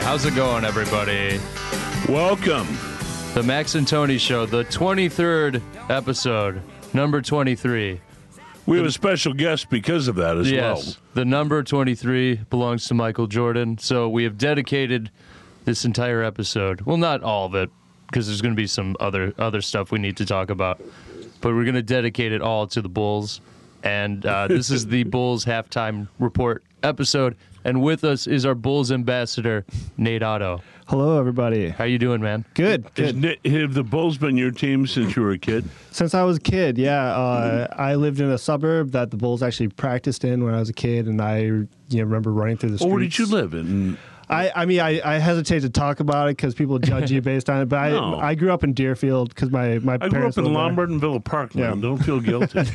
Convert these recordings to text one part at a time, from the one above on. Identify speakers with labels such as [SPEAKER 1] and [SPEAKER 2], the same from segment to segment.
[SPEAKER 1] How's it going, everybody?
[SPEAKER 2] Welcome.
[SPEAKER 1] The Max and Tony Show, the 23rd episode, number 23.
[SPEAKER 2] We have a special guest because of that as
[SPEAKER 1] yes,
[SPEAKER 2] well.
[SPEAKER 1] the number 23 belongs to Michael Jordan. So we have dedicated this entire episode. Well, not all of it, because there's going to be some other other stuff we need to talk about. But we're going to dedicate it all to the Bulls. And uh, this is the Bulls halftime report episode. And with us is our Bulls ambassador, Nate Otto.
[SPEAKER 3] Hello, everybody.
[SPEAKER 1] How you doing, man?
[SPEAKER 3] Good,
[SPEAKER 2] Is
[SPEAKER 3] good.
[SPEAKER 2] Ni- have the Bulls been your team since you were a kid?
[SPEAKER 3] Since I was a kid, yeah, uh, I lived in a suburb that the Bulls actually practiced in when I was a kid, and I you know, remember running through the
[SPEAKER 2] Or
[SPEAKER 3] streets. Mm.
[SPEAKER 2] where Oh, did you live? In
[SPEAKER 3] I, I mean, I, I hesitate to talk about it because people judge you based on it, but
[SPEAKER 2] No.
[SPEAKER 3] I, I grew up in Deerfield because my, my
[SPEAKER 2] I grew
[SPEAKER 3] parents
[SPEAKER 2] up in
[SPEAKER 3] lived there.
[SPEAKER 2] Lombard and Villa Park. Man,
[SPEAKER 3] Yeah.
[SPEAKER 2] don't feel guilty.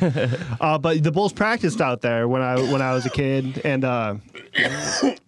[SPEAKER 3] Uh, but the Bulls practiced out there when I when I was a kid, and uh,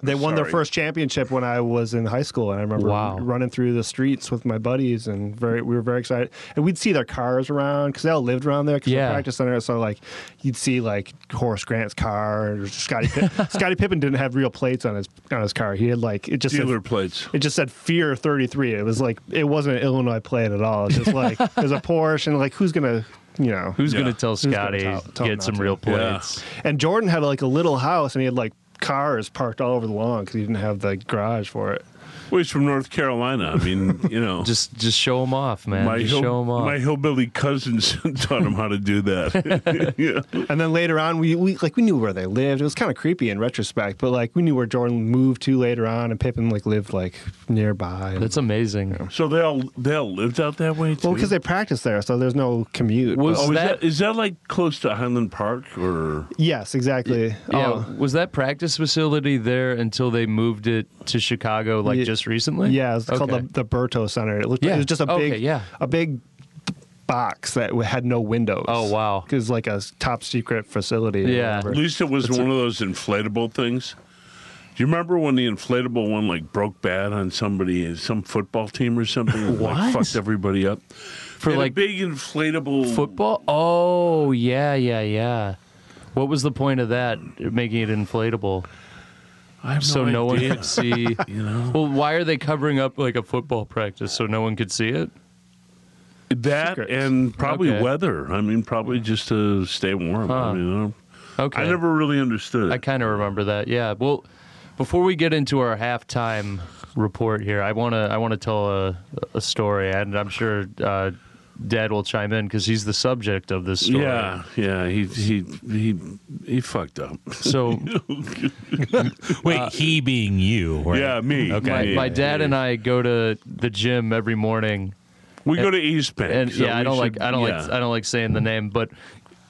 [SPEAKER 3] they won their
[SPEAKER 2] Sorry.
[SPEAKER 3] first championship when I was in high school. And I remember
[SPEAKER 1] Wow.
[SPEAKER 3] running through the streets with my buddies, and very we were very excited. And we'd see their cars around because they all lived around there because
[SPEAKER 1] Yeah.
[SPEAKER 3] the practice center. So like you'd see like Horace Grant's car, or Scotty Pipp Scotty Pippen didn't have real plates on his on his car. He had like it just said-
[SPEAKER 2] Dealer plates.
[SPEAKER 3] it just said Fear 33. It was like it wasn't an Illinois plate at all. It was just like it was a Porsche, and like who's gonna you know
[SPEAKER 1] Who's
[SPEAKER 2] Yeah.
[SPEAKER 1] going to tell
[SPEAKER 3] gonna
[SPEAKER 1] Scotty
[SPEAKER 3] tell- tell him
[SPEAKER 1] get
[SPEAKER 3] not
[SPEAKER 1] some
[SPEAKER 3] to?
[SPEAKER 1] real
[SPEAKER 2] Yeah.
[SPEAKER 1] plates?
[SPEAKER 3] And Jordan had like a little house, and he had like cars parked all over the lawn because he didn't have the garage for it.
[SPEAKER 2] Well, he's from North Carolina. I mean, you know.
[SPEAKER 1] Just just show them off, man.
[SPEAKER 2] my,
[SPEAKER 1] just
[SPEAKER 2] hill-
[SPEAKER 1] show 'em off.
[SPEAKER 2] my hillbilly cousins taught him how to do that. yeah.
[SPEAKER 3] And then later on, we, we like we knew where they lived. It was kind of creepy in retrospect, but like we knew where Jordan moved to later on, and Pippen like lived like nearby.
[SPEAKER 1] That's amazing.
[SPEAKER 2] So they all they all lived out that way too.
[SPEAKER 3] well, because they practiced there, so there's no commute.
[SPEAKER 1] Was-
[SPEAKER 2] oh, is
[SPEAKER 1] That-
[SPEAKER 2] that is that like close to Highland Park or
[SPEAKER 3] But- yes, exactly.
[SPEAKER 1] Yeah,
[SPEAKER 3] Oh,
[SPEAKER 1] was that practice facility there until they moved it to Chicago, like
[SPEAKER 3] Ye-
[SPEAKER 1] just recently?
[SPEAKER 3] yeah. It's called
[SPEAKER 1] Okay.
[SPEAKER 3] the the Berto Center. It looked.
[SPEAKER 1] Yeah.
[SPEAKER 3] It was just a
[SPEAKER 1] Okay,
[SPEAKER 3] big.
[SPEAKER 1] yeah.
[SPEAKER 3] A big box that had no windows.
[SPEAKER 1] Oh, wow.
[SPEAKER 3] It was like a top secret facility. or
[SPEAKER 1] Yeah.
[SPEAKER 3] whatever.
[SPEAKER 2] At least it was one of those inflatable things. Do you remember when the inflatable one like broke bad on somebody, some football team or something? and, Like
[SPEAKER 1] What?
[SPEAKER 2] fucked everybody up
[SPEAKER 1] For
[SPEAKER 2] They had a
[SPEAKER 1] like
[SPEAKER 2] big inflatable
[SPEAKER 1] football? Oh, yeah, yeah, yeah. What was the point of that, making it inflatable?
[SPEAKER 2] I have
[SPEAKER 1] so no one
[SPEAKER 2] idea,
[SPEAKER 1] could see.
[SPEAKER 2] You know
[SPEAKER 1] Well, why are they covering up like a football practice so no one could see it?
[SPEAKER 2] that
[SPEAKER 3] Secrets.
[SPEAKER 2] and probably
[SPEAKER 1] Okay.
[SPEAKER 2] weather. I mean, probably just to stay warm.
[SPEAKER 1] Huh.
[SPEAKER 2] I mean, you know?
[SPEAKER 1] Okay.
[SPEAKER 2] I never really understood.
[SPEAKER 1] I
[SPEAKER 2] It.
[SPEAKER 1] kind of remember that. Yeah. Well, before we get into our halftime report here, I want to I want to tell a, a story, and I'm sure uh, Dad will chime in because he's the subject of this story.
[SPEAKER 2] Yeah, yeah, he he he he fucked up.
[SPEAKER 1] So
[SPEAKER 4] Wait, he being you, right?
[SPEAKER 2] Yeah, me.
[SPEAKER 4] Okay.
[SPEAKER 1] my,
[SPEAKER 2] Yeah,
[SPEAKER 1] my
[SPEAKER 2] yeah,
[SPEAKER 1] dad
[SPEAKER 2] yeah.
[SPEAKER 1] and I go to the gym every morning,
[SPEAKER 2] we go to East Bank.
[SPEAKER 1] and
[SPEAKER 2] so
[SPEAKER 1] yeah, I
[SPEAKER 2] we
[SPEAKER 1] don't like
[SPEAKER 2] should-
[SPEAKER 1] I don't
[SPEAKER 2] yeah.
[SPEAKER 1] like uh, I don't like saying the name, but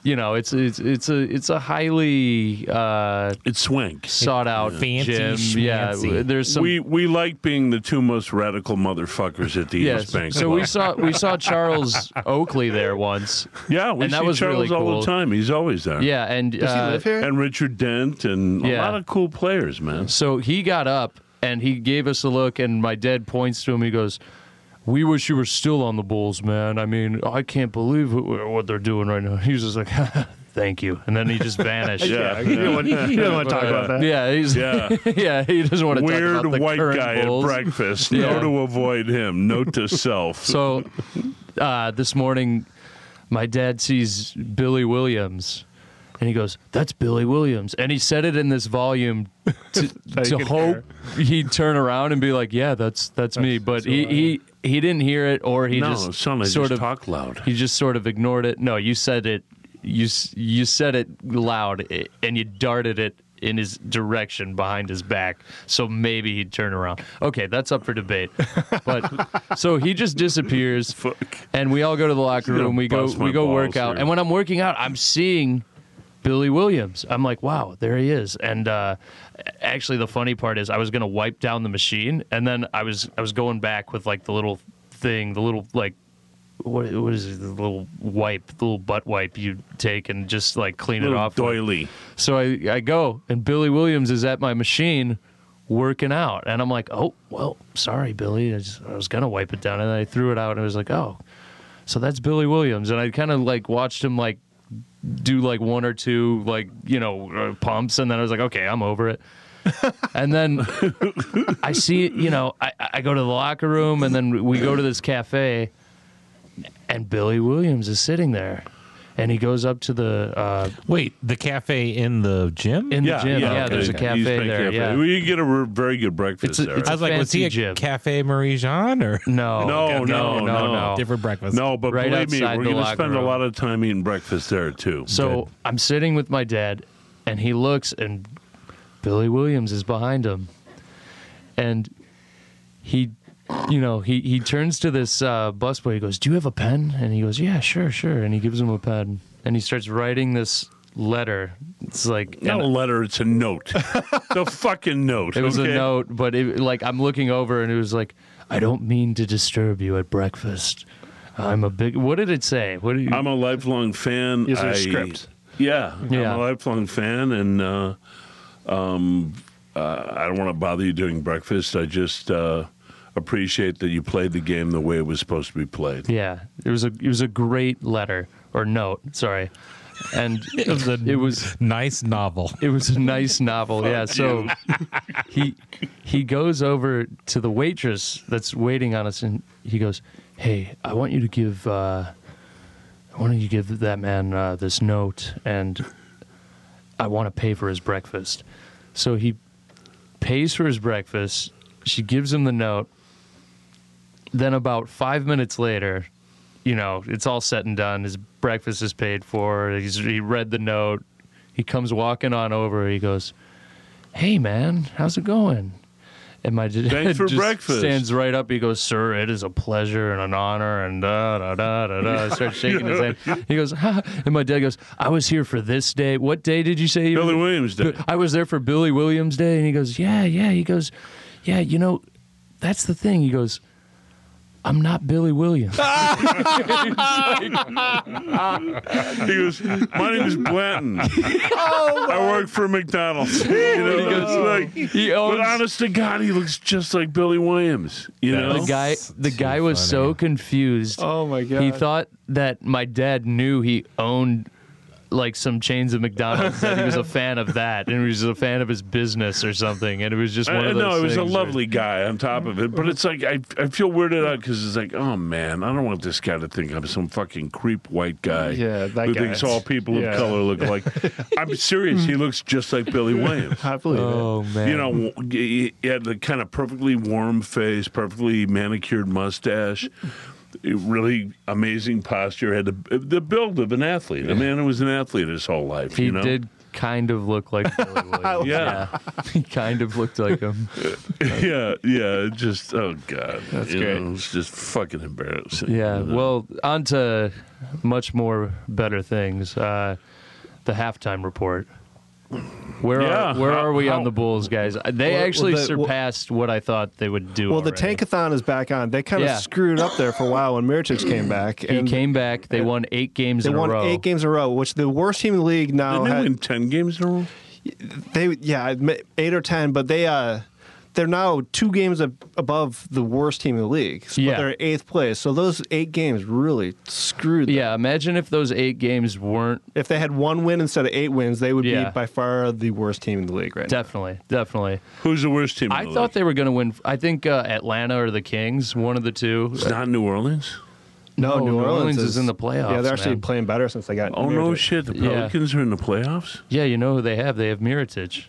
[SPEAKER 1] you know, it's it's it's a it's a highly uh,
[SPEAKER 2] it's swank.
[SPEAKER 1] sought out
[SPEAKER 4] Fancy
[SPEAKER 1] gym. Yeah,
[SPEAKER 4] schmancy.
[SPEAKER 1] there's some
[SPEAKER 2] we we like being the two most radical motherfuckers at the East Bank.
[SPEAKER 1] So
[SPEAKER 2] Club.
[SPEAKER 1] we saw we saw Charles Oakley there once.
[SPEAKER 2] yeah, we
[SPEAKER 1] and
[SPEAKER 2] see
[SPEAKER 1] that was
[SPEAKER 2] Charles
[SPEAKER 1] really
[SPEAKER 2] all
[SPEAKER 1] cool.
[SPEAKER 2] the time. He's always there.
[SPEAKER 1] Yeah, and
[SPEAKER 3] Does
[SPEAKER 1] uh,
[SPEAKER 3] he live here?
[SPEAKER 2] and Richard Dent and a
[SPEAKER 1] Yeah.
[SPEAKER 2] lot of cool players, man.
[SPEAKER 1] so he got up and he gave us a look, and my dad points to him. He goes, "We wish you were still on the Bulls, man. I mean, I can't believe wh- what they're doing right now." He's just like, "Thank you," and then he just vanished.
[SPEAKER 2] Yeah, Uh,
[SPEAKER 3] You don't want, you don't want to talk about that.
[SPEAKER 1] Yeah, he's,
[SPEAKER 2] Yeah.
[SPEAKER 1] yeah, He doesn't want to talk
[SPEAKER 2] Weird
[SPEAKER 1] about the
[SPEAKER 2] white
[SPEAKER 1] current
[SPEAKER 2] guy
[SPEAKER 1] Bulls.
[SPEAKER 2] at breakfast.
[SPEAKER 1] Yeah.
[SPEAKER 2] No to avoid him. Note to self.
[SPEAKER 1] So uh, this morning, my dad sees Billy Williams, and he goes, "That's Billy Williams," and he said it in this volume to,
[SPEAKER 3] you
[SPEAKER 1] to
[SPEAKER 3] could
[SPEAKER 1] hope he'd turn around and be like, "Yeah, that's that's, me," but he, he he didn't hear it, or he
[SPEAKER 2] no,
[SPEAKER 1] just
[SPEAKER 2] son, I
[SPEAKER 1] sort
[SPEAKER 2] just
[SPEAKER 1] of
[SPEAKER 2] talk loud.
[SPEAKER 1] he just sort of ignored it. No, you said it. You s- you said it loud, i- and you darted it in his direction behind his back. So maybe he'd turn around. Okay, that's up for debate. But so he just disappears,
[SPEAKER 2] Fuck.
[SPEAKER 1] and we all go to the locker
[SPEAKER 2] gonna
[SPEAKER 1] room. We go
[SPEAKER 2] bust my
[SPEAKER 1] we go
[SPEAKER 2] balls
[SPEAKER 1] work out,
[SPEAKER 2] here.
[SPEAKER 1] and when I'm working out, I'm seeing Billy Williams. I'm like, wow, there he is. And uh, actually, the funny part is, I was gonna wipe down the machine, and then I was I was going back with like the little thing, the little like what what is it, the little wipe, the little butt wipe you take and just like clean it
[SPEAKER 2] Little
[SPEAKER 1] off. with.
[SPEAKER 2] doily.
[SPEAKER 1] So I I go, and Billy Williams is at my machine working out, and I'm like, oh well, sorry, Billy, I, just, I was gonna wipe it down, and I threw it out, and I was like, oh, so that's Billy Williams, and I kind of like watched him like do like one or two like you know uh, pumps, and then I was like, okay, I'm over it. And then I see, you know, I, I go to the locker room and then we go to this cafe and Billy Williams is sitting there and he goes up to the, uh,
[SPEAKER 4] Wait, the cafe in the gym?
[SPEAKER 1] in the gym. Yeah,
[SPEAKER 2] okay.
[SPEAKER 1] there's a
[SPEAKER 2] East
[SPEAKER 1] cafe
[SPEAKER 2] Bank
[SPEAKER 1] there. Yeah.
[SPEAKER 2] Well, you get a re- very good
[SPEAKER 1] It's
[SPEAKER 2] breakfast
[SPEAKER 1] a-
[SPEAKER 2] there.
[SPEAKER 1] it's
[SPEAKER 4] I was like, was he
[SPEAKER 1] fancy
[SPEAKER 4] at
[SPEAKER 1] gym.
[SPEAKER 4] Cafe Marie Jean or
[SPEAKER 1] No,
[SPEAKER 2] No,
[SPEAKER 1] no,
[SPEAKER 2] no,
[SPEAKER 1] no,
[SPEAKER 2] no.
[SPEAKER 1] no.
[SPEAKER 4] different breakfast?
[SPEAKER 2] no, but
[SPEAKER 1] right
[SPEAKER 2] believe me,
[SPEAKER 1] outside
[SPEAKER 2] we're
[SPEAKER 1] the
[SPEAKER 2] going to
[SPEAKER 1] locker
[SPEAKER 2] spend a
[SPEAKER 1] room.
[SPEAKER 2] lot of time eating breakfast there too.
[SPEAKER 1] So I'm sitting with my dad, and he looks, and Billy Williams is behind him, and he, you know, he he turns to this uh, busboy. He goes, "Do you have a pen?" And he goes, "Yeah, sure, sure." And he gives him a pen, and he starts writing this letter. It's like
[SPEAKER 2] not
[SPEAKER 1] and
[SPEAKER 2] a letter; it's a note. it's a fucking note.
[SPEAKER 1] it was
[SPEAKER 2] okay?
[SPEAKER 1] a note, but it, like I'm looking over, and it was like, "I don't mean to disturb you at breakfast." I'm a big. What did it say? What did you?
[SPEAKER 2] I'm a lifelong fan.
[SPEAKER 3] Is there a
[SPEAKER 2] I-
[SPEAKER 3] script?
[SPEAKER 2] Yeah,
[SPEAKER 1] Yeah.
[SPEAKER 2] I'm a lifelong fan, and uh, um, uh, I don't want to bother you during breakfast. I just uh, appreciate that you played the game the way it was supposed to be played.
[SPEAKER 1] Yeah, it was a it was a great letter or note. Sorry, and it
[SPEAKER 4] was
[SPEAKER 1] was
[SPEAKER 4] a-
[SPEAKER 1] it was
[SPEAKER 4] Nice novel.
[SPEAKER 1] a nice novel. yeah, so he he goes over to the waitress that's waiting on us, and he goes, "Hey, I want you to give uh, I want you to give that man uh, this note, and I want to pay for his breakfast." So he pays for his breakfast. She gives him the note. Then about five minutes later, you know, it's all said and done. His breakfast is paid for. He's, he read the note. He comes walking on over. He goes, "Hey, man, how's it going?" And my dad
[SPEAKER 2] Thanks for
[SPEAKER 1] just
[SPEAKER 2] breakfast.
[SPEAKER 1] stands right up. He goes, "Sir, it is a pleasure and an honor." And da da da da da. Starts shaking his hand. He goes, ha. and my dad goes, "I was here for this day. What day did you say?" you
[SPEAKER 2] Billy
[SPEAKER 1] were-
[SPEAKER 2] Williams did.
[SPEAKER 1] I was there for Billy Williams Day, and he goes, "Yeah, yeah." He goes, "Yeah, you know, that's the thing." He goes, "I'm not Billy Williams."
[SPEAKER 2] He goes, "My name is Blanton. I work for McDonald's." You know,
[SPEAKER 1] Oh, He goes,
[SPEAKER 2] it's like,
[SPEAKER 1] he
[SPEAKER 2] but
[SPEAKER 1] owns-
[SPEAKER 2] honest to God, he looks just like Billy Williams. You know,
[SPEAKER 1] the guy. The
[SPEAKER 4] Too
[SPEAKER 1] guy was so
[SPEAKER 4] funny.
[SPEAKER 1] confused.
[SPEAKER 3] Oh my god.
[SPEAKER 1] He thought that my dad knew he owned like some chains of McDonald's that he was a fan of that and he was a fan of his business or something and it was just
[SPEAKER 2] I-
[SPEAKER 1] one
[SPEAKER 2] I
[SPEAKER 1] of those
[SPEAKER 2] know Uh, it was a
[SPEAKER 1] things where-
[SPEAKER 2] lovely guy on top of it, but it's like I, I feel weirded out because it's like, oh man, I don't want this guy to think I'm some fucking creep white guy
[SPEAKER 3] Yeah, that
[SPEAKER 2] who
[SPEAKER 3] guy.
[SPEAKER 2] thinks all people
[SPEAKER 3] Yeah.
[SPEAKER 2] of color look alike. I'm serious. He looks just like Billy Williams.
[SPEAKER 3] I believe it.
[SPEAKER 4] Oh man.
[SPEAKER 2] You know, he he had the kind of perfectly warm face, perfectly manicured mustache, a really amazing posture. Had the, the build of an athlete. A man who was an athlete his whole life.
[SPEAKER 1] He
[SPEAKER 2] you know?
[SPEAKER 1] did kind of look like Billy Williams.
[SPEAKER 2] Yeah.
[SPEAKER 1] he kind of looked like him.
[SPEAKER 2] yeah, yeah. it Just oh god, that's
[SPEAKER 3] great.
[SPEAKER 2] it's just fucking embarrassing.
[SPEAKER 1] Yeah.
[SPEAKER 2] you know?
[SPEAKER 1] Well, on to much more better things. Uh, the halftime report. Where
[SPEAKER 2] Yeah,
[SPEAKER 1] are where
[SPEAKER 2] how-
[SPEAKER 1] are we
[SPEAKER 2] how-
[SPEAKER 1] on the Bulls, guys? Uh, They
[SPEAKER 3] Well,
[SPEAKER 1] actually
[SPEAKER 3] well, the- well-
[SPEAKER 1] surpassed what I thought they would do.
[SPEAKER 3] Well, the
[SPEAKER 1] already.
[SPEAKER 3] tankathon is back on. They kind of
[SPEAKER 1] Yeah.
[SPEAKER 3] screwed up there for a while when Miritich came back.
[SPEAKER 1] He
[SPEAKER 3] and
[SPEAKER 1] came back. They won eight games
[SPEAKER 3] They
[SPEAKER 1] in
[SPEAKER 3] won
[SPEAKER 1] a row.
[SPEAKER 3] eight games in a row, which the worst team in the league now
[SPEAKER 2] Didn't they
[SPEAKER 3] had-
[SPEAKER 2] win ten games in a row?
[SPEAKER 3] they yeah I'd admit eight or ten, but they uh they're now two games ab- above the worst team in the league. So
[SPEAKER 1] Yeah.
[SPEAKER 3] they're in eighth place. So those eight games really screwed. Them.
[SPEAKER 1] Yeah. Imagine if those eight games weren't.
[SPEAKER 3] If they had one win instead of eight wins, they would
[SPEAKER 1] Yeah.
[SPEAKER 3] be by far the worst team in the league right now.
[SPEAKER 1] Definitely. Definitely.
[SPEAKER 2] Who's the worst team? In
[SPEAKER 1] I
[SPEAKER 2] the
[SPEAKER 1] thought
[SPEAKER 2] league?
[SPEAKER 1] they were going to win. I think uh, Atlanta or the Kings, one of the two.
[SPEAKER 2] it's not New Orleans.
[SPEAKER 1] No, New Orleans is in the playoffs,
[SPEAKER 3] Yeah, they're actually
[SPEAKER 1] man.
[SPEAKER 3] playing better since they got.
[SPEAKER 2] Oh no,
[SPEAKER 3] Miritich.
[SPEAKER 2] shit! The
[SPEAKER 1] Yeah.
[SPEAKER 2] Pelicans are in the playoffs.
[SPEAKER 1] Yeah, you know who they have. They have Miritich.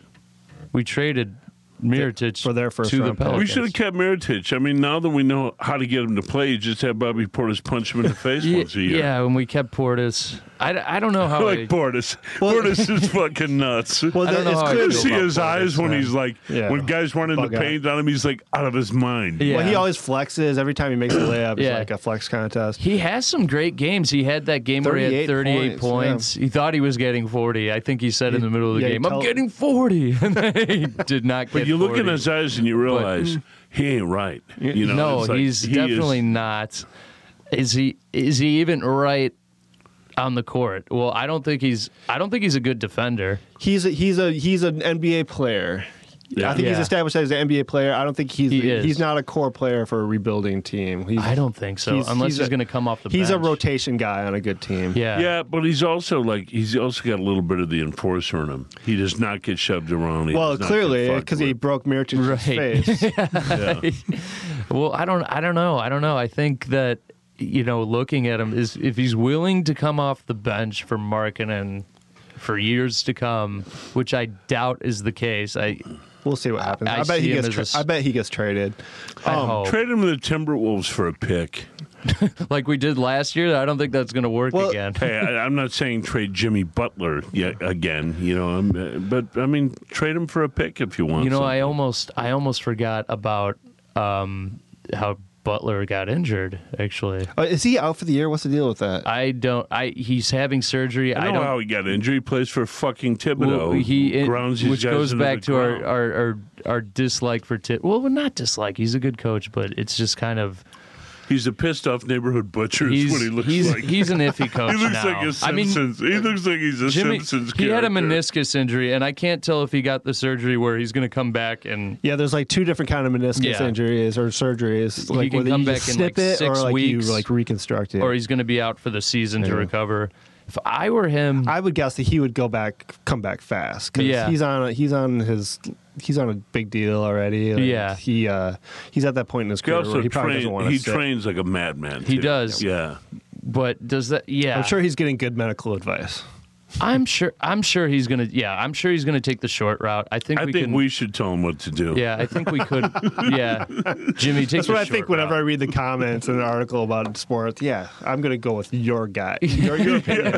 [SPEAKER 1] We traded Miritich
[SPEAKER 3] For their first
[SPEAKER 1] to the
[SPEAKER 3] round pick.
[SPEAKER 1] Pelicans.
[SPEAKER 2] We should have kept Miritich. I mean, now that we know how to get him to play, you just have Bobby Portis punch him in the face
[SPEAKER 1] Ye-
[SPEAKER 2] once a year.
[SPEAKER 1] Yeah, when we kept Portis. I, I don't know how. I,
[SPEAKER 2] Like Portis. Portis is fucking nuts.
[SPEAKER 3] Well,
[SPEAKER 1] I don't know
[SPEAKER 3] the- it's
[SPEAKER 1] how I
[SPEAKER 2] you
[SPEAKER 3] clear.
[SPEAKER 1] feel
[SPEAKER 2] see
[SPEAKER 1] about
[SPEAKER 2] his
[SPEAKER 1] Portis,
[SPEAKER 2] eyes when
[SPEAKER 1] man.
[SPEAKER 2] he's like,
[SPEAKER 3] Yeah.
[SPEAKER 2] when guys run in the
[SPEAKER 3] Bug out.
[SPEAKER 2] paint on him, he's like out of his mind.
[SPEAKER 1] Yeah.
[SPEAKER 3] Well, he always flexes every time he makes a layup. It's
[SPEAKER 1] Yeah.
[SPEAKER 3] like a flex contest.
[SPEAKER 1] He has some great games. He had that game where he had
[SPEAKER 3] 38
[SPEAKER 1] 38 points.
[SPEAKER 3] points,
[SPEAKER 1] He thought he was getting 40. I think he said in the middle of the
[SPEAKER 3] yeah, he
[SPEAKER 1] game, "I'm
[SPEAKER 3] told-
[SPEAKER 1] getting 40," and then he did not get.
[SPEAKER 2] But you look in
[SPEAKER 1] 40.
[SPEAKER 2] his eyes and you realize he ain't right. You know,
[SPEAKER 1] no,
[SPEAKER 2] it's like,
[SPEAKER 1] he's
[SPEAKER 2] he is-
[SPEAKER 1] definitely not. Is he? Is he even right on the court? Well, I don't think he's. I don't think he's a good defender.
[SPEAKER 3] He's a, he's a he's an NBA player. I think he's
[SPEAKER 1] Yeah.
[SPEAKER 3] established as an NBA player. I don't think he's
[SPEAKER 1] He
[SPEAKER 3] the-
[SPEAKER 1] is.
[SPEAKER 3] he's not a core player for a rebuilding team. He's,
[SPEAKER 1] I don't think so. unless he's,
[SPEAKER 3] a-
[SPEAKER 1] going to come off the
[SPEAKER 3] He's a
[SPEAKER 1] bench.
[SPEAKER 3] rotation guy on a good team.
[SPEAKER 1] Yeah.
[SPEAKER 2] Yeah, but he's also like he's also got a little bit of the enforcer in him. He does not get shoved around. He
[SPEAKER 3] Well,
[SPEAKER 2] does not get
[SPEAKER 3] clearly
[SPEAKER 2] fucked
[SPEAKER 3] because he
[SPEAKER 2] with.
[SPEAKER 3] broke Miricic's
[SPEAKER 1] Right.
[SPEAKER 3] face.
[SPEAKER 1] Well, I don't I don't know. I don't know. I think that you know, looking at him is if he's willing to come off the bench for Markkinen for years to come, which I doubt is the case. I
[SPEAKER 3] We'll see what happens.
[SPEAKER 1] I
[SPEAKER 3] I, bet
[SPEAKER 1] see
[SPEAKER 3] he
[SPEAKER 1] him as
[SPEAKER 3] gets.
[SPEAKER 1] a
[SPEAKER 3] Tra-
[SPEAKER 1] s-
[SPEAKER 3] I bet he gets traded.
[SPEAKER 1] I hope.
[SPEAKER 2] Trade him to the Timberwolves for a pick.
[SPEAKER 1] like we did last year, I don't think that's going to work
[SPEAKER 3] Well,
[SPEAKER 1] again.
[SPEAKER 2] Hey, I, I'm not saying trade Jimmy Butler yet again. You know, I'm, uh, but I mean trade him for a pick if you want.
[SPEAKER 1] You know,
[SPEAKER 2] some.
[SPEAKER 1] I almost I almost forgot about um, how Butler got injured. Actually,
[SPEAKER 3] Uh, is he out for the year? What's the deal with that?
[SPEAKER 1] I don't. I he's having surgery.
[SPEAKER 2] I
[SPEAKER 1] I,
[SPEAKER 2] know
[SPEAKER 1] don't.
[SPEAKER 2] how he got injured. He plays for fucking Thibodeau.
[SPEAKER 1] well, he
[SPEAKER 2] who
[SPEAKER 1] it-
[SPEAKER 2] uh, grounds his
[SPEAKER 1] which
[SPEAKER 2] guys
[SPEAKER 1] goes
[SPEAKER 2] into
[SPEAKER 1] back
[SPEAKER 2] the
[SPEAKER 1] to our,
[SPEAKER 2] ground.
[SPEAKER 1] our our our dislike for Tit. Well, not dislike. He's a good coach, but it's just kind of
[SPEAKER 2] He's a pissed off neighborhood butcher. Is
[SPEAKER 1] he's
[SPEAKER 2] what he looks
[SPEAKER 1] he's
[SPEAKER 2] like.
[SPEAKER 1] he's an iffy coach
[SPEAKER 2] he looks
[SPEAKER 1] now.
[SPEAKER 2] like a
[SPEAKER 1] I mean,
[SPEAKER 2] Simpsons. he looks like he's a
[SPEAKER 1] Jimmy.
[SPEAKER 2] Simpsons
[SPEAKER 1] He
[SPEAKER 2] character.
[SPEAKER 1] had a meniscus injury, and I can't tell if he got the surgery where he's going to come back and
[SPEAKER 3] yeah, there's like two different kind of meniscus
[SPEAKER 1] Yeah.
[SPEAKER 3] injuries or surgeries.
[SPEAKER 1] He
[SPEAKER 3] Like
[SPEAKER 1] can
[SPEAKER 3] whether
[SPEAKER 1] come
[SPEAKER 3] you just
[SPEAKER 1] back in, like,
[SPEAKER 3] snip it or
[SPEAKER 1] six
[SPEAKER 3] like
[SPEAKER 1] weeks,
[SPEAKER 3] you like reconstruct it.
[SPEAKER 1] or he's going to be out for the season to
[SPEAKER 3] Yeah.
[SPEAKER 1] recover. If I were him,
[SPEAKER 3] I would guess that he would go back, come back fast. 'cause
[SPEAKER 1] Yeah.
[SPEAKER 3] he's on. A, he's on his. He's on a big deal already. Like,
[SPEAKER 1] Yeah.
[SPEAKER 3] he uh, he's at that point in his
[SPEAKER 2] He
[SPEAKER 3] career
[SPEAKER 2] also
[SPEAKER 3] where he probably doesn't
[SPEAKER 2] trains.
[SPEAKER 3] want
[SPEAKER 2] He
[SPEAKER 3] to sit.
[SPEAKER 2] trains like a madman.
[SPEAKER 1] He
[SPEAKER 2] too.
[SPEAKER 1] does.
[SPEAKER 2] Yeah.
[SPEAKER 1] but does that? Yeah,
[SPEAKER 3] I'm sure he's getting good medical advice.
[SPEAKER 1] I'm sure. I'm sure he's gonna. Yeah, I'm sure he's gonna take the short route. I think
[SPEAKER 2] I
[SPEAKER 1] we
[SPEAKER 2] think
[SPEAKER 1] can.
[SPEAKER 2] we should tell him what to do.
[SPEAKER 1] yeah, I think we could. yeah, Jimmy, take.
[SPEAKER 3] That's what I think whenever I read the comments in an article about sports. Yeah, I'm gonna go with your guy. Your, your opinion.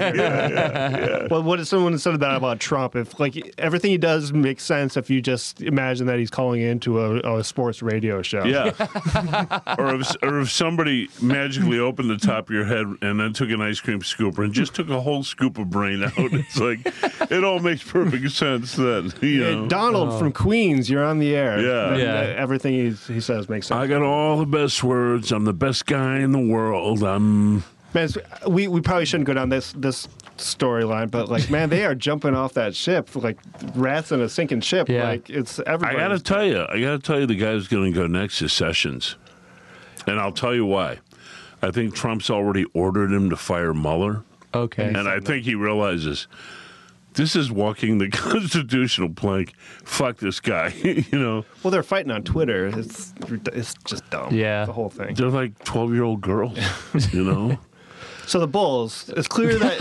[SPEAKER 3] Well, what if someone said that about Trump? If like everything he does makes sense, if you just imagine that he's calling into a, a sports radio show.
[SPEAKER 2] Yeah. or if or if somebody magically opened the top of your head and then took an ice cream scooper and just took a whole scoop of brain out, it's like it all makes perfect sense then. You
[SPEAKER 3] Hey,
[SPEAKER 2] know.
[SPEAKER 3] Donald from Queens, you're on the air.
[SPEAKER 2] Yeah.
[SPEAKER 3] Then, uh,
[SPEAKER 1] Oh. Yeah.
[SPEAKER 3] everything he's, he says makes sense.
[SPEAKER 2] I got all the best words. I'm the best guy in the world. I'm
[SPEAKER 3] Man, it's- we, we probably shouldn't go down this this storyline, but like, man, they are jumping off that ship like rats in a sinking ship.
[SPEAKER 1] Yeah.
[SPEAKER 3] Like it's
[SPEAKER 2] I
[SPEAKER 3] everybody.
[SPEAKER 2] gotta tell you, I gotta tell you, the guy who's going to go next is Sessions, and I'll tell you why. I think Trump's already ordered him to fire Mueller,
[SPEAKER 1] Okay.
[SPEAKER 2] and I think he realizes this is walking the constitutional plank. Fuck this guy, you know.
[SPEAKER 3] well, they're fighting on Twitter. It's it's just dumb.
[SPEAKER 1] Yeah.
[SPEAKER 3] the whole thing.
[SPEAKER 2] They're like twelve-year-old girls, you know.
[SPEAKER 3] So the Bulls. It's clear that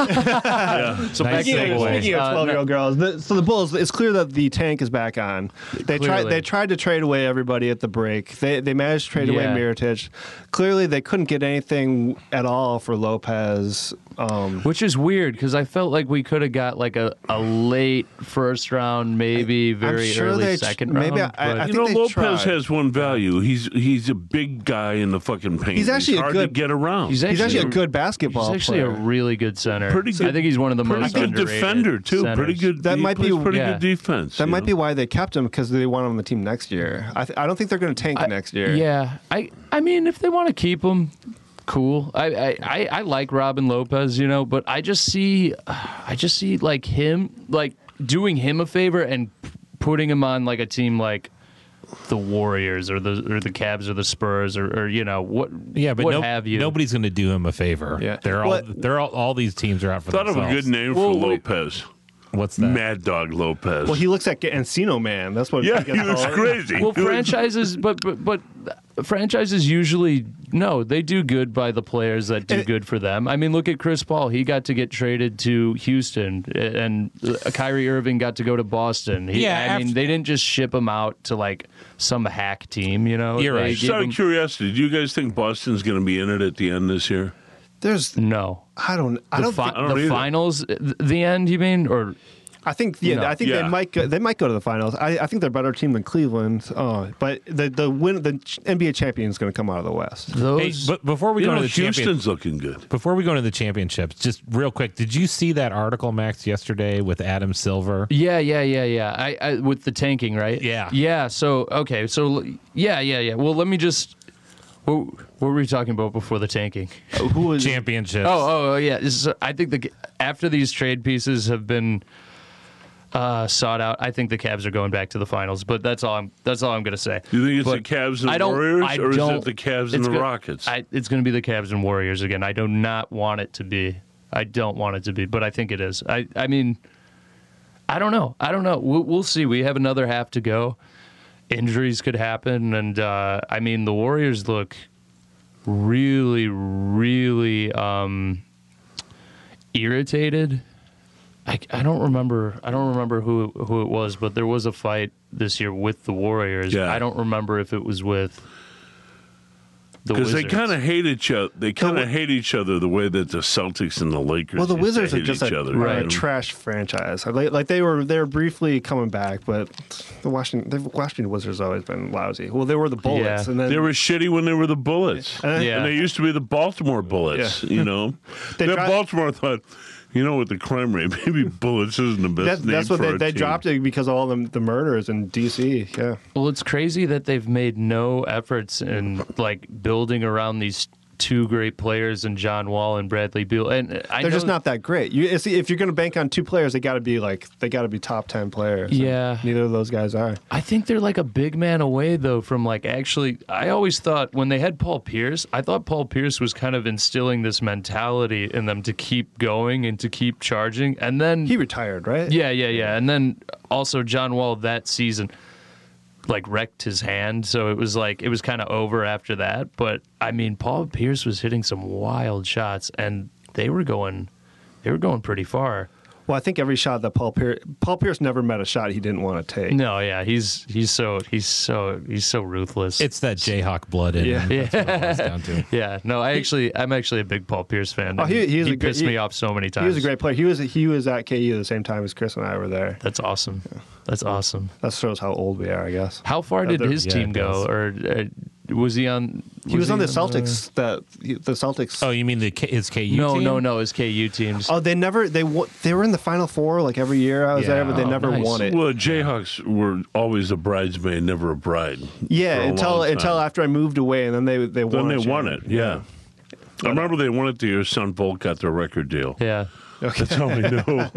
[SPEAKER 1] so back
[SPEAKER 4] Nice
[SPEAKER 1] to the
[SPEAKER 3] speaking, of,
[SPEAKER 4] segue.
[SPEAKER 1] Bulls.
[SPEAKER 3] speaking
[SPEAKER 1] Uh,
[SPEAKER 3] of
[SPEAKER 1] no,
[SPEAKER 3] twelve year old girls. The, so the Bulls. It's clear that the tank is back on. They tried.
[SPEAKER 1] Clearly.
[SPEAKER 3] They tried to trade away everybody at the break. They they managed to trade
[SPEAKER 1] Yeah.
[SPEAKER 3] away Miritich. Clearly, they couldn't get anything at all for Lopez. Um,
[SPEAKER 1] which is weird because I felt like we could have got like a, a late first round, maybe very
[SPEAKER 3] sure
[SPEAKER 1] early
[SPEAKER 3] they tr-
[SPEAKER 1] second
[SPEAKER 3] maybe
[SPEAKER 1] round.
[SPEAKER 3] I- I
[SPEAKER 1] but-
[SPEAKER 3] think
[SPEAKER 2] You know,
[SPEAKER 3] they
[SPEAKER 2] Lopez
[SPEAKER 3] tried.
[SPEAKER 2] has one value. He's he's a big guy in the fucking paint.
[SPEAKER 3] He's actually a
[SPEAKER 2] hard to
[SPEAKER 3] good-
[SPEAKER 2] get around.
[SPEAKER 1] he's
[SPEAKER 3] he's actually a
[SPEAKER 1] actually-
[SPEAKER 3] good basketball
[SPEAKER 1] He's actually
[SPEAKER 3] player.
[SPEAKER 1] a really good center.
[SPEAKER 2] Pretty
[SPEAKER 1] I
[SPEAKER 2] good-
[SPEAKER 1] think he's one of the
[SPEAKER 2] pretty
[SPEAKER 1] most
[SPEAKER 2] good
[SPEAKER 1] underrated
[SPEAKER 2] defender too. Pretty
[SPEAKER 1] centers.
[SPEAKER 2] good.
[SPEAKER 3] That
[SPEAKER 2] he
[SPEAKER 3] might be-
[SPEAKER 2] plays pretty
[SPEAKER 1] yeah.
[SPEAKER 2] good defense.
[SPEAKER 3] That
[SPEAKER 2] you
[SPEAKER 3] might
[SPEAKER 2] know?
[SPEAKER 3] be why they kept him because they want him on the team next year. I, th- I don't think they're going to tank
[SPEAKER 1] I-
[SPEAKER 3] next year.
[SPEAKER 1] Yeah, I I mean, if they want to keep him, cool. I, I I I like Robin Lopez, you know, but I just see, I just see like him like doing him a favor and p- putting him on like a team like the Warriors or the or the Cavs or the Spurs or, or you know what
[SPEAKER 4] Yeah, but
[SPEAKER 1] what
[SPEAKER 4] no-
[SPEAKER 1] have you.
[SPEAKER 4] nobody's going to do him a favor.
[SPEAKER 3] Yeah.
[SPEAKER 4] they're all
[SPEAKER 3] What-
[SPEAKER 4] they're all, all these teams are out for
[SPEAKER 2] Thought of a
[SPEAKER 4] themselves.
[SPEAKER 2] good name
[SPEAKER 1] Well,
[SPEAKER 2] for
[SPEAKER 1] we-
[SPEAKER 2] Lopez.
[SPEAKER 4] What's that?
[SPEAKER 2] Mad Dog Lopez.
[SPEAKER 3] Well, he looks like Encino Man. That's what.
[SPEAKER 2] yeah,
[SPEAKER 3] gets
[SPEAKER 2] he looks
[SPEAKER 3] called.
[SPEAKER 2] crazy.
[SPEAKER 1] well,
[SPEAKER 2] He looks-
[SPEAKER 1] franchises, but but but franchises usually no, they do good by the players that do
[SPEAKER 3] And-
[SPEAKER 1] good for them. I mean, look at Chris Paul; he got to get traded to Houston, a- and uh, Kyrie Irving got to go to Boston. He-
[SPEAKER 4] Yeah,
[SPEAKER 1] I mean,
[SPEAKER 4] after-
[SPEAKER 1] they didn't just ship him out to like some hack team, you know?
[SPEAKER 4] You're
[SPEAKER 1] They
[SPEAKER 4] right.
[SPEAKER 1] gave
[SPEAKER 2] Just out
[SPEAKER 1] him-
[SPEAKER 2] of curiosity, do you guys think Boston's going to be in it at the end this year?
[SPEAKER 3] There's.
[SPEAKER 1] no,
[SPEAKER 3] I don't. I
[SPEAKER 1] the,
[SPEAKER 3] don't.
[SPEAKER 1] fi-
[SPEAKER 3] think,
[SPEAKER 2] don't
[SPEAKER 1] the
[SPEAKER 2] either.
[SPEAKER 1] finals, th- the end. You mean or?
[SPEAKER 3] I think. Yeah.
[SPEAKER 1] No.
[SPEAKER 3] I think
[SPEAKER 2] Yeah.
[SPEAKER 3] they might. Go, they might go to the finals. I, I think they're a better team than Cleveland. Oh, but the the win the ch- NBA champion is going to come out of the West.
[SPEAKER 4] Hey,
[SPEAKER 1] Those,
[SPEAKER 4] but before we
[SPEAKER 2] You
[SPEAKER 4] go
[SPEAKER 2] know,
[SPEAKER 4] to the champion,
[SPEAKER 2] Houston's looking good.
[SPEAKER 4] before we go into the championships, just real quick, did you see that article Max yesterday with Adam Silver?
[SPEAKER 1] Yeah, yeah, yeah, yeah. I, I with the tanking, right?
[SPEAKER 4] Yeah.
[SPEAKER 1] Yeah. So okay. So l- yeah, yeah, yeah. Well, let me just. What, what were we talking about before the tanking?
[SPEAKER 3] Who was?
[SPEAKER 4] Championships.
[SPEAKER 1] Oh, oh, oh yeah. This is- I think the g- after these trade pieces have been uh, sought out. I think the Cavs are going back to the finals, but that's all I'm. That's all I'm going to say.
[SPEAKER 2] You think it's
[SPEAKER 1] But
[SPEAKER 2] the Cavs and
[SPEAKER 1] I
[SPEAKER 2] the
[SPEAKER 1] don't-
[SPEAKER 2] Warriors,
[SPEAKER 1] I
[SPEAKER 2] or is
[SPEAKER 1] don't-
[SPEAKER 2] it the Cavs and
[SPEAKER 1] it's
[SPEAKER 2] the
[SPEAKER 1] go-
[SPEAKER 2] Rockets?
[SPEAKER 1] I, it's going to be the Cavs and Warriors again. I do not want it to be. I don't want it to be, but I think it is. I. I mean, I don't know. I don't know. We'll, we'll see. We have another half to go. Injuries could happen, and uh, I mean, the Warriors look really, really um, irritated. I, I don't remember. I don't remember who who it was, but there was a fight this year with the Warriors.
[SPEAKER 2] Yeah.
[SPEAKER 1] I don't remember if it was with the
[SPEAKER 2] Because
[SPEAKER 1] Wizards.
[SPEAKER 2] they kind of hate each other. They kind of hate each other the way that the Celtics and the Lakers.
[SPEAKER 3] Well, the
[SPEAKER 2] used to
[SPEAKER 3] Wizards are
[SPEAKER 2] hate
[SPEAKER 3] just
[SPEAKER 2] each
[SPEAKER 3] a,
[SPEAKER 2] other.
[SPEAKER 3] a
[SPEAKER 1] Right.
[SPEAKER 3] trash franchise. Like, like they were, they were briefly coming back, but the Washington, the Washington Wizards have always been lousy. Well, they were the Bullets,
[SPEAKER 1] Yeah.
[SPEAKER 3] and then
[SPEAKER 2] They were shitty when they were the Bullets.
[SPEAKER 3] And-
[SPEAKER 1] Yeah.
[SPEAKER 2] And they used to be the Baltimore Bullets, you know.
[SPEAKER 3] They
[SPEAKER 2] Then
[SPEAKER 3] dro-
[SPEAKER 2] Baltimore thought, you know what, the crime rate, maybe Bullets isn't the best
[SPEAKER 3] that,
[SPEAKER 2] name
[SPEAKER 3] that's what
[SPEAKER 2] for
[SPEAKER 3] they,
[SPEAKER 2] our
[SPEAKER 3] they
[SPEAKER 2] team.
[SPEAKER 3] dropped it because of all the the murders in D.C. Yeah,
[SPEAKER 1] Well, it's crazy that they've made no efforts in like building around these two great players in John Wall and Bradley Beal. And I
[SPEAKER 3] they're
[SPEAKER 1] know,
[SPEAKER 3] just not that great. You, it's, if you're going to bank on two players, they got to be like they got to be top ten players. and
[SPEAKER 1] Yeah.
[SPEAKER 3] neither of those guys are.
[SPEAKER 1] I think they're like a big man away though from like actually. I always thought when they had Paul Pierce, I thought Paul Pierce was kind of instilling this mentality in them to keep going and to keep charging. And then
[SPEAKER 3] He retired, right?
[SPEAKER 1] Yeah, yeah, yeah. And then also John Wall that season like wrecked his hand, so it was like it was kind of over after that. But I mean, Paul Pierce was hitting some wild shots, and they were going, they were going pretty far.
[SPEAKER 3] Well, I think every shot that Paul Pierce, Paul Pierce never met a shot he didn't want to take.
[SPEAKER 1] No, yeah, he's he's so he's so he's so ruthless.
[SPEAKER 4] It's that Jayhawk blood in
[SPEAKER 3] Yeah.
[SPEAKER 4] him. That's what it boils down to.
[SPEAKER 1] yeah, no, I actually I'm actually a big Paul Pierce fan.
[SPEAKER 3] Oh, he- he was a great-
[SPEAKER 1] pissed me
[SPEAKER 3] he-
[SPEAKER 1] off so many times.
[SPEAKER 3] He was a great player. He was he was at KU the same time as Chris and I were there.
[SPEAKER 1] That's awesome. That's awesome.
[SPEAKER 3] That shows how old we are, I guess.
[SPEAKER 1] How far did
[SPEAKER 3] Other-
[SPEAKER 1] his
[SPEAKER 4] yeah,
[SPEAKER 1] team
[SPEAKER 4] it
[SPEAKER 1] go,
[SPEAKER 4] does.
[SPEAKER 1] or uh, was he on?
[SPEAKER 3] He was on the
[SPEAKER 1] on
[SPEAKER 3] Celtics. That the Celtics.
[SPEAKER 4] Oh, you mean the K- his KU
[SPEAKER 1] no,
[SPEAKER 4] team?
[SPEAKER 1] no, no. His KU teams.
[SPEAKER 3] Oh, they never they wa- they were in the Final Four like every year I was there, but they
[SPEAKER 1] Yeah.
[SPEAKER 3] never
[SPEAKER 1] Oh, nice.
[SPEAKER 3] won it.
[SPEAKER 2] Well, Jayhawks were always a bridesmaid, never a bride.
[SPEAKER 3] yeah,
[SPEAKER 2] for a
[SPEAKER 3] until
[SPEAKER 2] long
[SPEAKER 3] until
[SPEAKER 2] time.
[SPEAKER 3] after I moved away, and then they they
[SPEAKER 2] Then
[SPEAKER 3] won.
[SPEAKER 2] they
[SPEAKER 3] a
[SPEAKER 2] won it,
[SPEAKER 3] championship.
[SPEAKER 2] yeah. I remember they won it the year Son Volt got their record deal.
[SPEAKER 1] Yeah.
[SPEAKER 2] That's how we know.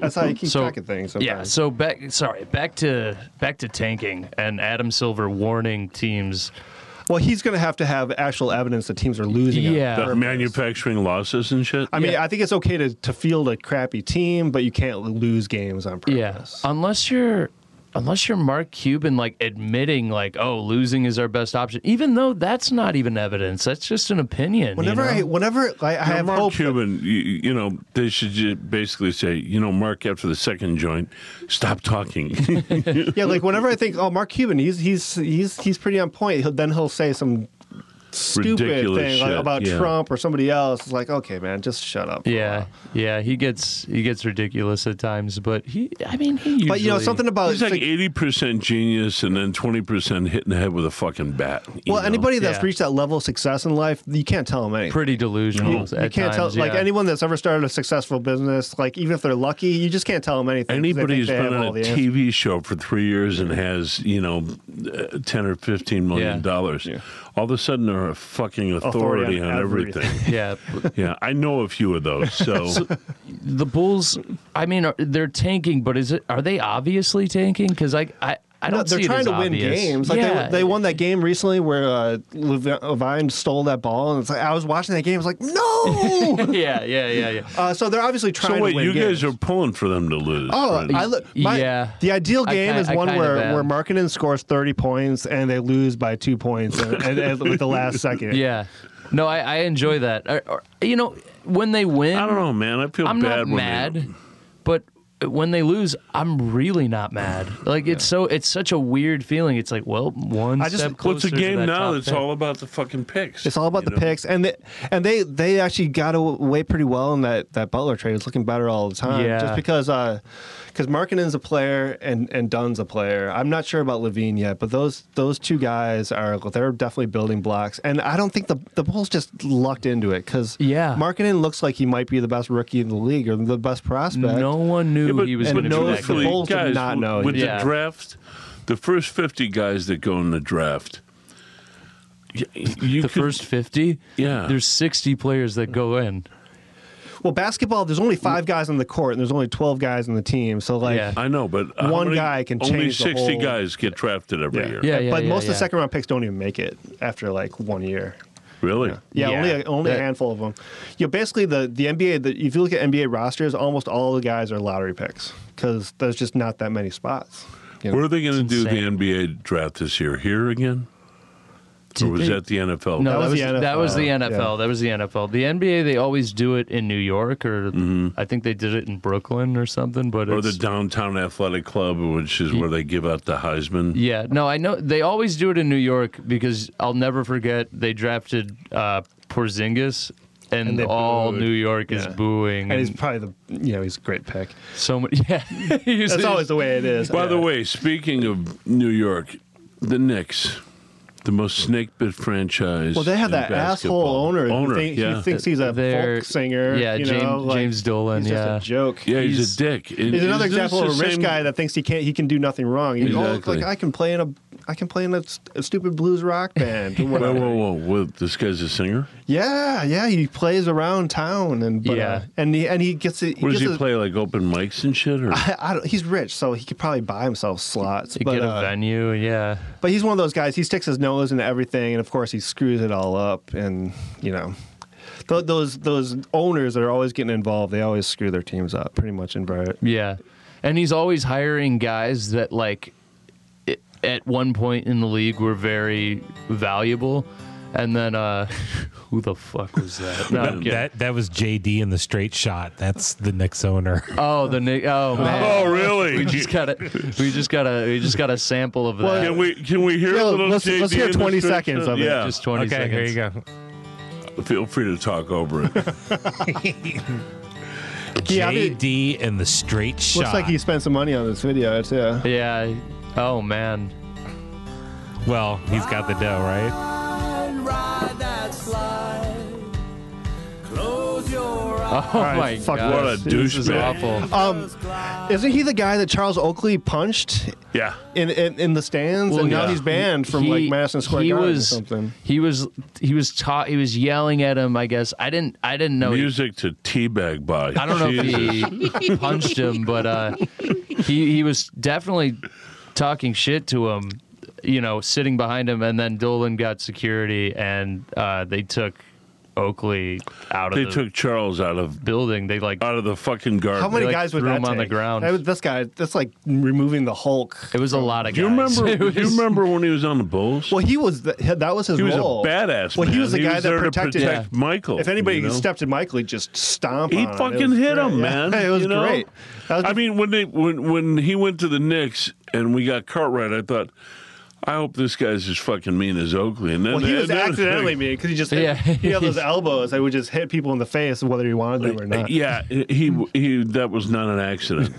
[SPEAKER 3] That's how you keep
[SPEAKER 1] So-
[SPEAKER 3] track of things. Sometimes.
[SPEAKER 1] Yeah. So back, sorry, back to back to tanking and Adam Silver warning teams.
[SPEAKER 3] well, he's going to have to have actual evidence that teams are losing. on
[SPEAKER 1] Yeah.
[SPEAKER 2] the
[SPEAKER 3] purpose.
[SPEAKER 2] manufacturing losses and shit.
[SPEAKER 3] I mean,
[SPEAKER 1] Yeah.
[SPEAKER 3] I think it's okay to, to field a crappy team, but you can't lose games on
[SPEAKER 1] Yeah.
[SPEAKER 3] purpose.
[SPEAKER 1] Unless you're unless you're Mark Cuban like admitting like, oh, losing is our best option, even though that's not even evidence. That's just an opinion.
[SPEAKER 3] Whenever I,
[SPEAKER 1] you know?
[SPEAKER 3] whenever like, I
[SPEAKER 2] Now,
[SPEAKER 3] have
[SPEAKER 2] Mark
[SPEAKER 3] hope.
[SPEAKER 2] Cuban, you, you know, they should just basically say, you know, Mark, after the second joint, stop talking.
[SPEAKER 3] Yeah, like whenever I think, oh, Mark Cuban, he's he's he's he's pretty on point. He'll, then he'll say some stupid
[SPEAKER 2] Ridiculous
[SPEAKER 3] thing like,
[SPEAKER 2] shit,
[SPEAKER 3] about
[SPEAKER 2] yeah.
[SPEAKER 3] Trump or somebody else. It's like, okay, man, just shut up.
[SPEAKER 1] yeah, yeah, he gets he gets ridiculous at times, but he, I mean, he usually.
[SPEAKER 3] But you know something about
[SPEAKER 2] He's like
[SPEAKER 3] like-
[SPEAKER 2] eighty percent genius and then twenty percent hitting the head with a fucking bat. you
[SPEAKER 3] well,
[SPEAKER 2] know?
[SPEAKER 3] anybody that's
[SPEAKER 1] Yeah.
[SPEAKER 3] reached that level of success in life, you can't tell them anything.
[SPEAKER 1] pretty delusional.
[SPEAKER 3] you,
[SPEAKER 1] at
[SPEAKER 3] you can't tell
[SPEAKER 1] times,
[SPEAKER 3] like
[SPEAKER 1] yeah.
[SPEAKER 3] anyone that's ever started a successful business, like even if they're lucky, you just can't tell them anything. 'cause they
[SPEAKER 2] Anybody
[SPEAKER 3] think
[SPEAKER 2] who's
[SPEAKER 3] they
[SPEAKER 2] been
[SPEAKER 3] have
[SPEAKER 2] on
[SPEAKER 3] all
[SPEAKER 2] a
[SPEAKER 3] the answers.
[SPEAKER 2] TV show for three years and has, you know, uh, ten or fifteen million
[SPEAKER 1] Yeah.
[SPEAKER 2] dollars, all of a sudden they're a fucking authority,
[SPEAKER 3] Authority
[SPEAKER 2] on,
[SPEAKER 3] on
[SPEAKER 2] everything.
[SPEAKER 1] Yeah,
[SPEAKER 2] yeah, I know a few of those. So
[SPEAKER 1] the Bulls. I mean, are, they're tanking, but is it? Are they obviously tanking? Because I, I, I don't.
[SPEAKER 3] No, they're
[SPEAKER 1] see it
[SPEAKER 3] trying
[SPEAKER 1] as
[SPEAKER 3] to win
[SPEAKER 1] obvious.
[SPEAKER 3] games. Like
[SPEAKER 1] yeah,
[SPEAKER 3] they, they won that game recently where uh, Levi- Levine stole that ball, and it's like, I was watching that game. I was like, no.
[SPEAKER 1] yeah, yeah, yeah, yeah.
[SPEAKER 3] uh, so they're obviously trying
[SPEAKER 2] So wait,
[SPEAKER 3] to win
[SPEAKER 2] you
[SPEAKER 3] games.
[SPEAKER 2] guys are pulling for them to lose.
[SPEAKER 3] Oh,
[SPEAKER 2] right?
[SPEAKER 3] I look. My,
[SPEAKER 1] Yeah.
[SPEAKER 3] The ideal
[SPEAKER 1] I
[SPEAKER 3] game
[SPEAKER 1] ki-
[SPEAKER 3] is
[SPEAKER 1] I
[SPEAKER 3] one
[SPEAKER 1] kinda
[SPEAKER 3] where
[SPEAKER 1] am.
[SPEAKER 3] where Markkinen scores thirty points and they lose by two points and, and, and with the last second.
[SPEAKER 1] Yeah. No, I, I enjoy that. Or, or, you know, when they win,
[SPEAKER 2] I don't know, man. I feel
[SPEAKER 1] I'm
[SPEAKER 2] bad
[SPEAKER 1] not
[SPEAKER 2] when
[SPEAKER 1] mad,
[SPEAKER 2] they
[SPEAKER 1] but when they lose, I'm really not mad. Like it's so, it's such a weird feeling. It's like, well, one
[SPEAKER 3] I just-
[SPEAKER 1] step closer.
[SPEAKER 2] What's a
[SPEAKER 1] to
[SPEAKER 2] game
[SPEAKER 1] that
[SPEAKER 2] now
[SPEAKER 1] top
[SPEAKER 2] that's
[SPEAKER 1] pick.
[SPEAKER 2] all about the fucking picks?
[SPEAKER 3] It's all about
[SPEAKER 2] you
[SPEAKER 3] the
[SPEAKER 2] know?
[SPEAKER 3] picks, and they and they they actually got away pretty well in that, that Butler trade. It's looking better all the time,
[SPEAKER 1] Yeah.
[SPEAKER 3] just because because Markkinen's a player and and Dunn's a player. I'm not sure about Levine yet, but those those two guys are they're definitely building blocks, and I don't think the the Bulls just lucked into it because
[SPEAKER 1] Yeah.
[SPEAKER 3] Markkinen looks like he might be the best rookie in the league or the best prospect.
[SPEAKER 1] No one knew
[SPEAKER 2] Yeah, but,
[SPEAKER 1] he was
[SPEAKER 2] but
[SPEAKER 1] going to be that
[SPEAKER 2] truthfully,
[SPEAKER 1] good.
[SPEAKER 3] Bulls- did
[SPEAKER 2] guys,
[SPEAKER 3] not know
[SPEAKER 2] with
[SPEAKER 1] he was-
[SPEAKER 2] the
[SPEAKER 1] Yeah.
[SPEAKER 2] draft, the first fifty guys that go in the draft. y- You
[SPEAKER 1] The
[SPEAKER 2] could-
[SPEAKER 1] first fifty,
[SPEAKER 2] Yeah.
[SPEAKER 1] There's sixty players that go in.
[SPEAKER 3] Well, basketball, there's only five guys on the court, and there's only twelve guys on the team. So like,
[SPEAKER 1] Yeah.
[SPEAKER 2] I know, but uh, how
[SPEAKER 3] One
[SPEAKER 2] many-
[SPEAKER 3] guy can
[SPEAKER 2] only
[SPEAKER 3] change the
[SPEAKER 2] sixty
[SPEAKER 3] whole-
[SPEAKER 2] guys get drafted every
[SPEAKER 3] Yeah.
[SPEAKER 2] year.
[SPEAKER 1] Yeah, yeah,
[SPEAKER 3] but
[SPEAKER 1] yeah,
[SPEAKER 3] most of
[SPEAKER 1] yeah.
[SPEAKER 3] the second round picks don't even make it after like one year.
[SPEAKER 2] really.
[SPEAKER 3] Yeah,
[SPEAKER 1] Yeah.
[SPEAKER 3] only a, only a
[SPEAKER 1] That-
[SPEAKER 3] handful of them. You know, basically the the NBA. The, if you look at NBA rosters, almost all the guys are lottery picks because there's just not that many spots. You know?
[SPEAKER 2] Where are they going to do the
[SPEAKER 1] insane.
[SPEAKER 2] NBA draft this year? Here again, or
[SPEAKER 1] Did
[SPEAKER 2] was
[SPEAKER 1] they-
[SPEAKER 2] that the NFL?
[SPEAKER 1] No,
[SPEAKER 3] That
[SPEAKER 1] that
[SPEAKER 3] was
[SPEAKER 1] was,
[SPEAKER 3] the
[SPEAKER 1] that was the
[SPEAKER 3] NFL,
[SPEAKER 1] NFL.
[SPEAKER 3] yeah.
[SPEAKER 1] That was the NFL. The NBA they always do it in New York, or
[SPEAKER 3] Mm-hmm.
[SPEAKER 1] I think they did it in Brooklyn or something. But
[SPEAKER 2] or the
[SPEAKER 1] it's,
[SPEAKER 2] downtown athletic club, which is where they give out the Heisman.
[SPEAKER 1] yeah, no, I know they always do it in New York because I'll never forget they drafted uh, Porzingis, and,
[SPEAKER 3] And they
[SPEAKER 1] all
[SPEAKER 3] booed.
[SPEAKER 1] New York is
[SPEAKER 3] Yeah.
[SPEAKER 1] booing.
[SPEAKER 3] And he's probably the you know he's a great pick.
[SPEAKER 1] so many. Yeah, He's-
[SPEAKER 3] That's always the way it is.
[SPEAKER 2] By the
[SPEAKER 3] Yeah.
[SPEAKER 2] way, speaking of New York, the Knicks, the most snake bit franchise.
[SPEAKER 3] Well, they have
[SPEAKER 2] in
[SPEAKER 3] that
[SPEAKER 2] basketball.
[SPEAKER 3] asshole owner,
[SPEAKER 2] Owner,
[SPEAKER 3] who, think, who
[SPEAKER 2] yeah,
[SPEAKER 3] thinks he's a
[SPEAKER 1] They're-
[SPEAKER 3] folk singer.
[SPEAKER 1] yeah,
[SPEAKER 3] you
[SPEAKER 1] James-
[SPEAKER 3] know, like,
[SPEAKER 1] James Dolan,
[SPEAKER 3] He's
[SPEAKER 1] yeah.
[SPEAKER 3] just a joke.
[SPEAKER 2] yeah, he's,
[SPEAKER 1] he's-
[SPEAKER 2] a dick. And
[SPEAKER 3] He's another
[SPEAKER 2] is this
[SPEAKER 3] example of
[SPEAKER 2] the
[SPEAKER 3] a rich
[SPEAKER 2] same-
[SPEAKER 3] guy that thinks he can't he can do nothing wrong. You know,
[SPEAKER 2] Exactly.
[SPEAKER 3] like oh, I can play in a I can play in a, s- a stupid blues rock band. or
[SPEAKER 2] Whoa,
[SPEAKER 3] whatever.
[SPEAKER 2] whoa, whoa, whoa! This guy's a singer.
[SPEAKER 3] Yeah, yeah, he plays around town and but,
[SPEAKER 1] Yeah.
[SPEAKER 3] uh, and he and he gets it.
[SPEAKER 2] What does
[SPEAKER 3] gets
[SPEAKER 2] he
[SPEAKER 3] a-
[SPEAKER 2] play? Like open mics and shit, or
[SPEAKER 3] I, I don't, he's rich, so he could probably buy himself slots.
[SPEAKER 1] to
[SPEAKER 3] But,
[SPEAKER 1] get a
[SPEAKER 3] uh,
[SPEAKER 1] venue. Yeah,
[SPEAKER 3] but he's one of those guys. He sticks his nose into everything, and of course he screws it all up. And you know, th- those those owners that are always getting involved. They always screw their teams up, pretty much. Invert.
[SPEAKER 1] yeah, and he's always hiring guys that like i- at one point in the league were very valuable, and then uh, who the fuck was that? No, I'm kidding.
[SPEAKER 4] That that was JD in the straight shot. That's the Knicks owner.
[SPEAKER 1] Oh, the Nick. Oh man.
[SPEAKER 2] oh, really?
[SPEAKER 1] We just got a, we just got a, we just got a sample of that.
[SPEAKER 2] can we can we hear a
[SPEAKER 3] Yeah,
[SPEAKER 2] little?
[SPEAKER 3] let's-
[SPEAKER 2] JD
[SPEAKER 3] let's hear 20
[SPEAKER 2] illustration?
[SPEAKER 3] seconds of it.
[SPEAKER 2] Yeah,
[SPEAKER 1] Just twenty
[SPEAKER 4] okay,
[SPEAKER 1] seconds.
[SPEAKER 4] here you go.
[SPEAKER 2] feel free to talk over it.
[SPEAKER 3] Yeah, I mean-
[SPEAKER 4] JD in the straight shot.
[SPEAKER 3] Looks like he spent some money on this video too.
[SPEAKER 1] Yeah. Oh man.
[SPEAKER 4] well, he's got the dough, right?
[SPEAKER 5] ride that slide. Close your eyes.
[SPEAKER 1] Oh
[SPEAKER 3] right,
[SPEAKER 1] my
[SPEAKER 3] fuck,
[SPEAKER 1] god.
[SPEAKER 2] what a
[SPEAKER 1] This is
[SPEAKER 2] douchebag.
[SPEAKER 1] awful.
[SPEAKER 3] Um, isn't he the guy that Charles Oakley punched
[SPEAKER 2] Yeah.
[SPEAKER 3] in in, in the stands, and now
[SPEAKER 1] yeah.
[SPEAKER 3] he's banned from
[SPEAKER 1] He-
[SPEAKER 3] like Madison Square
[SPEAKER 1] he
[SPEAKER 3] Garden
[SPEAKER 1] was-
[SPEAKER 3] or something?
[SPEAKER 1] He was he was taught he was yelling at him. I guess I didn't I didn't know. He,
[SPEAKER 2] Music to teabag by.
[SPEAKER 1] I don't know if he punched him, but uh, he he was definitely talking shit to him. You know, sitting behind him, and then Dolan got security, and uh, they took Oakley out of
[SPEAKER 2] They
[SPEAKER 1] the
[SPEAKER 2] took Uh, Charles out of
[SPEAKER 1] building. They like
[SPEAKER 2] out of the fucking garden.
[SPEAKER 3] How many
[SPEAKER 1] like,
[SPEAKER 3] guys would
[SPEAKER 1] threw
[SPEAKER 3] that
[SPEAKER 1] him on the
[SPEAKER 3] take?
[SPEAKER 1] ground.
[SPEAKER 3] That was- this guy, that's like removing the Hulk.
[SPEAKER 1] It was a lot of
[SPEAKER 2] do you
[SPEAKER 1] guys.
[SPEAKER 2] remember?
[SPEAKER 1] It
[SPEAKER 2] do you
[SPEAKER 1] was-
[SPEAKER 2] remember when he was on the Bulls?
[SPEAKER 3] Well, he was the, that was his
[SPEAKER 2] he was
[SPEAKER 3] role.
[SPEAKER 2] a badass.
[SPEAKER 3] Well, he
[SPEAKER 2] man.
[SPEAKER 3] was the guy that
[SPEAKER 2] there to
[SPEAKER 3] protected.
[SPEAKER 2] protect Michael.
[SPEAKER 3] If anybody
[SPEAKER 2] you know?
[SPEAKER 3] stepped to Michael, he just stomped.
[SPEAKER 2] He
[SPEAKER 3] on him. Oh, It
[SPEAKER 2] fucking
[SPEAKER 3] was
[SPEAKER 2] hit
[SPEAKER 3] great.
[SPEAKER 2] him,
[SPEAKER 3] Yeah.
[SPEAKER 2] man.
[SPEAKER 3] it was
[SPEAKER 2] you know?
[SPEAKER 3] great. That was
[SPEAKER 2] I mean, when they when when he went to the Knicks and we got Cartwright, I thought, I hope this guy's as fucking mean as Oakley. And then
[SPEAKER 3] Well, he was
[SPEAKER 2] and then-
[SPEAKER 3] accidentally mean because he just hit,
[SPEAKER 1] Yeah.
[SPEAKER 3] he had those elbows that would just hit people in the face whether he wanted them or not.
[SPEAKER 2] Yeah, he he. That was not an accident.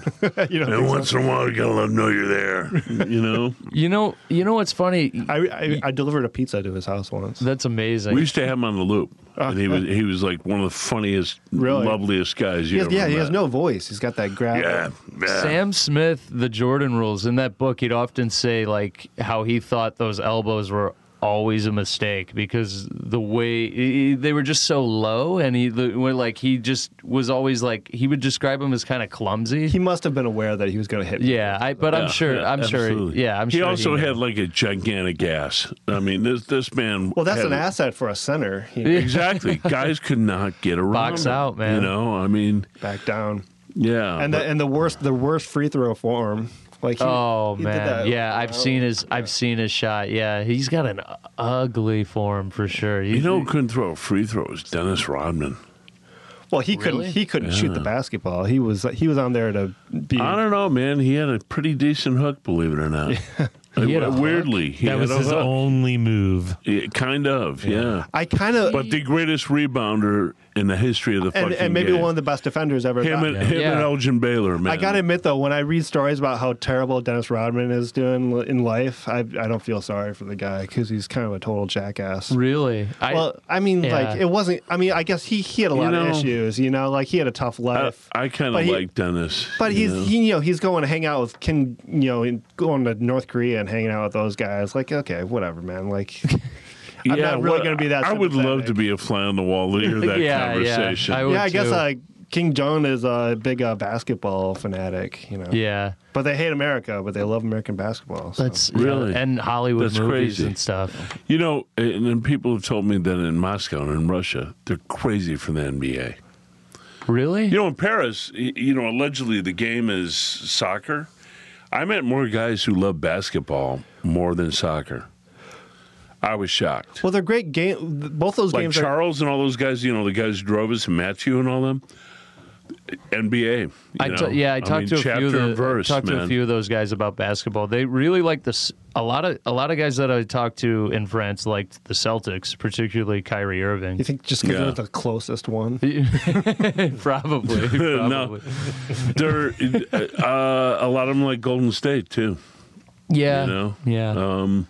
[SPEAKER 3] you know,
[SPEAKER 2] and once in a while, you gotta let him know you're there. You know,
[SPEAKER 1] You know, you know what's funny?
[SPEAKER 3] I, I I delivered a pizza to his house once.
[SPEAKER 1] That's amazing.
[SPEAKER 2] we used to have him on the loop, and he was he was like one of the funniest,
[SPEAKER 3] Really?
[SPEAKER 2] loveliest guys you
[SPEAKER 3] He has-
[SPEAKER 2] ever
[SPEAKER 3] yeah, he
[SPEAKER 2] met.
[SPEAKER 3] has no voice. He's got that grab.
[SPEAKER 2] Yeah, yeah.
[SPEAKER 1] Sam Smith, the Jordan rules. In that book, he'd often say like how he thought those elbows were always a mistake because the way i- i- they were just so low, and he the, when, like he just was always like he would describe him as kind of clumsy.
[SPEAKER 3] He must have been aware that he was going to hit. me.
[SPEAKER 1] yeah, I, but
[SPEAKER 2] Yeah,
[SPEAKER 1] I'm sure.
[SPEAKER 2] yeah,
[SPEAKER 1] I'm sure.
[SPEAKER 2] absolutely.
[SPEAKER 1] Yeah, I'm
[SPEAKER 2] he
[SPEAKER 1] sure.
[SPEAKER 2] also
[SPEAKER 1] knew.
[SPEAKER 2] had like a gigantic ass. I mean, this this man.
[SPEAKER 3] Well, that's
[SPEAKER 2] had
[SPEAKER 3] an
[SPEAKER 2] a-
[SPEAKER 3] asset for a center. He
[SPEAKER 2] Exactly, guys could not get around.
[SPEAKER 1] Box
[SPEAKER 2] him,
[SPEAKER 1] out, man.
[SPEAKER 2] You know, I mean,
[SPEAKER 3] back down.
[SPEAKER 2] yeah.
[SPEAKER 3] And the, and the worst the worst free throw form. Like he,
[SPEAKER 1] Oh
[SPEAKER 3] he did
[SPEAKER 1] man,
[SPEAKER 3] that-
[SPEAKER 1] yeah, I've seen his, I've seen his shot. Yeah, he's got an ugly form for sure. He-
[SPEAKER 2] you know, who couldn't throw a free throw is Dennis Rodman.
[SPEAKER 3] Well, he couldn't
[SPEAKER 1] Really?
[SPEAKER 3] he couldn't shoot the basketball. He was he was on there to be.
[SPEAKER 2] I don't know, man. He had a pretty decent hook, believe it or not.
[SPEAKER 1] He had a hook?
[SPEAKER 2] Weirdly, he
[SPEAKER 4] That
[SPEAKER 2] had
[SPEAKER 4] was
[SPEAKER 2] a
[SPEAKER 4] his
[SPEAKER 2] hook.
[SPEAKER 4] only move.
[SPEAKER 2] Yeah, kind of, yeah.
[SPEAKER 3] I kind of
[SPEAKER 2] But the greatest rebounder in the history of the
[SPEAKER 3] and,
[SPEAKER 2] fucking
[SPEAKER 3] and maybe
[SPEAKER 2] game.
[SPEAKER 3] one of the best defenders ever.
[SPEAKER 2] him
[SPEAKER 3] got.
[SPEAKER 2] and him and
[SPEAKER 1] Yeah.
[SPEAKER 2] Elgin Baylor, man.
[SPEAKER 3] I gotta admit though, when I read stories about how terrible Dennis Rodman is doing li- in life, I I don't feel sorry for the guy because he's kind of a total jackass.
[SPEAKER 1] really? I,
[SPEAKER 3] Well, I mean,
[SPEAKER 1] Yeah.
[SPEAKER 3] like it wasn't. I mean, I guess he he had a lot
[SPEAKER 2] know-
[SPEAKER 3] of issues. You know, like he had a tough
[SPEAKER 2] I,
[SPEAKER 3] life.
[SPEAKER 2] I kind
[SPEAKER 3] But
[SPEAKER 2] of
[SPEAKER 3] he-
[SPEAKER 2] like Dennis,
[SPEAKER 3] But
[SPEAKER 2] you
[SPEAKER 3] he's
[SPEAKER 2] know?
[SPEAKER 3] he, you know he's going to hang out with Kim you know in- going to North Korea and hanging out with those guys. Like okay, whatever, man. Like I'm not really
[SPEAKER 2] what-
[SPEAKER 3] gonna be that
[SPEAKER 2] I would love to
[SPEAKER 3] sympathetic.
[SPEAKER 2] be a fly on the wall to hear that
[SPEAKER 1] Yeah, yeah.
[SPEAKER 2] conversation.
[SPEAKER 1] I would-
[SPEAKER 3] yeah, I guess
[SPEAKER 1] too.
[SPEAKER 3] I King John is a big uh, basketball fanatic, you know.
[SPEAKER 1] Yeah,
[SPEAKER 3] But they hate America, but they love American basketball. so-
[SPEAKER 1] that's
[SPEAKER 2] Really?
[SPEAKER 1] and Hollywood
[SPEAKER 2] That's
[SPEAKER 1] movies
[SPEAKER 2] crazy.
[SPEAKER 1] and stuff.
[SPEAKER 2] You know, and, and people have told me that in Moscow and in Russia, they're crazy for the NBA.
[SPEAKER 1] Really?
[SPEAKER 2] You know, in Paris, y- you know, allegedly the game is soccer. I met more guys who love basketball more than soccer. I was shocked.
[SPEAKER 3] well, they're great game. Both those
[SPEAKER 2] like
[SPEAKER 3] games are
[SPEAKER 2] Charles and all those guys, you know, the guys who drove us and Matthew and all them. NBA. you
[SPEAKER 1] I ta-
[SPEAKER 2] know?
[SPEAKER 1] yeah, I talked
[SPEAKER 2] mean,
[SPEAKER 1] to a
[SPEAKER 2] chapter
[SPEAKER 1] few of the,
[SPEAKER 2] and verse,
[SPEAKER 1] I talked to
[SPEAKER 2] man.
[SPEAKER 1] a few of those guys about basketball. They really like this. A lot of a lot of guys that I talked to in France liked the Celtics, particularly Kyrie Irving.
[SPEAKER 3] You think just because
[SPEAKER 2] Yeah.
[SPEAKER 3] they're the closest one?
[SPEAKER 1] probably,
[SPEAKER 2] No.
[SPEAKER 1] probably.
[SPEAKER 2] They're uh, a lot of them like Golden State too.
[SPEAKER 1] Yeah,
[SPEAKER 2] You know? Oh, Um,
[SPEAKER 1] yeah.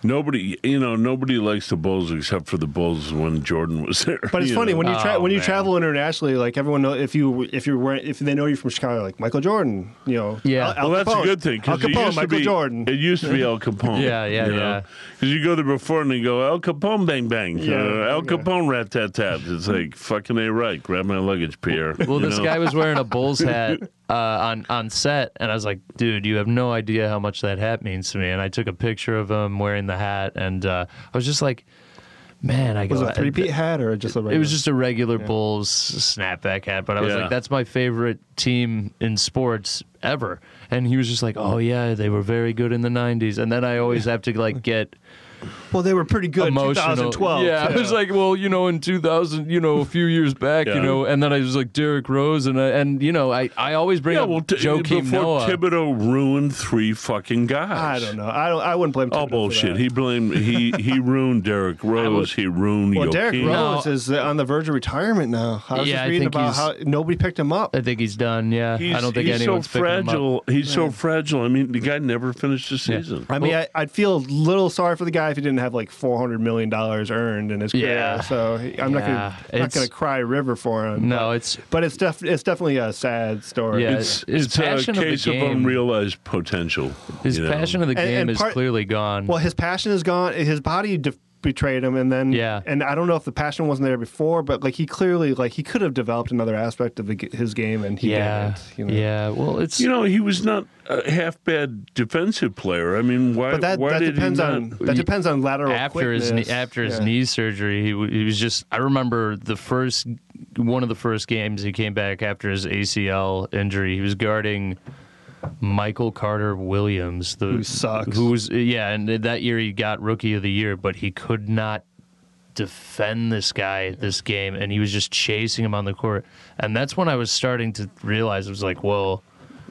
[SPEAKER 2] Nobody, you know, nobody likes the Bulls except for the Bulls when Jordan was there.
[SPEAKER 3] But it's
[SPEAKER 2] you
[SPEAKER 3] funny
[SPEAKER 2] know?
[SPEAKER 3] when you tra-
[SPEAKER 1] Oh,
[SPEAKER 3] when you
[SPEAKER 1] man.
[SPEAKER 3] travel internationally, like everyone know if you if you're wearing, if they know you're from Chicago, like Michael Jordan, you know.
[SPEAKER 1] Yeah.
[SPEAKER 3] Al, Al
[SPEAKER 2] well, that's
[SPEAKER 3] Capone.
[SPEAKER 2] a good thing.
[SPEAKER 3] Al
[SPEAKER 2] 'cause it
[SPEAKER 3] Capone,
[SPEAKER 2] used to
[SPEAKER 3] Michael
[SPEAKER 2] be-
[SPEAKER 3] Jordan.
[SPEAKER 2] It used to be El Capone.
[SPEAKER 1] Yeah, yeah, yeah.
[SPEAKER 2] Because you go there before and they go El Capone, bang bang.
[SPEAKER 3] Yeah,
[SPEAKER 2] uh, El
[SPEAKER 3] yeah.
[SPEAKER 2] Capone, rat tat tat. It's like fucking a right. Grab my luggage, Pierre.
[SPEAKER 1] Well,
[SPEAKER 2] you
[SPEAKER 1] this
[SPEAKER 2] know?
[SPEAKER 1] guy was wearing a Bulls hat uh, on on set, and I was like, "Dude, you have no idea how much that hat means to me." And I took a picture of him wearing the hat, and uh, I was just like, "Man, I
[SPEAKER 3] was
[SPEAKER 1] go,
[SPEAKER 3] it a three peat hat or just a regular?
[SPEAKER 1] It was just a regular Bulls snapback hat, but I was
[SPEAKER 2] Yeah.
[SPEAKER 1] like, "That's my favorite team in sports ever." And he was just like, "Oh yeah, they were very good in the '90s." And then I always have to like get
[SPEAKER 3] well, they were pretty good. in
[SPEAKER 1] emotional.
[SPEAKER 3] 2012.
[SPEAKER 1] Yeah, I was like, well, you know, in 2000, you know, a few years back,
[SPEAKER 2] Yeah.
[SPEAKER 1] you know, and then I was like Derrick Rose, and I, and you know, I, I always bring
[SPEAKER 2] Yeah,
[SPEAKER 1] up
[SPEAKER 2] well, t-
[SPEAKER 1] Joakim
[SPEAKER 2] before
[SPEAKER 1] Noah.
[SPEAKER 2] Thibodeau ruined three fucking guys.
[SPEAKER 3] I don't know. I don't. I wouldn't blame. Thibodeau
[SPEAKER 2] Oh
[SPEAKER 3] for
[SPEAKER 2] bullshit!
[SPEAKER 3] that.
[SPEAKER 2] He blamed he he ruined Derek Rose. he ruined
[SPEAKER 3] well,
[SPEAKER 2] Joakim.
[SPEAKER 3] Derek
[SPEAKER 1] No.
[SPEAKER 3] Rose is uh, on the verge of retirement now. I was
[SPEAKER 1] Yeah, I
[SPEAKER 3] just reading
[SPEAKER 1] think
[SPEAKER 3] about
[SPEAKER 1] he's-
[SPEAKER 3] how nobody picked him up.
[SPEAKER 1] I think he's done. Yeah,
[SPEAKER 2] He's,
[SPEAKER 1] I don't think
[SPEAKER 2] he's
[SPEAKER 1] anyone's
[SPEAKER 2] so
[SPEAKER 1] picking him up.
[SPEAKER 2] fragile. He's so fragile. I mean, the guy never finished the season.
[SPEAKER 3] I mean, I, I'd feel a little sorry for the guy if he didn't have like four hundred million dollars earned in his career.
[SPEAKER 1] Yeah.
[SPEAKER 3] So he- I'm not
[SPEAKER 1] Yeah.
[SPEAKER 3] gonna not
[SPEAKER 1] It's-
[SPEAKER 3] gonna cry river for him.
[SPEAKER 1] No,
[SPEAKER 3] but-
[SPEAKER 1] it's
[SPEAKER 3] but it's def- it's definitely a sad story.
[SPEAKER 1] Yeah.
[SPEAKER 2] It's
[SPEAKER 1] His
[SPEAKER 2] it's a
[SPEAKER 1] passion of the
[SPEAKER 2] case of,
[SPEAKER 1] game-
[SPEAKER 2] unrealized potential.
[SPEAKER 1] his
[SPEAKER 2] you know.
[SPEAKER 1] passion of the game
[SPEAKER 3] And- and part-
[SPEAKER 1] is clearly gone.
[SPEAKER 3] Well, his passion is gone. His body de- betrayed him, and then
[SPEAKER 1] Yeah.
[SPEAKER 3] And I don't know if the passion wasn't there before, but like he clearly like he could have developed another aspect of the, g- his game, and he
[SPEAKER 1] yeah,
[SPEAKER 3] didn't. You know?
[SPEAKER 1] yeah. Well, it's
[SPEAKER 2] You know, he was not a half bad defensive player. I mean, why?
[SPEAKER 3] But that,
[SPEAKER 2] why
[SPEAKER 3] that
[SPEAKER 2] did
[SPEAKER 3] depends
[SPEAKER 2] he not,
[SPEAKER 3] on that depends on lateral
[SPEAKER 1] after his
[SPEAKER 3] quickness.
[SPEAKER 1] knee, after his
[SPEAKER 3] Yeah.
[SPEAKER 1] knee surgery, he, w- he was just. I remember the first one of the first games he came back after his ACL injury. He was guarding Michael Carter Williams, the,
[SPEAKER 3] Who sucks.
[SPEAKER 1] Who was yeah, and that year he got Rookie of the Year, but he could not defend this guy this game, and he was just chasing him on the court. And that's when I was starting to realize I was like, well,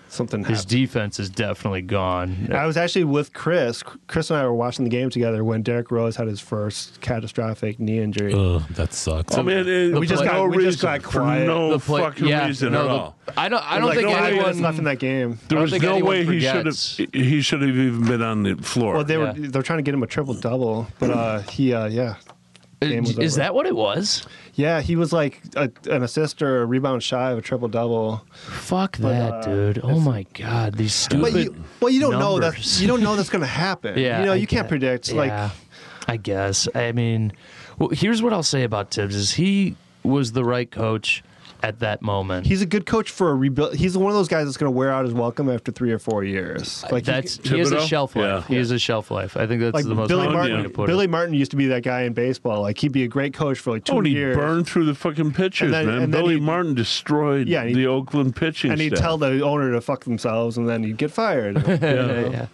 [SPEAKER 3] Something
[SPEAKER 1] his
[SPEAKER 3] happened.
[SPEAKER 1] defense is definitely gone.
[SPEAKER 3] I was actually with Chris. Chris and I were watching the game together when Derek Rose had his first catastrophic knee injury.
[SPEAKER 4] Ugh, that sucks.
[SPEAKER 2] Oh man, it,
[SPEAKER 1] We just
[SPEAKER 2] for
[SPEAKER 1] got-
[SPEAKER 2] no
[SPEAKER 3] we just
[SPEAKER 2] reason,
[SPEAKER 3] got
[SPEAKER 2] for
[SPEAKER 3] quiet.
[SPEAKER 2] no
[SPEAKER 1] The play-
[SPEAKER 2] fucking
[SPEAKER 1] yeah,
[SPEAKER 2] reason
[SPEAKER 1] no,
[SPEAKER 2] at
[SPEAKER 1] the-
[SPEAKER 2] all
[SPEAKER 1] I don't. I
[SPEAKER 3] There's,
[SPEAKER 1] don't
[SPEAKER 3] like
[SPEAKER 1] think
[SPEAKER 3] five
[SPEAKER 1] anyone
[SPEAKER 3] minutes left in that game.
[SPEAKER 2] There
[SPEAKER 1] I don't
[SPEAKER 2] was
[SPEAKER 1] think
[SPEAKER 2] no
[SPEAKER 1] anyone
[SPEAKER 2] way he should have.
[SPEAKER 1] forgets.
[SPEAKER 2] He should have even been on the floor.
[SPEAKER 3] Well, they were
[SPEAKER 1] Yeah.
[SPEAKER 3] they're trying to get him a triple double, but uh, he uh, yeah game was
[SPEAKER 1] Is,
[SPEAKER 3] over.
[SPEAKER 1] that what it was?
[SPEAKER 3] yeah he was like a, an assist or a rebound shy of a triple double.
[SPEAKER 1] Fuck that, dude! Oh my god, these
[SPEAKER 3] uh, But
[SPEAKER 1] stupid.
[SPEAKER 3] you, well, you don't know that
[SPEAKER 1] numbers.
[SPEAKER 3] you don't know that's going to happen.
[SPEAKER 1] yeah,
[SPEAKER 3] you know
[SPEAKER 1] I
[SPEAKER 3] you can't
[SPEAKER 1] get-
[SPEAKER 3] predict.
[SPEAKER 1] yeah,
[SPEAKER 3] Like
[SPEAKER 1] I guess. I mean, well, here's what I'll say about Tibbs: is he was the right coach at that moment.
[SPEAKER 3] he's a good coach for a rebuild. He's one of those guys that's going to wear out his welcome after three or four years. Like he-
[SPEAKER 1] that's he has a
[SPEAKER 2] Thibodeau?
[SPEAKER 1] shelf life.
[SPEAKER 2] Yeah.
[SPEAKER 1] He has a shelf life. I think that's
[SPEAKER 3] like
[SPEAKER 1] the most
[SPEAKER 3] Billy
[SPEAKER 1] honest way
[SPEAKER 3] Martin.
[SPEAKER 1] to put
[SPEAKER 3] Billy
[SPEAKER 1] it.
[SPEAKER 3] Martin used to be that guy in baseball. Like he'd be a great coach for like two
[SPEAKER 2] Oh, and he
[SPEAKER 3] years.
[SPEAKER 2] burned through the fucking pitchers,
[SPEAKER 3] And then-
[SPEAKER 2] man.
[SPEAKER 3] and then
[SPEAKER 2] Billy
[SPEAKER 3] he-
[SPEAKER 2] Martin destroyed
[SPEAKER 3] Yeah, and he-
[SPEAKER 2] the Oakland pitching
[SPEAKER 3] and he'd
[SPEAKER 2] staff.
[SPEAKER 3] tell the owner to fuck themselves, and then he'd get fired.
[SPEAKER 1] Yeah, yeah.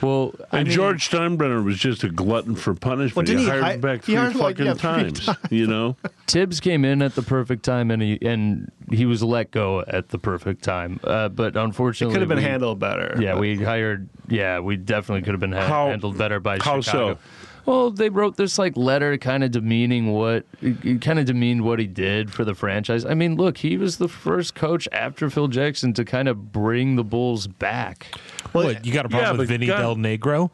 [SPEAKER 1] Well, I
[SPEAKER 2] and
[SPEAKER 1] mean,
[SPEAKER 2] George Steinbrenner was just a glutton for punishment.
[SPEAKER 3] Well, didn't
[SPEAKER 2] he
[SPEAKER 3] he
[SPEAKER 2] hired
[SPEAKER 3] hi-
[SPEAKER 2] him back
[SPEAKER 3] he
[SPEAKER 2] three
[SPEAKER 3] hired him, like,
[SPEAKER 2] fucking
[SPEAKER 3] yeah, three
[SPEAKER 2] times, you know.
[SPEAKER 1] Tibbs came in at the perfect time, and he and he was let go at the perfect time. Uh, but unfortunately,
[SPEAKER 3] Could have been
[SPEAKER 1] we-
[SPEAKER 3] handled better.
[SPEAKER 1] Yeah, we hired. Yeah, we definitely could have been ha-
[SPEAKER 2] How-
[SPEAKER 1] handled better by
[SPEAKER 2] how
[SPEAKER 1] Chicago.
[SPEAKER 2] so?
[SPEAKER 1] Well, they wrote this like letter, kind of demeaning what, kind of demeaned what he did for the franchise. I mean, look, he was the first coach after Phil Jackson to kind of bring the Bulls back.
[SPEAKER 3] Well,
[SPEAKER 4] What, you got a
[SPEAKER 2] Yeah,
[SPEAKER 4] problem
[SPEAKER 2] but
[SPEAKER 4] with Vinny
[SPEAKER 2] God-
[SPEAKER 4] Del Negro?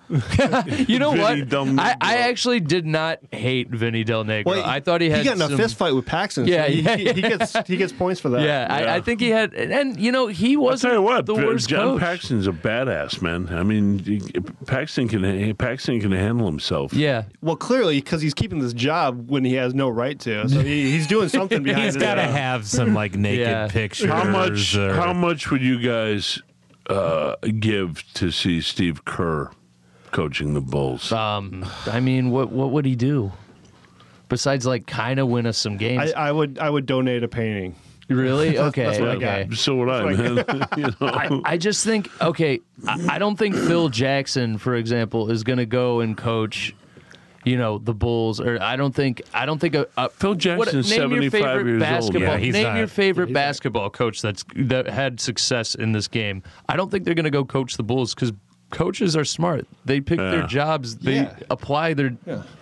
[SPEAKER 1] You know
[SPEAKER 2] Vinny
[SPEAKER 1] what?
[SPEAKER 2] Del
[SPEAKER 1] I, I
[SPEAKER 2] Negro.
[SPEAKER 1] actually did not hate Vinny Del Negro.
[SPEAKER 3] Well,
[SPEAKER 1] I thought he had
[SPEAKER 3] got in
[SPEAKER 1] some-
[SPEAKER 3] a fist fight with Paxson. so
[SPEAKER 1] Yeah,
[SPEAKER 3] he,
[SPEAKER 1] yeah,
[SPEAKER 3] he, he gets he gets points for that.
[SPEAKER 1] Yeah,
[SPEAKER 2] Yeah.
[SPEAKER 1] I, I think he had, and, and, you know, he
[SPEAKER 2] I'll
[SPEAKER 1] wasn't
[SPEAKER 2] tell you what,
[SPEAKER 1] the
[SPEAKER 2] P-
[SPEAKER 1] worst
[SPEAKER 2] John
[SPEAKER 1] coach.
[SPEAKER 2] Paxton's a badass, man. I mean, he- Paxton can Paxton can handle himself.
[SPEAKER 1] Yeah.
[SPEAKER 3] Well, clearly, because he's keeping this job when he has no right to. So he, he's doing something behind
[SPEAKER 4] He's
[SPEAKER 3] it.
[SPEAKER 4] got to have some like naked
[SPEAKER 1] Yeah.
[SPEAKER 4] pictures.
[SPEAKER 2] How much?
[SPEAKER 4] or-
[SPEAKER 2] How much would you guys uh, give to see Steve Kerr coaching the Bulls?
[SPEAKER 1] Um, I mean, what what would he do besides like kind of win us some
[SPEAKER 3] I,
[SPEAKER 1] games?
[SPEAKER 3] I would I would donate a painting.
[SPEAKER 1] really? Okay.
[SPEAKER 3] what I
[SPEAKER 1] okay.
[SPEAKER 2] so would I, man. you know?
[SPEAKER 1] I, I just think okay. I, I don't think Phil Jackson, for example, is going to go and coach. You know the Bulls, or I don't think I don't think a, a
[SPEAKER 2] Phil Jackson's
[SPEAKER 1] name your
[SPEAKER 2] 75
[SPEAKER 1] favorite
[SPEAKER 2] years old.
[SPEAKER 1] basketball.
[SPEAKER 4] Yeah, he's
[SPEAKER 1] name
[SPEAKER 4] not-
[SPEAKER 1] your favorite basketball coach that's that had success in this game. I don't think they're going to go coach the Bulls because coaches are smart. They pick
[SPEAKER 2] Yeah.
[SPEAKER 1] their jobs. They
[SPEAKER 3] Yeah.
[SPEAKER 1] apply their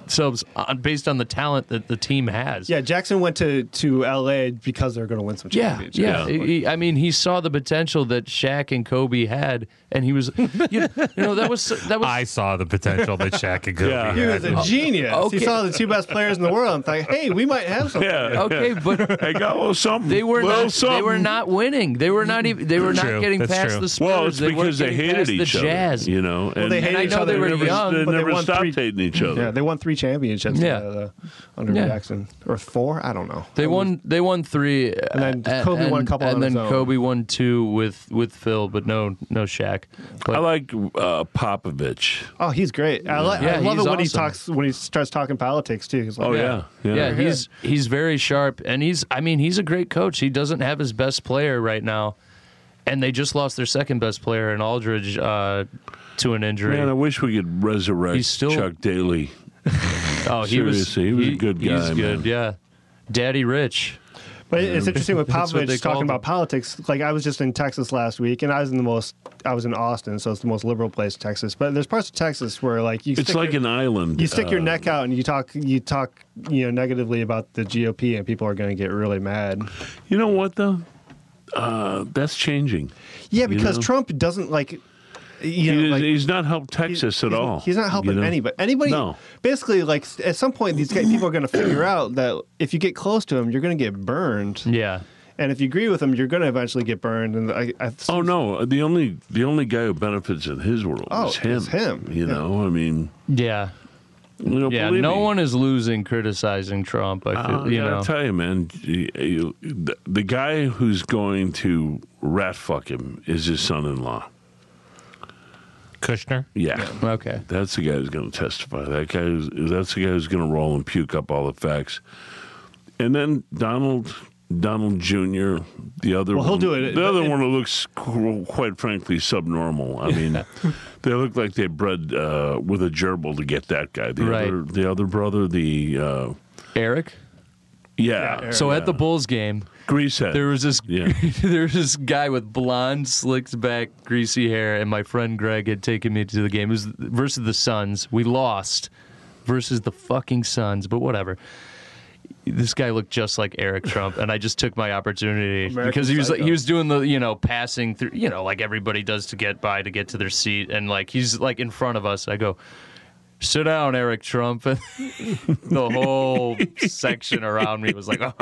[SPEAKER 1] selves on, based on the talent that the team has.
[SPEAKER 3] Yeah, Jackson went to, to L.A. because they're going to win some
[SPEAKER 1] Yeah,
[SPEAKER 3] championships.
[SPEAKER 1] yeah.
[SPEAKER 2] Yeah.
[SPEAKER 1] He- I mean, he saw the potential that Shaq and Kobe had, and he was, you know, you know, that was that was.
[SPEAKER 4] I saw the potential that Shaq could go.
[SPEAKER 2] Yeah.
[SPEAKER 4] be
[SPEAKER 3] He
[SPEAKER 4] at.
[SPEAKER 3] was a genius.
[SPEAKER 1] okay.
[SPEAKER 3] He saw the two best players in the world and thought, hey, we might have something.
[SPEAKER 2] yeah.
[SPEAKER 1] okay, but
[SPEAKER 2] I got a little something.
[SPEAKER 1] they were
[SPEAKER 2] little
[SPEAKER 1] not, they
[SPEAKER 2] something.
[SPEAKER 1] were not winning. They were not even. They were
[SPEAKER 4] True,
[SPEAKER 1] not getting
[SPEAKER 4] that's
[SPEAKER 1] past
[SPEAKER 4] true.
[SPEAKER 1] the Spurs.
[SPEAKER 2] Well, it's
[SPEAKER 1] they weren't
[SPEAKER 2] because they
[SPEAKER 1] getting
[SPEAKER 2] hated
[SPEAKER 1] past
[SPEAKER 2] each
[SPEAKER 1] the Jazz.
[SPEAKER 2] other. You know, and
[SPEAKER 3] they hated
[SPEAKER 1] And I
[SPEAKER 3] each
[SPEAKER 1] know
[SPEAKER 3] other.
[SPEAKER 1] they were
[SPEAKER 2] never,
[SPEAKER 1] young,
[SPEAKER 2] they
[SPEAKER 3] but they
[SPEAKER 2] never
[SPEAKER 3] won
[SPEAKER 2] stopped
[SPEAKER 3] three-
[SPEAKER 2] hating each other.
[SPEAKER 3] Yeah, they won three championships
[SPEAKER 1] Yeah.
[SPEAKER 3] under, the, under
[SPEAKER 1] Yeah.
[SPEAKER 3] Jackson. Or four? I don't know.
[SPEAKER 1] They won. They won three,
[SPEAKER 3] And then
[SPEAKER 1] uh,
[SPEAKER 3] Kobe
[SPEAKER 1] and,
[SPEAKER 3] won a couple
[SPEAKER 1] and
[SPEAKER 3] on
[SPEAKER 1] then
[SPEAKER 3] his own.
[SPEAKER 1] Kobe won two with with Phil, but no, no Shaq. But
[SPEAKER 2] I like uh, Popovich.
[SPEAKER 3] Oh, he's great. I, li-
[SPEAKER 1] Yeah,
[SPEAKER 3] I love it
[SPEAKER 1] he's
[SPEAKER 3] when he
[SPEAKER 1] awesome.
[SPEAKER 3] talks when he starts talking politics too. He's like,
[SPEAKER 2] Oh yeah, yeah.
[SPEAKER 1] yeah, he's he's very sharp, and he's. I mean, he's a great coach. He doesn't have his best player right now, and they just lost their second best player in Aldridge uh, to an injury.
[SPEAKER 2] Man, I wish we could resurrect
[SPEAKER 1] He's still-
[SPEAKER 2] Chuck Daly.
[SPEAKER 1] oh, he was.
[SPEAKER 2] seriously, he was a good guy,
[SPEAKER 1] He's good.
[SPEAKER 2] man.
[SPEAKER 1] Yeah, Daddy Rich.
[SPEAKER 3] But it's interesting with
[SPEAKER 1] That's what they
[SPEAKER 3] Popovich
[SPEAKER 1] called
[SPEAKER 3] talking
[SPEAKER 1] them.
[SPEAKER 3] about politics. Like I was just in Texas last week, and I was in the most. I was in Austin, so it's the most liberal place, in Texas. But there's parts of Texas where like you.
[SPEAKER 2] It's
[SPEAKER 3] stick
[SPEAKER 2] like
[SPEAKER 3] your,
[SPEAKER 2] an island.
[SPEAKER 3] you stick your
[SPEAKER 2] uh,
[SPEAKER 3] neck out and you talk. You talk. You know, negatively about the GOP, and people are going to get really mad.
[SPEAKER 2] You know what though? Uh, that's changing.
[SPEAKER 3] Yeah, because
[SPEAKER 2] know?
[SPEAKER 3] Trump doesn't like. You
[SPEAKER 2] He
[SPEAKER 3] know,
[SPEAKER 2] is-
[SPEAKER 3] like,
[SPEAKER 2] he's not helped Texas at
[SPEAKER 3] he's-
[SPEAKER 2] all.
[SPEAKER 3] He's not helping
[SPEAKER 2] you know?
[SPEAKER 3] anybody. Anybody.
[SPEAKER 2] No.
[SPEAKER 3] Basically, like s- at some point, these guys, people are going to figure out that if you get close to him, you're going to get burned,
[SPEAKER 1] Yeah,
[SPEAKER 3] and if you agree with him, you're going to eventually get burned. And I, I
[SPEAKER 2] Oh no! The only the only guy who benefits in his world
[SPEAKER 3] Oh,
[SPEAKER 2] is him.
[SPEAKER 3] it's him,
[SPEAKER 2] You
[SPEAKER 3] yeah.
[SPEAKER 2] know, I mean,
[SPEAKER 1] yeah,
[SPEAKER 2] you know,
[SPEAKER 1] yeah.
[SPEAKER 2] believe
[SPEAKER 1] No
[SPEAKER 2] me.
[SPEAKER 1] one is losing criticizing Trump. I feel,
[SPEAKER 2] Uh,
[SPEAKER 1] you
[SPEAKER 2] yeah,
[SPEAKER 1] know.
[SPEAKER 2] I tell you, man, you- you- the, the guy who's going to rat fuck him is his son-in-law.
[SPEAKER 4] Kushner.
[SPEAKER 2] Yeah,
[SPEAKER 1] okay.
[SPEAKER 2] that's the guy who's going to testify. That guy, is, that's the guy who's going to roll and puke up all the facts. And then Donald, Donald Jr., the other
[SPEAKER 3] Well, he'll
[SPEAKER 2] one-
[SPEAKER 3] do it,
[SPEAKER 2] The
[SPEAKER 3] but
[SPEAKER 2] other
[SPEAKER 3] it-
[SPEAKER 2] one who looks, qu- quite frankly, subnormal. I mean, they look like they bred uh, with a gerbil to get that guy. The
[SPEAKER 1] Right.
[SPEAKER 2] other, the other brother, the uh,
[SPEAKER 1] Eric.
[SPEAKER 2] yeah.
[SPEAKER 1] So at the Bulls game,
[SPEAKER 2] Grease head.
[SPEAKER 1] there was this
[SPEAKER 2] Yeah.
[SPEAKER 1] there was this guy with blonde, slicked back, greasy hair, and my friend Greg had taken me to the game. It was versus the Suns. We lost versus the fucking Suns, but whatever. This guy looked just like Eric Trump, and I just took my opportunity
[SPEAKER 3] American
[SPEAKER 1] because he was like,
[SPEAKER 3] Psycho.
[SPEAKER 1] he was doing the you know passing through you know like everybody does to get by to get to their seat, and like he's like in front of us. I go. Sit down, Eric Trump. And the whole section around me was like, it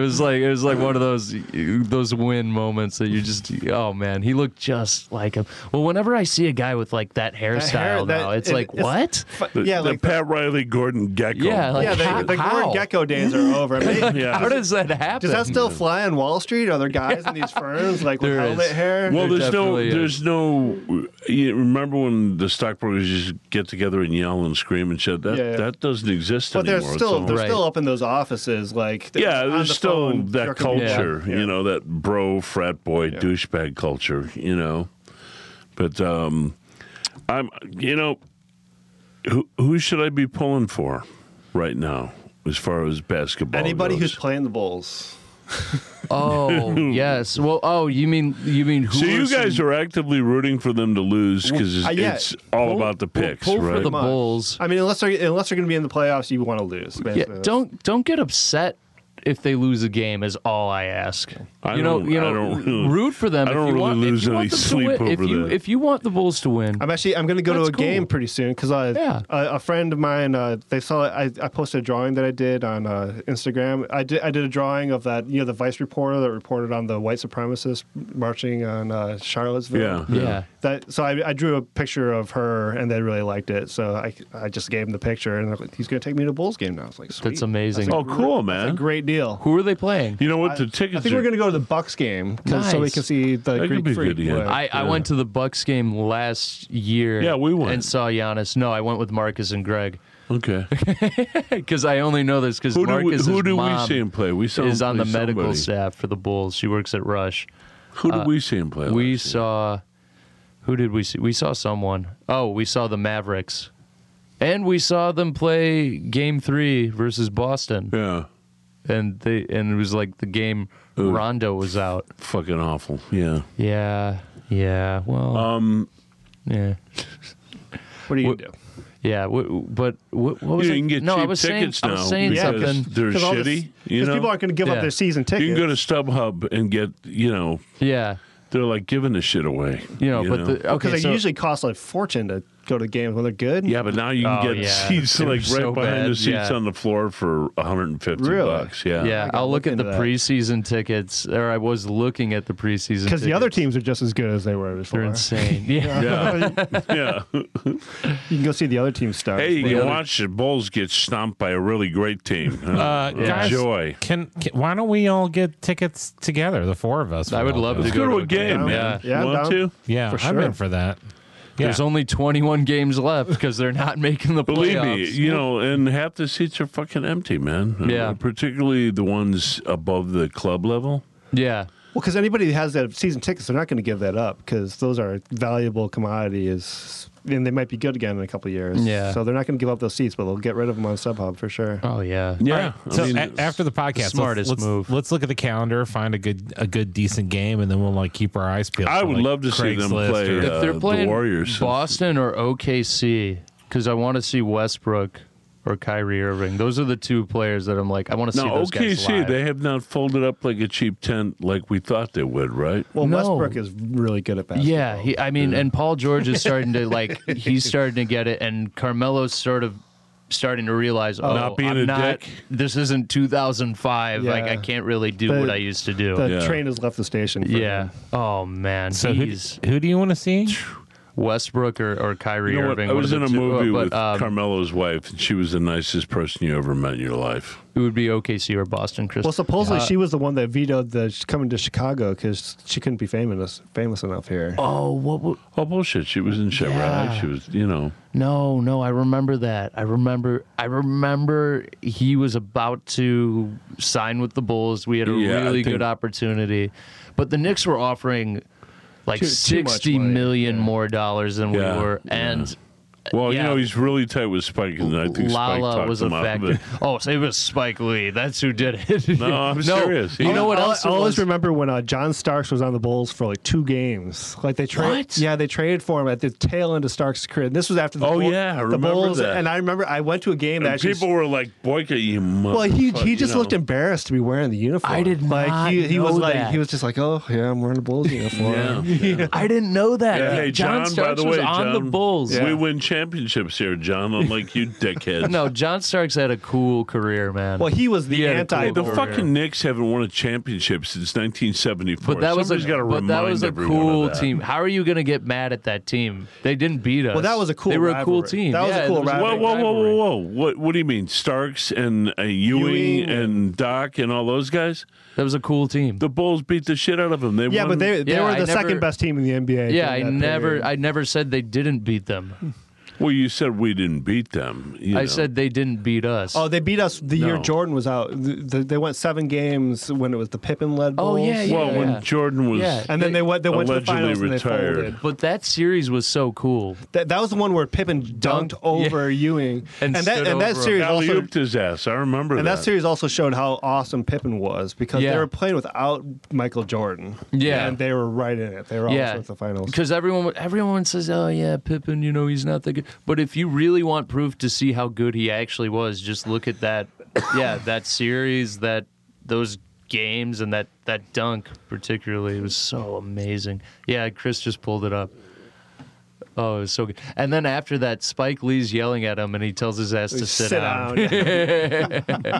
[SPEAKER 1] was like it was like one of those those win moments that you just oh man he looked just like him. Well, whenever I see a guy with like that hairstyle
[SPEAKER 3] hair, that-
[SPEAKER 1] now, it's
[SPEAKER 3] it-
[SPEAKER 1] like
[SPEAKER 3] it's-
[SPEAKER 1] what?
[SPEAKER 2] The,
[SPEAKER 3] yeah,
[SPEAKER 2] the
[SPEAKER 3] like
[SPEAKER 2] Pat Riley Gordon Gecko.
[SPEAKER 1] Yeah, like-
[SPEAKER 3] yeah,
[SPEAKER 1] how-
[SPEAKER 3] the, the
[SPEAKER 1] how?
[SPEAKER 3] Gordon Gecko days are over. I mean,
[SPEAKER 2] Yeah.
[SPEAKER 1] How does that happen?
[SPEAKER 3] does that still fly on Wall Street? Are there guys in these firms like with
[SPEAKER 1] There is.
[SPEAKER 3] helmet hair?
[SPEAKER 2] well,
[SPEAKER 1] there
[SPEAKER 2] there's no,
[SPEAKER 1] definitely
[SPEAKER 2] there's no. You remember when the stockbrokers just get together and yell and scream and shit? That
[SPEAKER 3] Yeah, yeah.
[SPEAKER 2] that doesn't exist
[SPEAKER 3] but they're
[SPEAKER 2] anymore. It's
[SPEAKER 3] still
[SPEAKER 2] all-
[SPEAKER 3] they're
[SPEAKER 1] Right.
[SPEAKER 3] still up in those offices. Like they're
[SPEAKER 2] yeah,
[SPEAKER 3] on
[SPEAKER 2] there's
[SPEAKER 3] the
[SPEAKER 2] still
[SPEAKER 3] phone
[SPEAKER 2] that
[SPEAKER 3] jerking people off.
[SPEAKER 2] culture, you know, that bro frat boy douchebag culture, you know. But um, I'm, you know, who who should I be pulling for right now as far as basketball?
[SPEAKER 3] Anybody who's
[SPEAKER 2] goes?
[SPEAKER 3] playing the Bulls.
[SPEAKER 1] Oh yes. Well, oh you mean you mean who?
[SPEAKER 2] So
[SPEAKER 1] are
[SPEAKER 2] you
[SPEAKER 1] some-
[SPEAKER 2] guys are actively rooting for them to lose because it's,
[SPEAKER 3] uh, yeah.
[SPEAKER 2] it's all about the picks,
[SPEAKER 1] pull
[SPEAKER 2] right?
[SPEAKER 1] for the
[SPEAKER 3] Come on.
[SPEAKER 1] Bulls.
[SPEAKER 3] I mean, unless they're unless they're going to be in the playoffs, you want to lose.
[SPEAKER 1] Yeah,
[SPEAKER 3] basically.
[SPEAKER 1] don't don't get upset if they lose a game is all I ask.
[SPEAKER 2] I
[SPEAKER 1] you know,
[SPEAKER 2] don't-
[SPEAKER 1] you
[SPEAKER 2] I
[SPEAKER 1] know,
[SPEAKER 2] don't really-
[SPEAKER 1] root for them.
[SPEAKER 2] I
[SPEAKER 1] if
[SPEAKER 2] don't
[SPEAKER 1] you
[SPEAKER 2] really
[SPEAKER 1] want, if
[SPEAKER 2] lose
[SPEAKER 1] you want
[SPEAKER 2] any
[SPEAKER 1] them to
[SPEAKER 2] sleep
[SPEAKER 1] win- if
[SPEAKER 2] over
[SPEAKER 1] you,
[SPEAKER 2] that.
[SPEAKER 1] If you want the Bulls to win,
[SPEAKER 3] I'm actually I'm gonna go
[SPEAKER 1] That's
[SPEAKER 3] to a game
[SPEAKER 1] cool.
[SPEAKER 3] pretty soon because I
[SPEAKER 1] Yeah.
[SPEAKER 3] a, a friend of mine uh, they saw I, I posted a drawing that I did on uh, Instagram. I did I did a drawing of that you know the vice reporter that reported on the white supremacists marching on uh, Charlottesville.
[SPEAKER 2] Yeah.
[SPEAKER 1] yeah.
[SPEAKER 3] That so I, I drew a picture of her and they really liked it. So I, I just gave him the picture and they're like, he's gonna take me to Bulls game now. I was like, Sweet.
[SPEAKER 1] That's amazing.
[SPEAKER 2] Oh, cool,
[SPEAKER 3] That's
[SPEAKER 2] man.
[SPEAKER 3] a great deal.
[SPEAKER 1] Who are they playing?
[SPEAKER 2] You know what? The
[SPEAKER 3] I
[SPEAKER 2] tickets
[SPEAKER 3] think we're
[SPEAKER 2] are-
[SPEAKER 3] gonna go to the Bucks game 'cause- so we
[SPEAKER 1] Nice.
[SPEAKER 3] can see the
[SPEAKER 2] could
[SPEAKER 3] Greek
[SPEAKER 2] be
[SPEAKER 3] freak.
[SPEAKER 2] good, yeah.
[SPEAKER 3] play.
[SPEAKER 1] I, I went to the Bucks game last year.
[SPEAKER 2] Yeah, we went.
[SPEAKER 1] and saw Giannis. No, I went with Marcus and Greg
[SPEAKER 2] Okay.
[SPEAKER 1] because I only know this because
[SPEAKER 2] Who do we,
[SPEAKER 1] Marcus's
[SPEAKER 2] who do we
[SPEAKER 1] mom
[SPEAKER 2] see him play? We saw him
[SPEAKER 1] is on the
[SPEAKER 2] play
[SPEAKER 1] medical
[SPEAKER 2] somebody.
[SPEAKER 1] staff for the Bulls. She works at Rush.
[SPEAKER 2] Who do we Oh, see him play?
[SPEAKER 1] We
[SPEAKER 2] last year?
[SPEAKER 1] saw who did we see? We saw someone. Oh, we saw the Mavericks. And we saw them play game 3 versus Boston.
[SPEAKER 2] Yeah.
[SPEAKER 1] And they and it was like the game Rondo was out.
[SPEAKER 2] Fucking awful. Yeah.
[SPEAKER 1] Yeah. Yeah. Well. Um yeah.
[SPEAKER 3] What do you
[SPEAKER 1] What-
[SPEAKER 3] do?
[SPEAKER 1] Yeah, w- w- but what, what was
[SPEAKER 2] You
[SPEAKER 1] I-
[SPEAKER 2] can get
[SPEAKER 1] No, I
[SPEAKER 2] cheap
[SPEAKER 1] was
[SPEAKER 2] tickets
[SPEAKER 1] saying, I
[SPEAKER 2] now
[SPEAKER 1] was saying
[SPEAKER 2] because
[SPEAKER 1] something.
[SPEAKER 2] they're
[SPEAKER 3] all this-
[SPEAKER 2] shitty. you know,
[SPEAKER 3] people aren't gonna give
[SPEAKER 1] Yeah.
[SPEAKER 3] up their season tickets.
[SPEAKER 2] you can go to StubHub and get you know
[SPEAKER 1] Yeah,
[SPEAKER 2] they're like giving this shit away.
[SPEAKER 1] you know, but the, okay,
[SPEAKER 3] because they
[SPEAKER 1] so,
[SPEAKER 3] usually cost a fortune to go to games when they're good.
[SPEAKER 2] yeah, but now you can
[SPEAKER 1] Oh,
[SPEAKER 2] get
[SPEAKER 1] yeah.
[SPEAKER 2] seats
[SPEAKER 1] They're
[SPEAKER 2] like right
[SPEAKER 1] so
[SPEAKER 2] behind
[SPEAKER 1] bad,
[SPEAKER 2] the seats
[SPEAKER 1] yeah.
[SPEAKER 2] on the floor for 150
[SPEAKER 3] Really?
[SPEAKER 2] bucks. Yeah.
[SPEAKER 1] yeah,
[SPEAKER 3] gotta
[SPEAKER 1] I'll look
[SPEAKER 3] look
[SPEAKER 1] at the
[SPEAKER 3] into that.
[SPEAKER 1] preseason tickets, or I was looking at the preseason
[SPEAKER 3] because
[SPEAKER 1] because
[SPEAKER 3] the other teams are just as good as they were before.
[SPEAKER 1] they're insane. Yeah,
[SPEAKER 2] Yeah. yeah.
[SPEAKER 3] You can go see the other team's stars.
[SPEAKER 2] Hey, you
[SPEAKER 3] play.
[SPEAKER 2] can watch the Bulls get stomped by a really great team.
[SPEAKER 4] Uh, guys,
[SPEAKER 2] Enjoy.
[SPEAKER 4] Can, can why don't we all get tickets together? The four of us.
[SPEAKER 1] I would love to
[SPEAKER 2] Let's go to a
[SPEAKER 1] Yeah.
[SPEAKER 2] game, man.
[SPEAKER 3] Yeah,
[SPEAKER 2] You
[SPEAKER 3] I'm
[SPEAKER 2] want
[SPEAKER 3] down.
[SPEAKER 2] to?
[SPEAKER 4] Yeah,
[SPEAKER 3] For
[SPEAKER 4] I'm
[SPEAKER 3] sure.
[SPEAKER 4] in for that. Yeah.
[SPEAKER 1] There's only 21 games left because they're not making the
[SPEAKER 2] Believe
[SPEAKER 1] playoffs.
[SPEAKER 2] me, you know, and half the seats are fucking empty, man. Uh,
[SPEAKER 1] Yeah.
[SPEAKER 2] particularly the ones above the club level.
[SPEAKER 1] yeah,
[SPEAKER 3] Well, because anybody who has that season tickets, they're not going to give that up because those are valuable commodities, and they might be good again in a couple of years.
[SPEAKER 1] Yeah.
[SPEAKER 3] So they're not going to give up those seats, but they'll get rid of them on StubHub for sure.
[SPEAKER 2] Uh,
[SPEAKER 1] oh yeah,
[SPEAKER 2] Yeah.
[SPEAKER 4] so
[SPEAKER 2] I mean,
[SPEAKER 4] a- after the podcast, let's-
[SPEAKER 1] smartest
[SPEAKER 4] let's,
[SPEAKER 1] move.
[SPEAKER 4] Let's look at the calendar, find a good, a good, decent game, and then we'll like keep our eyes peeled.
[SPEAKER 2] I
[SPEAKER 4] for,
[SPEAKER 2] would
[SPEAKER 4] like,
[SPEAKER 2] love to see them
[SPEAKER 4] Craigslist
[SPEAKER 2] play,
[SPEAKER 4] or-
[SPEAKER 2] uh,
[SPEAKER 1] if they're
[SPEAKER 2] the
[SPEAKER 1] playing
[SPEAKER 2] Warriors.
[SPEAKER 1] Boston or OKC, because I want to see Westbrook or Kyrie Irving. Those are the two players that I'm like, I want to see
[SPEAKER 2] now
[SPEAKER 1] those guys
[SPEAKER 2] OKC,
[SPEAKER 1] live.
[SPEAKER 2] they have not folded up like a cheap tent like we thought they would, right?
[SPEAKER 3] Well,
[SPEAKER 1] No.
[SPEAKER 3] Westbrook is really good at basketball.
[SPEAKER 1] Yeah, he, I mean, and Paul George is starting to like he's starting to get it, and Carmelo's sort of starting to realize, oh,
[SPEAKER 2] Not being
[SPEAKER 1] I'm
[SPEAKER 2] a
[SPEAKER 1] not,
[SPEAKER 2] dick.
[SPEAKER 1] This isn't 2005. Like
[SPEAKER 3] Yeah.
[SPEAKER 1] I can't really do
[SPEAKER 3] The-
[SPEAKER 1] what I used to do.
[SPEAKER 3] The
[SPEAKER 2] Yeah.
[SPEAKER 3] train has left the station. For
[SPEAKER 1] yeah.
[SPEAKER 3] him.
[SPEAKER 1] Oh man,
[SPEAKER 4] So who,
[SPEAKER 1] he's
[SPEAKER 4] who do you want to see?
[SPEAKER 1] Westbrook or, or Kyrie
[SPEAKER 2] You know what?
[SPEAKER 1] Irving.
[SPEAKER 2] I
[SPEAKER 1] one
[SPEAKER 2] was
[SPEAKER 1] of
[SPEAKER 2] in
[SPEAKER 1] the
[SPEAKER 2] a
[SPEAKER 1] two,
[SPEAKER 2] movie
[SPEAKER 1] but,
[SPEAKER 2] with
[SPEAKER 1] um,
[SPEAKER 2] Carmelo's wife, and she was the nicest person you ever met in your life.
[SPEAKER 1] it would be OKC or Boston. Chris.
[SPEAKER 3] Well, supposedly
[SPEAKER 1] Uh,
[SPEAKER 3] she was the one that vetoed the sh- coming to Chicago because she couldn't be famous famous enough here.
[SPEAKER 1] Oh, what? wa-
[SPEAKER 2] Oh bullshit! She was in Chevrolet.
[SPEAKER 1] Yeah.
[SPEAKER 2] She was, you know.
[SPEAKER 1] No, no, I remember that. I remember. I remember he was about to sign with the Bulls. We had a
[SPEAKER 2] Yeah, I
[SPEAKER 1] really
[SPEAKER 2] think-
[SPEAKER 1] good opportunity, but the Knicks were offering like
[SPEAKER 3] Too- too much
[SPEAKER 1] sixty
[SPEAKER 3] money,
[SPEAKER 1] million more dollars than
[SPEAKER 2] Yeah,
[SPEAKER 1] we were, and
[SPEAKER 2] Well,
[SPEAKER 1] Yeah.
[SPEAKER 2] you know he's really tight with Spike, and I think Spike
[SPEAKER 1] Lala
[SPEAKER 2] talked
[SPEAKER 1] was
[SPEAKER 2] him out of
[SPEAKER 1] affected.
[SPEAKER 2] it.
[SPEAKER 1] Oh, so it was Spike Lee. That's who did it.
[SPEAKER 2] No, I'm serious.
[SPEAKER 1] You know what
[SPEAKER 3] I'll-
[SPEAKER 1] else?
[SPEAKER 3] I
[SPEAKER 1] it
[SPEAKER 3] always
[SPEAKER 1] was?
[SPEAKER 3] remember when uh, John Starks was on the Bulls for like two games. Like they traded,
[SPEAKER 1] What?
[SPEAKER 3] yeah, they traded for him at the tail end of Starks' career. And this was after the
[SPEAKER 2] Oh,
[SPEAKER 3] Bull-
[SPEAKER 2] yeah, I
[SPEAKER 3] the
[SPEAKER 2] remember
[SPEAKER 3] Bulls,
[SPEAKER 2] that.
[SPEAKER 3] and I remember I went to a game that
[SPEAKER 2] And
[SPEAKER 3] actually.
[SPEAKER 2] people were like, "Boyka, you mother."
[SPEAKER 3] well, he he just looked embarrassed to be wearing the uniform.
[SPEAKER 1] I did not
[SPEAKER 3] Like he, he was
[SPEAKER 1] know
[SPEAKER 3] like
[SPEAKER 1] that.
[SPEAKER 3] he was just like, oh yeah, I'm wearing the Bulls uniform.
[SPEAKER 2] Yeah.
[SPEAKER 1] I didn't know that.
[SPEAKER 2] Yeah. Hey,
[SPEAKER 1] John,
[SPEAKER 2] John, by
[SPEAKER 1] Starks
[SPEAKER 2] the way,
[SPEAKER 1] was on
[SPEAKER 2] John,
[SPEAKER 1] the Bulls.
[SPEAKER 2] We win championships here, John. Unlike you, dickhead.
[SPEAKER 1] No, John Starks had a cool career, man.
[SPEAKER 3] Well, he was the
[SPEAKER 1] He had a
[SPEAKER 3] anti.
[SPEAKER 1] cool
[SPEAKER 2] the
[SPEAKER 1] Over.
[SPEAKER 2] fucking Knicks haven't won a championship since 1974.
[SPEAKER 1] But that was
[SPEAKER 2] Somebody's
[SPEAKER 1] a,
[SPEAKER 2] got to
[SPEAKER 1] but
[SPEAKER 2] remind
[SPEAKER 1] that was a
[SPEAKER 2] everyone of
[SPEAKER 1] cool
[SPEAKER 2] that.
[SPEAKER 1] team. How are you going to get mad at that team? They didn't beat us.
[SPEAKER 3] Well, that was a cool
[SPEAKER 1] They were a cool
[SPEAKER 3] rivalry.
[SPEAKER 1] team.
[SPEAKER 3] That was a
[SPEAKER 1] Yeah,
[SPEAKER 3] cool
[SPEAKER 1] there
[SPEAKER 2] Whoa,
[SPEAKER 1] big
[SPEAKER 2] whoa, whoa, whoa,
[SPEAKER 1] rivalry.
[SPEAKER 2] whoa! What, what do you mean, Starks and uh, Ewing,
[SPEAKER 3] Ewing.
[SPEAKER 2] and Doc and all those guys?
[SPEAKER 1] That was a cool team.
[SPEAKER 2] The Bulls beat the shit out of them. They
[SPEAKER 3] yeah,
[SPEAKER 2] won.
[SPEAKER 3] but they they
[SPEAKER 1] Yeah,
[SPEAKER 3] were
[SPEAKER 1] I
[SPEAKER 3] the
[SPEAKER 1] never-
[SPEAKER 3] second best team in the NBA.
[SPEAKER 1] yeah, I
[SPEAKER 3] during that
[SPEAKER 1] never,
[SPEAKER 3] period.
[SPEAKER 1] I never said they didn't beat them.
[SPEAKER 2] Well, you said we didn't beat them. you
[SPEAKER 1] I
[SPEAKER 2] know.
[SPEAKER 1] said they didn't beat us.
[SPEAKER 3] Oh, they beat us the year
[SPEAKER 2] No.
[SPEAKER 3] Jordan was out. Th- th- They went seven games when it was the Pippen led
[SPEAKER 1] Oh,
[SPEAKER 3] Bulls.
[SPEAKER 1] yeah, yeah.
[SPEAKER 2] Well, when Jordan was,
[SPEAKER 1] Yeah.
[SPEAKER 3] And then they went. They went to the
[SPEAKER 2] Allegedly
[SPEAKER 3] finals
[SPEAKER 2] retired.
[SPEAKER 3] and they folded.
[SPEAKER 1] but that series was so cool.
[SPEAKER 3] That, that was the one where Pippen dunked
[SPEAKER 1] Dunked,
[SPEAKER 3] over Ewing,
[SPEAKER 1] And
[SPEAKER 3] that
[SPEAKER 1] stood
[SPEAKER 3] and that
[SPEAKER 1] over him.
[SPEAKER 3] series also
[SPEAKER 2] alley-ooped his ass. I remember
[SPEAKER 3] and
[SPEAKER 2] that.
[SPEAKER 3] that series also showed how awesome Pippen was because
[SPEAKER 1] Yeah.
[SPEAKER 3] they were playing without Michael Jordan.
[SPEAKER 1] Yeah.
[SPEAKER 3] and they were right in it. They were
[SPEAKER 1] yeah,
[SPEAKER 3] almost at the finals.
[SPEAKER 1] Because everyone, everyone says, "Oh yeah, Pippen, you know he's not that good." But if you really want proof to see how good he actually was, just look at that. yeah, that series, that those games and that that dunk particularly was so amazing. Yeah, Chris just pulled it up. Oh, it was so good. And then after that, Spike Lee's yelling at him, and he tells his ass to sit, down.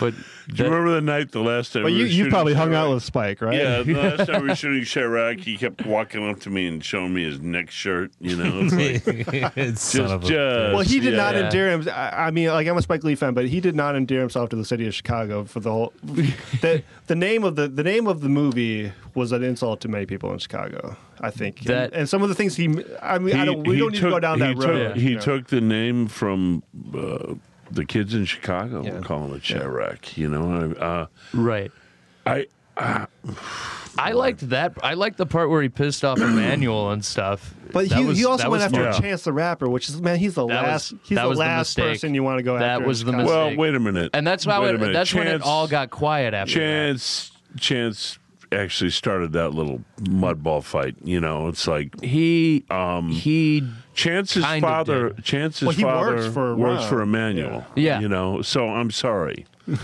[SPEAKER 1] But
[SPEAKER 2] Do you
[SPEAKER 1] that-
[SPEAKER 2] remember the night the last time?
[SPEAKER 3] But
[SPEAKER 2] we
[SPEAKER 3] you,
[SPEAKER 2] were
[SPEAKER 3] you
[SPEAKER 2] shooting
[SPEAKER 3] probably hung out
[SPEAKER 2] Chirac?
[SPEAKER 3] with Spike, right?
[SPEAKER 2] Yeah, the last time we were shooting Chirac, he kept walking up to me and showing me his neck shirt. You know, it's like
[SPEAKER 4] Son of a-
[SPEAKER 2] just- uh,
[SPEAKER 3] Well, he did
[SPEAKER 2] yeah.
[SPEAKER 3] not
[SPEAKER 1] Yeah.
[SPEAKER 3] endear him. I I mean, like I'm a Spike Lee fan, but he did not endear himself to the city of Chicago for the whole. the The name of the the name of the movie was an insult to many people in Chicago. I think And-
[SPEAKER 1] That-
[SPEAKER 3] and, some of the things he. I mean, I don't, we
[SPEAKER 2] he
[SPEAKER 3] don't need to
[SPEAKER 2] took-
[SPEAKER 3] go down
[SPEAKER 2] he
[SPEAKER 3] that
[SPEAKER 2] took-
[SPEAKER 3] road.
[SPEAKER 2] he
[SPEAKER 3] you know.
[SPEAKER 2] took the name from uh, the kids in Chicago. We're calling it Chirac. You know, I, uh,
[SPEAKER 1] right.
[SPEAKER 2] I
[SPEAKER 1] I liked that. I liked the part where he pissed off Emmanuel and stuff.
[SPEAKER 3] But
[SPEAKER 1] That
[SPEAKER 3] he,
[SPEAKER 1] was-
[SPEAKER 3] he also
[SPEAKER 1] that
[SPEAKER 3] went
[SPEAKER 1] was
[SPEAKER 3] after
[SPEAKER 1] smart.
[SPEAKER 2] smart.
[SPEAKER 3] Chance the Rapper, which is man, he's the
[SPEAKER 1] That was-
[SPEAKER 3] last. he's
[SPEAKER 1] that
[SPEAKER 3] the
[SPEAKER 1] was the
[SPEAKER 3] last
[SPEAKER 1] mistake.
[SPEAKER 3] person you want to go
[SPEAKER 1] That
[SPEAKER 3] after. in
[SPEAKER 1] was the
[SPEAKER 3] Chicago.
[SPEAKER 1] mistake.
[SPEAKER 2] well, wait a minute,
[SPEAKER 1] And that's why
[SPEAKER 2] Wait a
[SPEAKER 1] it,
[SPEAKER 2] minute.
[SPEAKER 1] that's when it
[SPEAKER 2] Chance-
[SPEAKER 1] all got quiet after that.
[SPEAKER 2] Chance. Chance actually started that little mudball fight. You know, it's like
[SPEAKER 1] He
[SPEAKER 2] um,
[SPEAKER 1] he
[SPEAKER 2] Chance's
[SPEAKER 1] Kind of
[SPEAKER 2] father. Chance's
[SPEAKER 3] Well, he
[SPEAKER 2] father
[SPEAKER 3] works for uh, a
[SPEAKER 2] works
[SPEAKER 3] while.
[SPEAKER 2] for Emmanuel.
[SPEAKER 1] Yeah. Yeah.
[SPEAKER 2] you know. So I'm sorry. um,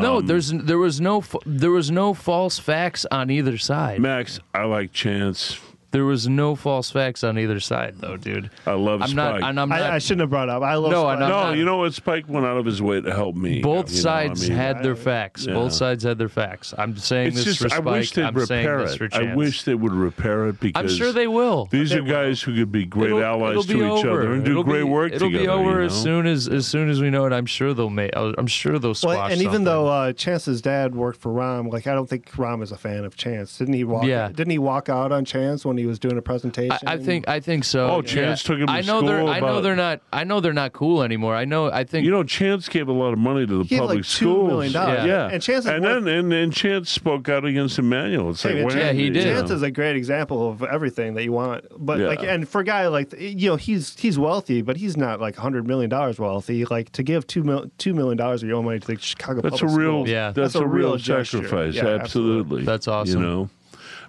[SPEAKER 1] no. There's there was no f- there was no false facts on either side.
[SPEAKER 2] Max, I like Chance.
[SPEAKER 1] There was no false facts on either side though, dude.
[SPEAKER 2] I love
[SPEAKER 1] I'm
[SPEAKER 2] Spike.
[SPEAKER 1] not. And I'm not.
[SPEAKER 3] I, I shouldn't have brought up. I love.
[SPEAKER 1] No, I know.
[SPEAKER 3] Spike.
[SPEAKER 2] no,
[SPEAKER 1] not-
[SPEAKER 2] you know what? Spike went out of his way to help me.
[SPEAKER 1] both
[SPEAKER 2] You know, I
[SPEAKER 1] sides
[SPEAKER 2] mean,
[SPEAKER 1] had their facts.
[SPEAKER 2] Yeah.
[SPEAKER 1] Both sides had their facts. I'm saying
[SPEAKER 2] It's
[SPEAKER 1] this
[SPEAKER 2] just
[SPEAKER 1] for
[SPEAKER 2] I
[SPEAKER 1] Spike.
[SPEAKER 2] wish they'd
[SPEAKER 1] I'm saying
[SPEAKER 2] repair
[SPEAKER 1] this for
[SPEAKER 2] it.
[SPEAKER 1] Chance.
[SPEAKER 2] I wish they would repair it because
[SPEAKER 1] I'm sure they will.
[SPEAKER 2] These are guys who could be great
[SPEAKER 1] It'll-
[SPEAKER 2] allies
[SPEAKER 1] it'll
[SPEAKER 2] to
[SPEAKER 1] be
[SPEAKER 2] each
[SPEAKER 1] over.
[SPEAKER 2] other and do
[SPEAKER 1] It'll
[SPEAKER 2] great
[SPEAKER 1] be-
[SPEAKER 2] work
[SPEAKER 1] It'll
[SPEAKER 2] together.
[SPEAKER 1] be over
[SPEAKER 2] you
[SPEAKER 1] as
[SPEAKER 2] know?
[SPEAKER 1] soon as as soon as we know it. I'm sure they'll make. I'm sure they'll squash.
[SPEAKER 3] Well, and even
[SPEAKER 1] something.
[SPEAKER 3] though uh, Chance's dad worked for Rom, like I don't think Rom is a fan of Chance. Didn't he walk?
[SPEAKER 1] Yeah.
[SPEAKER 3] Didn't he walk out on Chance when he was doing a presentation?
[SPEAKER 1] I, I think I think so.
[SPEAKER 2] Oh, Chance took him to
[SPEAKER 1] I know they're
[SPEAKER 2] school
[SPEAKER 1] I know
[SPEAKER 2] about-
[SPEAKER 1] they're not I know they're not cool anymore. I know I think
[SPEAKER 2] You know, Chance gave a lot of money to the
[SPEAKER 3] He had, like,
[SPEAKER 2] public
[SPEAKER 3] $2
[SPEAKER 2] schools.
[SPEAKER 3] million dollars.
[SPEAKER 2] Yeah.
[SPEAKER 3] And Chance is
[SPEAKER 2] and
[SPEAKER 3] worth-
[SPEAKER 2] then and, and Chance spoke out against Emmanuel. It's like,
[SPEAKER 3] Hey, man,
[SPEAKER 2] wow,
[SPEAKER 1] Yeah, he
[SPEAKER 2] you
[SPEAKER 1] did.
[SPEAKER 2] know.
[SPEAKER 3] Chance is a great example of everything that you want. But
[SPEAKER 2] Yeah.
[SPEAKER 3] like, and for a guy like you know, he's he's wealthy, but he's not like hundred million dollars wealthy. Like to give two mil, two million dollars of your own money to the Chicago.
[SPEAKER 2] That's a
[SPEAKER 3] public
[SPEAKER 2] real,
[SPEAKER 3] schools.
[SPEAKER 1] Yeah.
[SPEAKER 2] that's, a, real,
[SPEAKER 3] gesture.
[SPEAKER 2] sacrifice.
[SPEAKER 3] Yeah,
[SPEAKER 2] absolutely.
[SPEAKER 1] That's awesome.
[SPEAKER 2] You know,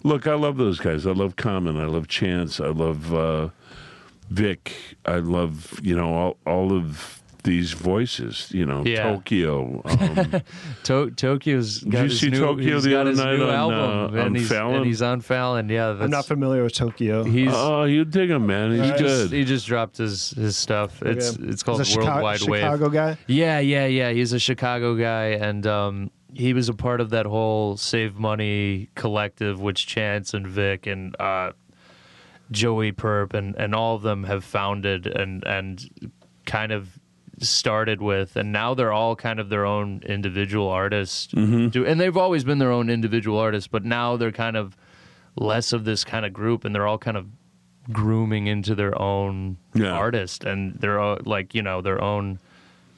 [SPEAKER 2] look, I love those guys. I love Common. I love Chance. I love uh, Vic. I love you know all all of these voices. You know,
[SPEAKER 1] Yeah.
[SPEAKER 2] Tokyo. Um,
[SPEAKER 1] To- Tokyo's got
[SPEAKER 2] you
[SPEAKER 1] his
[SPEAKER 2] see
[SPEAKER 1] new,
[SPEAKER 2] Tokyo
[SPEAKER 1] he's
[SPEAKER 2] the
[SPEAKER 1] got
[SPEAKER 2] other
[SPEAKER 1] his
[SPEAKER 2] night
[SPEAKER 1] new
[SPEAKER 2] on,
[SPEAKER 1] album
[SPEAKER 2] uh,
[SPEAKER 1] and
[SPEAKER 2] on
[SPEAKER 1] he's
[SPEAKER 2] Fallon?
[SPEAKER 1] and he's on Fallon. Yeah, that's,
[SPEAKER 3] I'm not familiar with Tokyo.
[SPEAKER 1] he's
[SPEAKER 2] oh, you dig him, man. He's
[SPEAKER 1] he just
[SPEAKER 2] good.
[SPEAKER 1] he just dropped his his stuff. It's
[SPEAKER 3] Yeah.
[SPEAKER 1] it's called
[SPEAKER 3] He's a
[SPEAKER 1] World
[SPEAKER 3] Chica-
[SPEAKER 1] Wide
[SPEAKER 3] Chicago
[SPEAKER 1] Wave.
[SPEAKER 3] guy.
[SPEAKER 1] Yeah, yeah, yeah. He's a Chicago guy and um he was a part of that whole Save Money collective which Chance and Vic and uh Joey Perp and, and all of them have founded and and kind of started with and now they're all kind of their own individual artists do and they've always been their own individual artists but now they're kind of less of this kind of group and they're all kind of grooming into their own
[SPEAKER 2] Yeah.
[SPEAKER 1] artist and their own like you know their own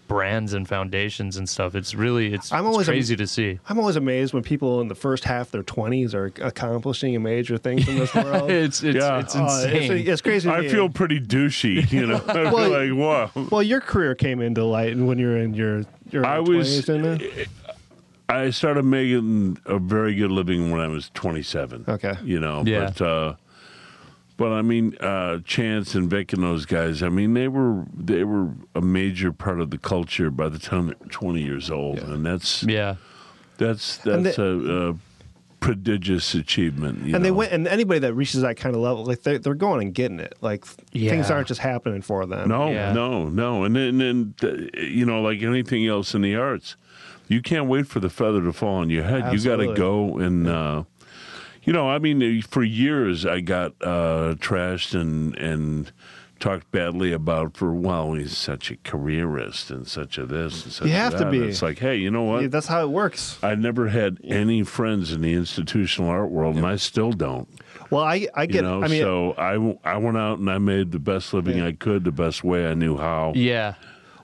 [SPEAKER 1] brands and foundations and stuff it's really it's,
[SPEAKER 3] I'm
[SPEAKER 1] it's
[SPEAKER 3] always am-
[SPEAKER 1] crazy to see
[SPEAKER 3] I'm always amazed when people in the first half of their 20s are accomplishing major things in this world.
[SPEAKER 1] it's it's,
[SPEAKER 2] Oh. Yeah.
[SPEAKER 1] it's
[SPEAKER 3] Uh, it's-
[SPEAKER 1] insane
[SPEAKER 3] it's, crazy. to
[SPEAKER 2] I
[SPEAKER 3] me.
[SPEAKER 2] feel pretty douchey. You know, I feel like whoa.
[SPEAKER 3] Well, your career came into light when you were in your your
[SPEAKER 2] I
[SPEAKER 3] early
[SPEAKER 2] was-
[SPEAKER 3] 20s, didn't it?
[SPEAKER 2] I started making a very good living when I was 27.
[SPEAKER 3] Okay.
[SPEAKER 2] You know,
[SPEAKER 1] Yeah.
[SPEAKER 2] but uh but I mean uh Chance and Vic and those guys, I mean they were they were a major part of the culture by the time they're 20 years old and that's
[SPEAKER 1] yeah
[SPEAKER 2] that's
[SPEAKER 3] And
[SPEAKER 2] that's a, a prodigious achievement, you
[SPEAKER 3] And they
[SPEAKER 2] know.
[SPEAKER 3] went, and anybody that reaches that kind of level, like they're, they're going and getting it. Like things
[SPEAKER 1] Yeah.
[SPEAKER 3] aren't just happening for them.
[SPEAKER 2] No,
[SPEAKER 1] Yeah.
[SPEAKER 2] no, no. And then, and then, uh, you know, like anything else in the arts, you can't wait for the feather to fall on your head. You got
[SPEAKER 3] Absolutely.
[SPEAKER 2] to go and, uh, you know, I mean, for years I got uh, trashed and and talked badly about for well, he's such a careerist and such a this and such.
[SPEAKER 3] You
[SPEAKER 2] a
[SPEAKER 3] have to
[SPEAKER 2] that.
[SPEAKER 3] be.
[SPEAKER 2] It's like, hey, you know what?
[SPEAKER 3] Yeah, that's how it works.
[SPEAKER 2] I never had any friends in the institutional art world, and I still don't.
[SPEAKER 3] Well, I I
[SPEAKER 2] You
[SPEAKER 3] get.
[SPEAKER 2] know,
[SPEAKER 3] I mean,
[SPEAKER 2] so I, w- I went out and I made the best living
[SPEAKER 3] Yeah.
[SPEAKER 2] I could, the best way I knew how.
[SPEAKER 1] yeah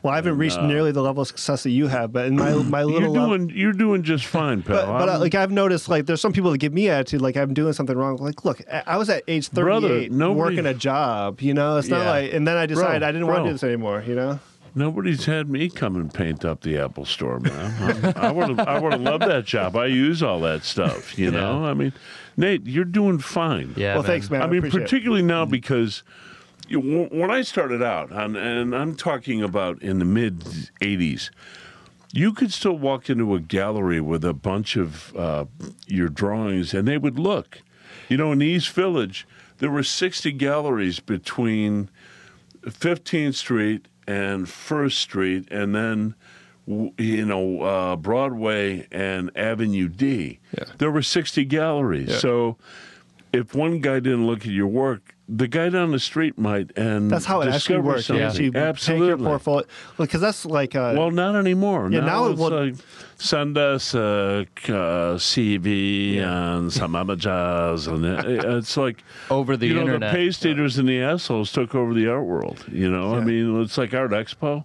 [SPEAKER 3] well, I haven't reached
[SPEAKER 2] uh,
[SPEAKER 3] nearly the level of success that you have, but in my my little
[SPEAKER 2] You're
[SPEAKER 3] level-
[SPEAKER 2] doing you're doing just fine, pal.
[SPEAKER 3] But, but uh,
[SPEAKER 2] Oh, I'm-
[SPEAKER 3] like I've noticed, like there's some people that give me attitude, like I'm doing something wrong. Like, look, I- I was at age 38
[SPEAKER 2] Brother, nobody-
[SPEAKER 3] working a job. You know, it's not
[SPEAKER 1] Yeah.
[SPEAKER 3] like, and then I decided I didn't want
[SPEAKER 2] bro.
[SPEAKER 3] to do this anymore. You know,
[SPEAKER 2] nobody's had me come and paint up the Apple Store, man. I'm- I would have I would have loved that job. I use all that stuff. You know, I mean, Nate, you're doing fine.
[SPEAKER 1] yeah
[SPEAKER 3] well,
[SPEAKER 1] man.
[SPEAKER 3] thanks, man.
[SPEAKER 2] I mean,
[SPEAKER 3] appreciate it.
[SPEAKER 2] particularly now because you, when I started out, and, and I'm talking about in the mid '80s, you could still walk into a gallery with a bunch of uh, your drawings and they would look. You know, in East Village, there were 60 galleries between 15th Street and 1st Street, and then, w- you know, uh, Broadway and Avenue D. There were 60 galleries. So if one guy didn't look at your work, the guy down the street might, and
[SPEAKER 3] That's how it actually
[SPEAKER 2] discover
[SPEAKER 3] works. You
[SPEAKER 2] something.
[SPEAKER 3] actually
[SPEAKER 2] Absolutely.
[SPEAKER 3] take your portfolio because that's like uh,
[SPEAKER 2] Well, not anymore.
[SPEAKER 3] Yeah, now
[SPEAKER 2] now,
[SPEAKER 3] it
[SPEAKER 2] it's
[SPEAKER 3] would-
[SPEAKER 2] like send us a c- uh, CV and some images, and it, it's like
[SPEAKER 1] Over the
[SPEAKER 2] you know,
[SPEAKER 1] internet.
[SPEAKER 2] The pace eaters and the assholes took over the art world. You know, I mean, it's like Art Expo.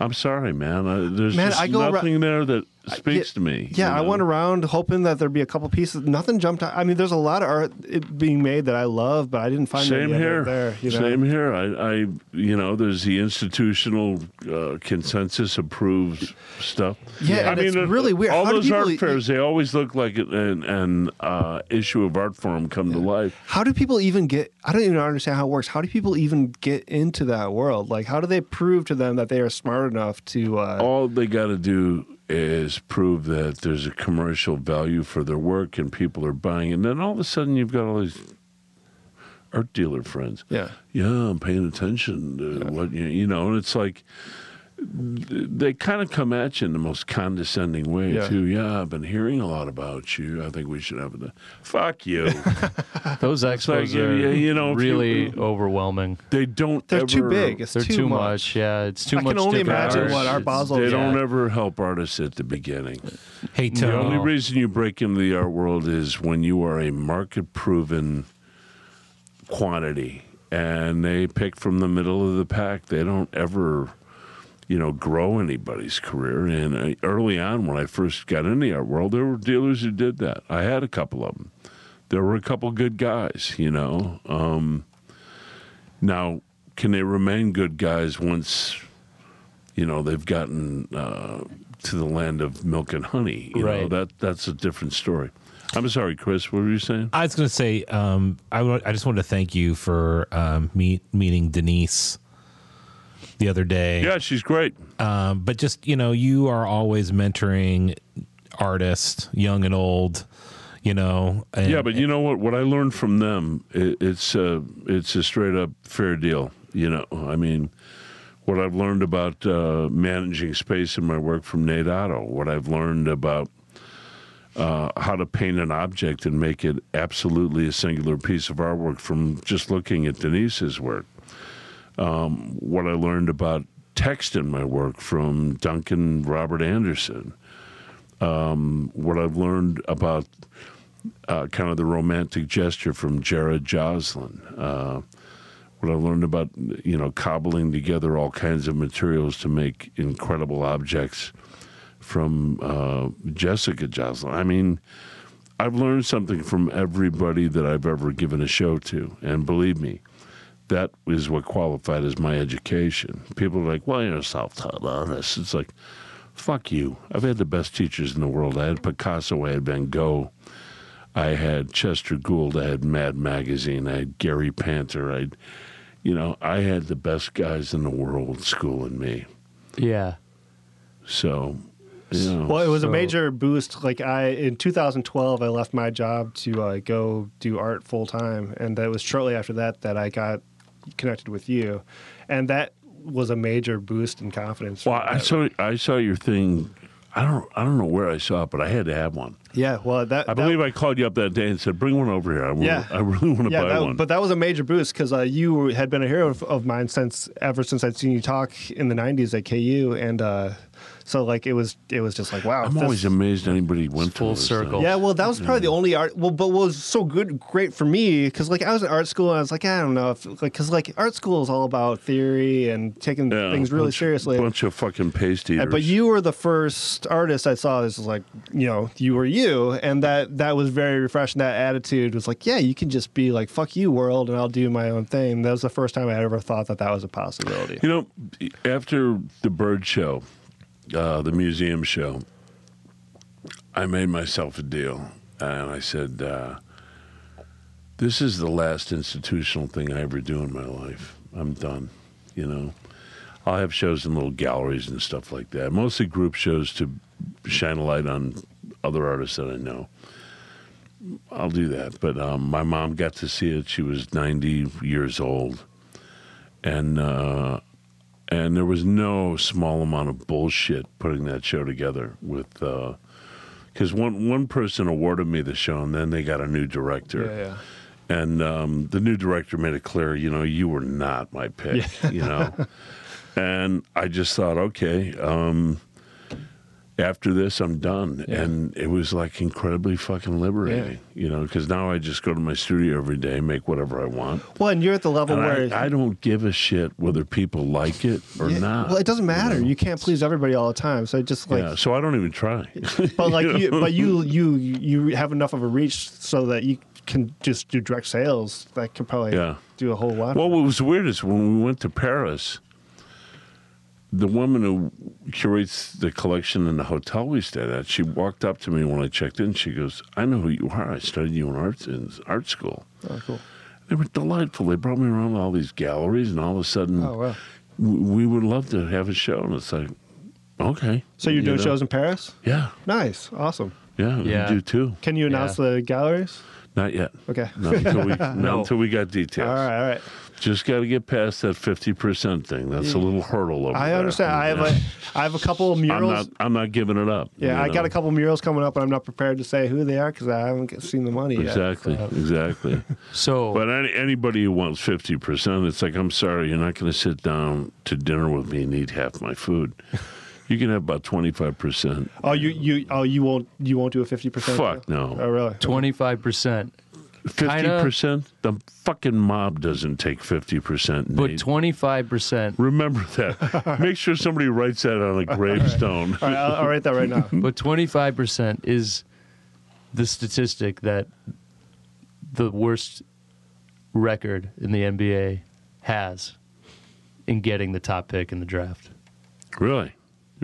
[SPEAKER 2] I'm sorry, man. I, there's
[SPEAKER 3] Man,
[SPEAKER 2] just
[SPEAKER 3] I go around-
[SPEAKER 2] nothing there that speaks to me.
[SPEAKER 3] Yeah,
[SPEAKER 2] you
[SPEAKER 3] I
[SPEAKER 2] know?
[SPEAKER 3] went around hoping that there'd be a couple pieces. Nothing jumped out. I mean, there's a lot of art it being made that I love, but I didn't find
[SPEAKER 2] Same
[SPEAKER 3] any of it
[SPEAKER 2] here.
[SPEAKER 3] there. You know?
[SPEAKER 2] Same here. I, I, you know, there's the institutional uh, consensus approved stuff.
[SPEAKER 3] Yeah,
[SPEAKER 2] I
[SPEAKER 3] and it's
[SPEAKER 2] uh,
[SPEAKER 3] really weird.
[SPEAKER 2] All
[SPEAKER 3] How do
[SPEAKER 2] those art
[SPEAKER 3] people- e-
[SPEAKER 2] fairs, they always look like an, an, an uh, issue of art form come to life.
[SPEAKER 3] How do people even get? I don't even understand how it works. How do people even get into that world? Like, how do they prove to them that they are smart enough to? Uh,
[SPEAKER 2] All they got to do is prove that there's a commercial value for their work and people are buying. And then all of a sudden, you've got all these art dealer friends.
[SPEAKER 3] Yeah.
[SPEAKER 2] yeah, I'm paying attention to what you you know, and it's like th- they kind of come at you in the most condescending way
[SPEAKER 3] Yeah.
[SPEAKER 2] too. Yeah, I've been hearing a lot about you. I think we should have a fuck you.
[SPEAKER 1] Those expos
[SPEAKER 2] like,
[SPEAKER 1] are
[SPEAKER 2] yeah, you know, if you-
[SPEAKER 1] really overwhelming.
[SPEAKER 2] they don't.
[SPEAKER 3] they're too
[SPEAKER 2] ever-
[SPEAKER 3] big. It's
[SPEAKER 1] They're too, much. Yeah, it's too
[SPEAKER 3] I
[SPEAKER 1] much.
[SPEAKER 3] can only
[SPEAKER 1] different
[SPEAKER 3] imagine
[SPEAKER 1] art.
[SPEAKER 3] what our
[SPEAKER 1] It's-
[SPEAKER 3] Basel.
[SPEAKER 2] They don't
[SPEAKER 1] Yeah.
[SPEAKER 2] ever help artists at the beginning.
[SPEAKER 4] Hey,
[SPEAKER 2] The
[SPEAKER 4] Tony.
[SPEAKER 2] only reason you break into the art world is when you are a market proven quantity and they pick from the middle of the pack. They don't ever, you know, grow anybody's career. And I, early on, when I first got in the art world, there were dealers who did that. I had a couple of them. There were a couple good guys, you know. Um, now, can they remain good guys once you know they've gotten uh, to the land of milk and honey. You know
[SPEAKER 1] Right.
[SPEAKER 2] that that's a different story. I'm sorry, Chris. What were you saying?
[SPEAKER 4] I was going to say, um, I wa- I just wanted to thank you for um, meet, meeting Denise the other day.
[SPEAKER 2] Yeah, she's great.
[SPEAKER 4] Um, but just you know, you are always mentoring artists, young and old. You know. And,
[SPEAKER 2] yeah, but you know what? What I learned from them, it, it's a it's a straight up fair deal. You know, I mean, what I've learned about uh, managing space in my work from Nate Otto, what I've learned about uh, how to paint an object and make it absolutely a singular piece of artwork from just looking at Denise's work. Um, what I learned about text in my work from Duncan Robert Anderson. Um, what I've learned about uh, kind of the romantic gesture from Jared Joslin. Uh, what I learned about you know cobbling together all kinds of materials to make incredible objects from uh, Jessica Joslin. I mean, I've learned something from everybody that I've ever given a show to, and believe me. That is what qualified as my education. People are like, "Well, you're a self-taught artist." It's like, "Fuck you!" I've had the best teachers in the world. I had Picasso. I had Van Gogh. I had Chester Gould, I had Mad Magazine, I had Gary Panther, I, would you know, I had the best guys in the world schooling me.
[SPEAKER 1] Yeah.
[SPEAKER 2] So, you know,
[SPEAKER 3] Well, it was a
[SPEAKER 1] So-
[SPEAKER 3] major boost. Like I in 2012, I left my job to uh, go do art full time, and that was shortly after that that I got connected with you, and that was a major boost in confidence.
[SPEAKER 2] well, I saw I saw your thing. I don't I don't know where I saw it, but I had to have one.
[SPEAKER 3] yeah, well that
[SPEAKER 2] I
[SPEAKER 3] that-
[SPEAKER 2] believe I called you up that day and said, "Bring one over here. I, want,
[SPEAKER 3] Yeah.
[SPEAKER 2] I really want to
[SPEAKER 3] yeah,
[SPEAKER 2] buy
[SPEAKER 3] that,
[SPEAKER 2] one."
[SPEAKER 3] but that was a major boost because uh, you had been a hero of, of mine since ever since I'd seen you talk in the '90s at KU, and uh, so like it was it was just like wow.
[SPEAKER 2] I'm
[SPEAKER 3] this-
[SPEAKER 2] always amazed anybody went
[SPEAKER 1] full
[SPEAKER 2] to those things.
[SPEAKER 1] circle.
[SPEAKER 3] Yeah, well, that was probably the only art. Well, but what was so good, great for me because like I was in art school and I was like, I don't know, if, like because like art school is all about theory and taking
[SPEAKER 2] Yeah,
[SPEAKER 3] things really
[SPEAKER 2] bunch-
[SPEAKER 3] seriously.
[SPEAKER 2] Bunch of fucking paste eaters.
[SPEAKER 3] And- Uh, but you were the first artist I saw. This was like, you know, you were you, and that that was very refreshing. That attitude was like, yeah, you can just be like, fuck you, world, and I'll do my own thing. That was the first time I ever thought that that was a possibility.
[SPEAKER 2] You know, after the bird show, uh, the museum show, I made myself a deal. And I said, uh, This is the last institutional thing I ever do in my life. I'm done. You know, I'll have shows in little galleries and stuff like that. Mostly group shows to shine a light on other artists that I know. I'll do that. But um, my mom got to see it. She was 90 years old. And uh, and there was no small amount of bullshit putting that show together with because one one person awarded me the show and then they got a new director
[SPEAKER 3] yeah.
[SPEAKER 2] and um, the new director made it clear, you know, you were not my pick, you know. And I just thought, okay, um, after this, I'm done. And it was like incredibly fucking liberating, you know, because now I just go to my studio every day, make whatever I want.
[SPEAKER 3] Well, and you're at the level
[SPEAKER 2] And
[SPEAKER 3] where
[SPEAKER 2] I, I don't give a shit whether people like it or
[SPEAKER 3] Yeah,
[SPEAKER 2] not.
[SPEAKER 3] Well, it doesn't matter.
[SPEAKER 2] know?
[SPEAKER 3] You can't please everybody all the time. So just like,
[SPEAKER 2] yeah, so I don't even try.
[SPEAKER 3] but like, you, but you you you have enough of a reach so that you can just do direct sales. That could probably
[SPEAKER 2] Yeah.
[SPEAKER 3] do a whole lot.
[SPEAKER 2] Well, what was weird is when we went to Paris, the woman who curates the collection in the hotel we stayed at, she walked up to me when I checked in. She goes, "I know who you are. I studied you in art in art school."
[SPEAKER 3] oh, cool.
[SPEAKER 2] They were delightful. They brought me around all these galleries, and all of a sudden,
[SPEAKER 3] Oh wow.
[SPEAKER 2] w- we would love to have a show. And it's like, okay,
[SPEAKER 3] So you're
[SPEAKER 2] you
[SPEAKER 3] doing
[SPEAKER 2] know?
[SPEAKER 3] shows in Paris?
[SPEAKER 2] Yeah,
[SPEAKER 3] Nice, awesome.
[SPEAKER 2] yeah,
[SPEAKER 1] Yeah.
[SPEAKER 2] we do too.
[SPEAKER 3] Can you announce the galleries?
[SPEAKER 2] Not yet.
[SPEAKER 3] Okay.
[SPEAKER 2] Not until we, not
[SPEAKER 1] No.
[SPEAKER 2] until we got details.
[SPEAKER 3] All right, all right.
[SPEAKER 2] Just got to get past that fifty percent thing. That's a little hurdle over
[SPEAKER 3] I
[SPEAKER 2] there.
[SPEAKER 3] understand. I have a, I have a couple of
[SPEAKER 2] I'm not.
[SPEAKER 3] murals.
[SPEAKER 2] I'm not giving it up.
[SPEAKER 3] yeah,
[SPEAKER 2] you
[SPEAKER 3] I got
[SPEAKER 2] know?
[SPEAKER 3] a couple of murals coming up, and I'm not prepared to say who they are because I haven't seen the money
[SPEAKER 2] Exactly.
[SPEAKER 3] yet. So-
[SPEAKER 2] Exactly.
[SPEAKER 1] So
[SPEAKER 2] but any, anybody who wants fifty percent, it's like I'm sorry, you're not going to sit down to dinner with me and eat half my food. You can have about twenty five percent.
[SPEAKER 3] Oh, you you oh you won't you won't do a fifty percent.
[SPEAKER 2] Fuck no.
[SPEAKER 3] Oh really?
[SPEAKER 1] twenty five percent,
[SPEAKER 2] Fifty percent. The fucking mob doesn't take fifty percent.
[SPEAKER 1] but twenty five percent,
[SPEAKER 2] Remember that. Make sure somebody writes that on a gravestone.
[SPEAKER 3] All right, I'll, I'll write that right now.
[SPEAKER 1] but twenty five percent is the statistic that the worst record in the NBA has in getting the top pick in the draft.
[SPEAKER 2] Really.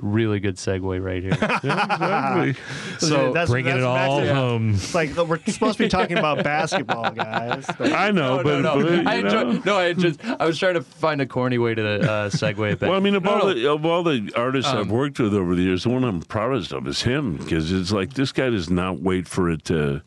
[SPEAKER 1] Really good segue right here. So,
[SPEAKER 4] bringing it all
[SPEAKER 3] maximum-
[SPEAKER 4] home.
[SPEAKER 3] It's like we're supposed to be talking about basketball, guys.
[SPEAKER 2] I know,
[SPEAKER 1] No,
[SPEAKER 2] but
[SPEAKER 1] no,
[SPEAKER 2] but,
[SPEAKER 1] no.
[SPEAKER 2] you
[SPEAKER 1] I
[SPEAKER 2] know.
[SPEAKER 1] enjoy, no, I just I was trying to find a corny way to uh, segue it back.
[SPEAKER 2] Well, I mean, of,
[SPEAKER 1] No,
[SPEAKER 2] all
[SPEAKER 1] no. Um,
[SPEAKER 2] The, of all the artists I've worked with over the years, the one I'm proudest of is him because it's like this guy does not wait for it to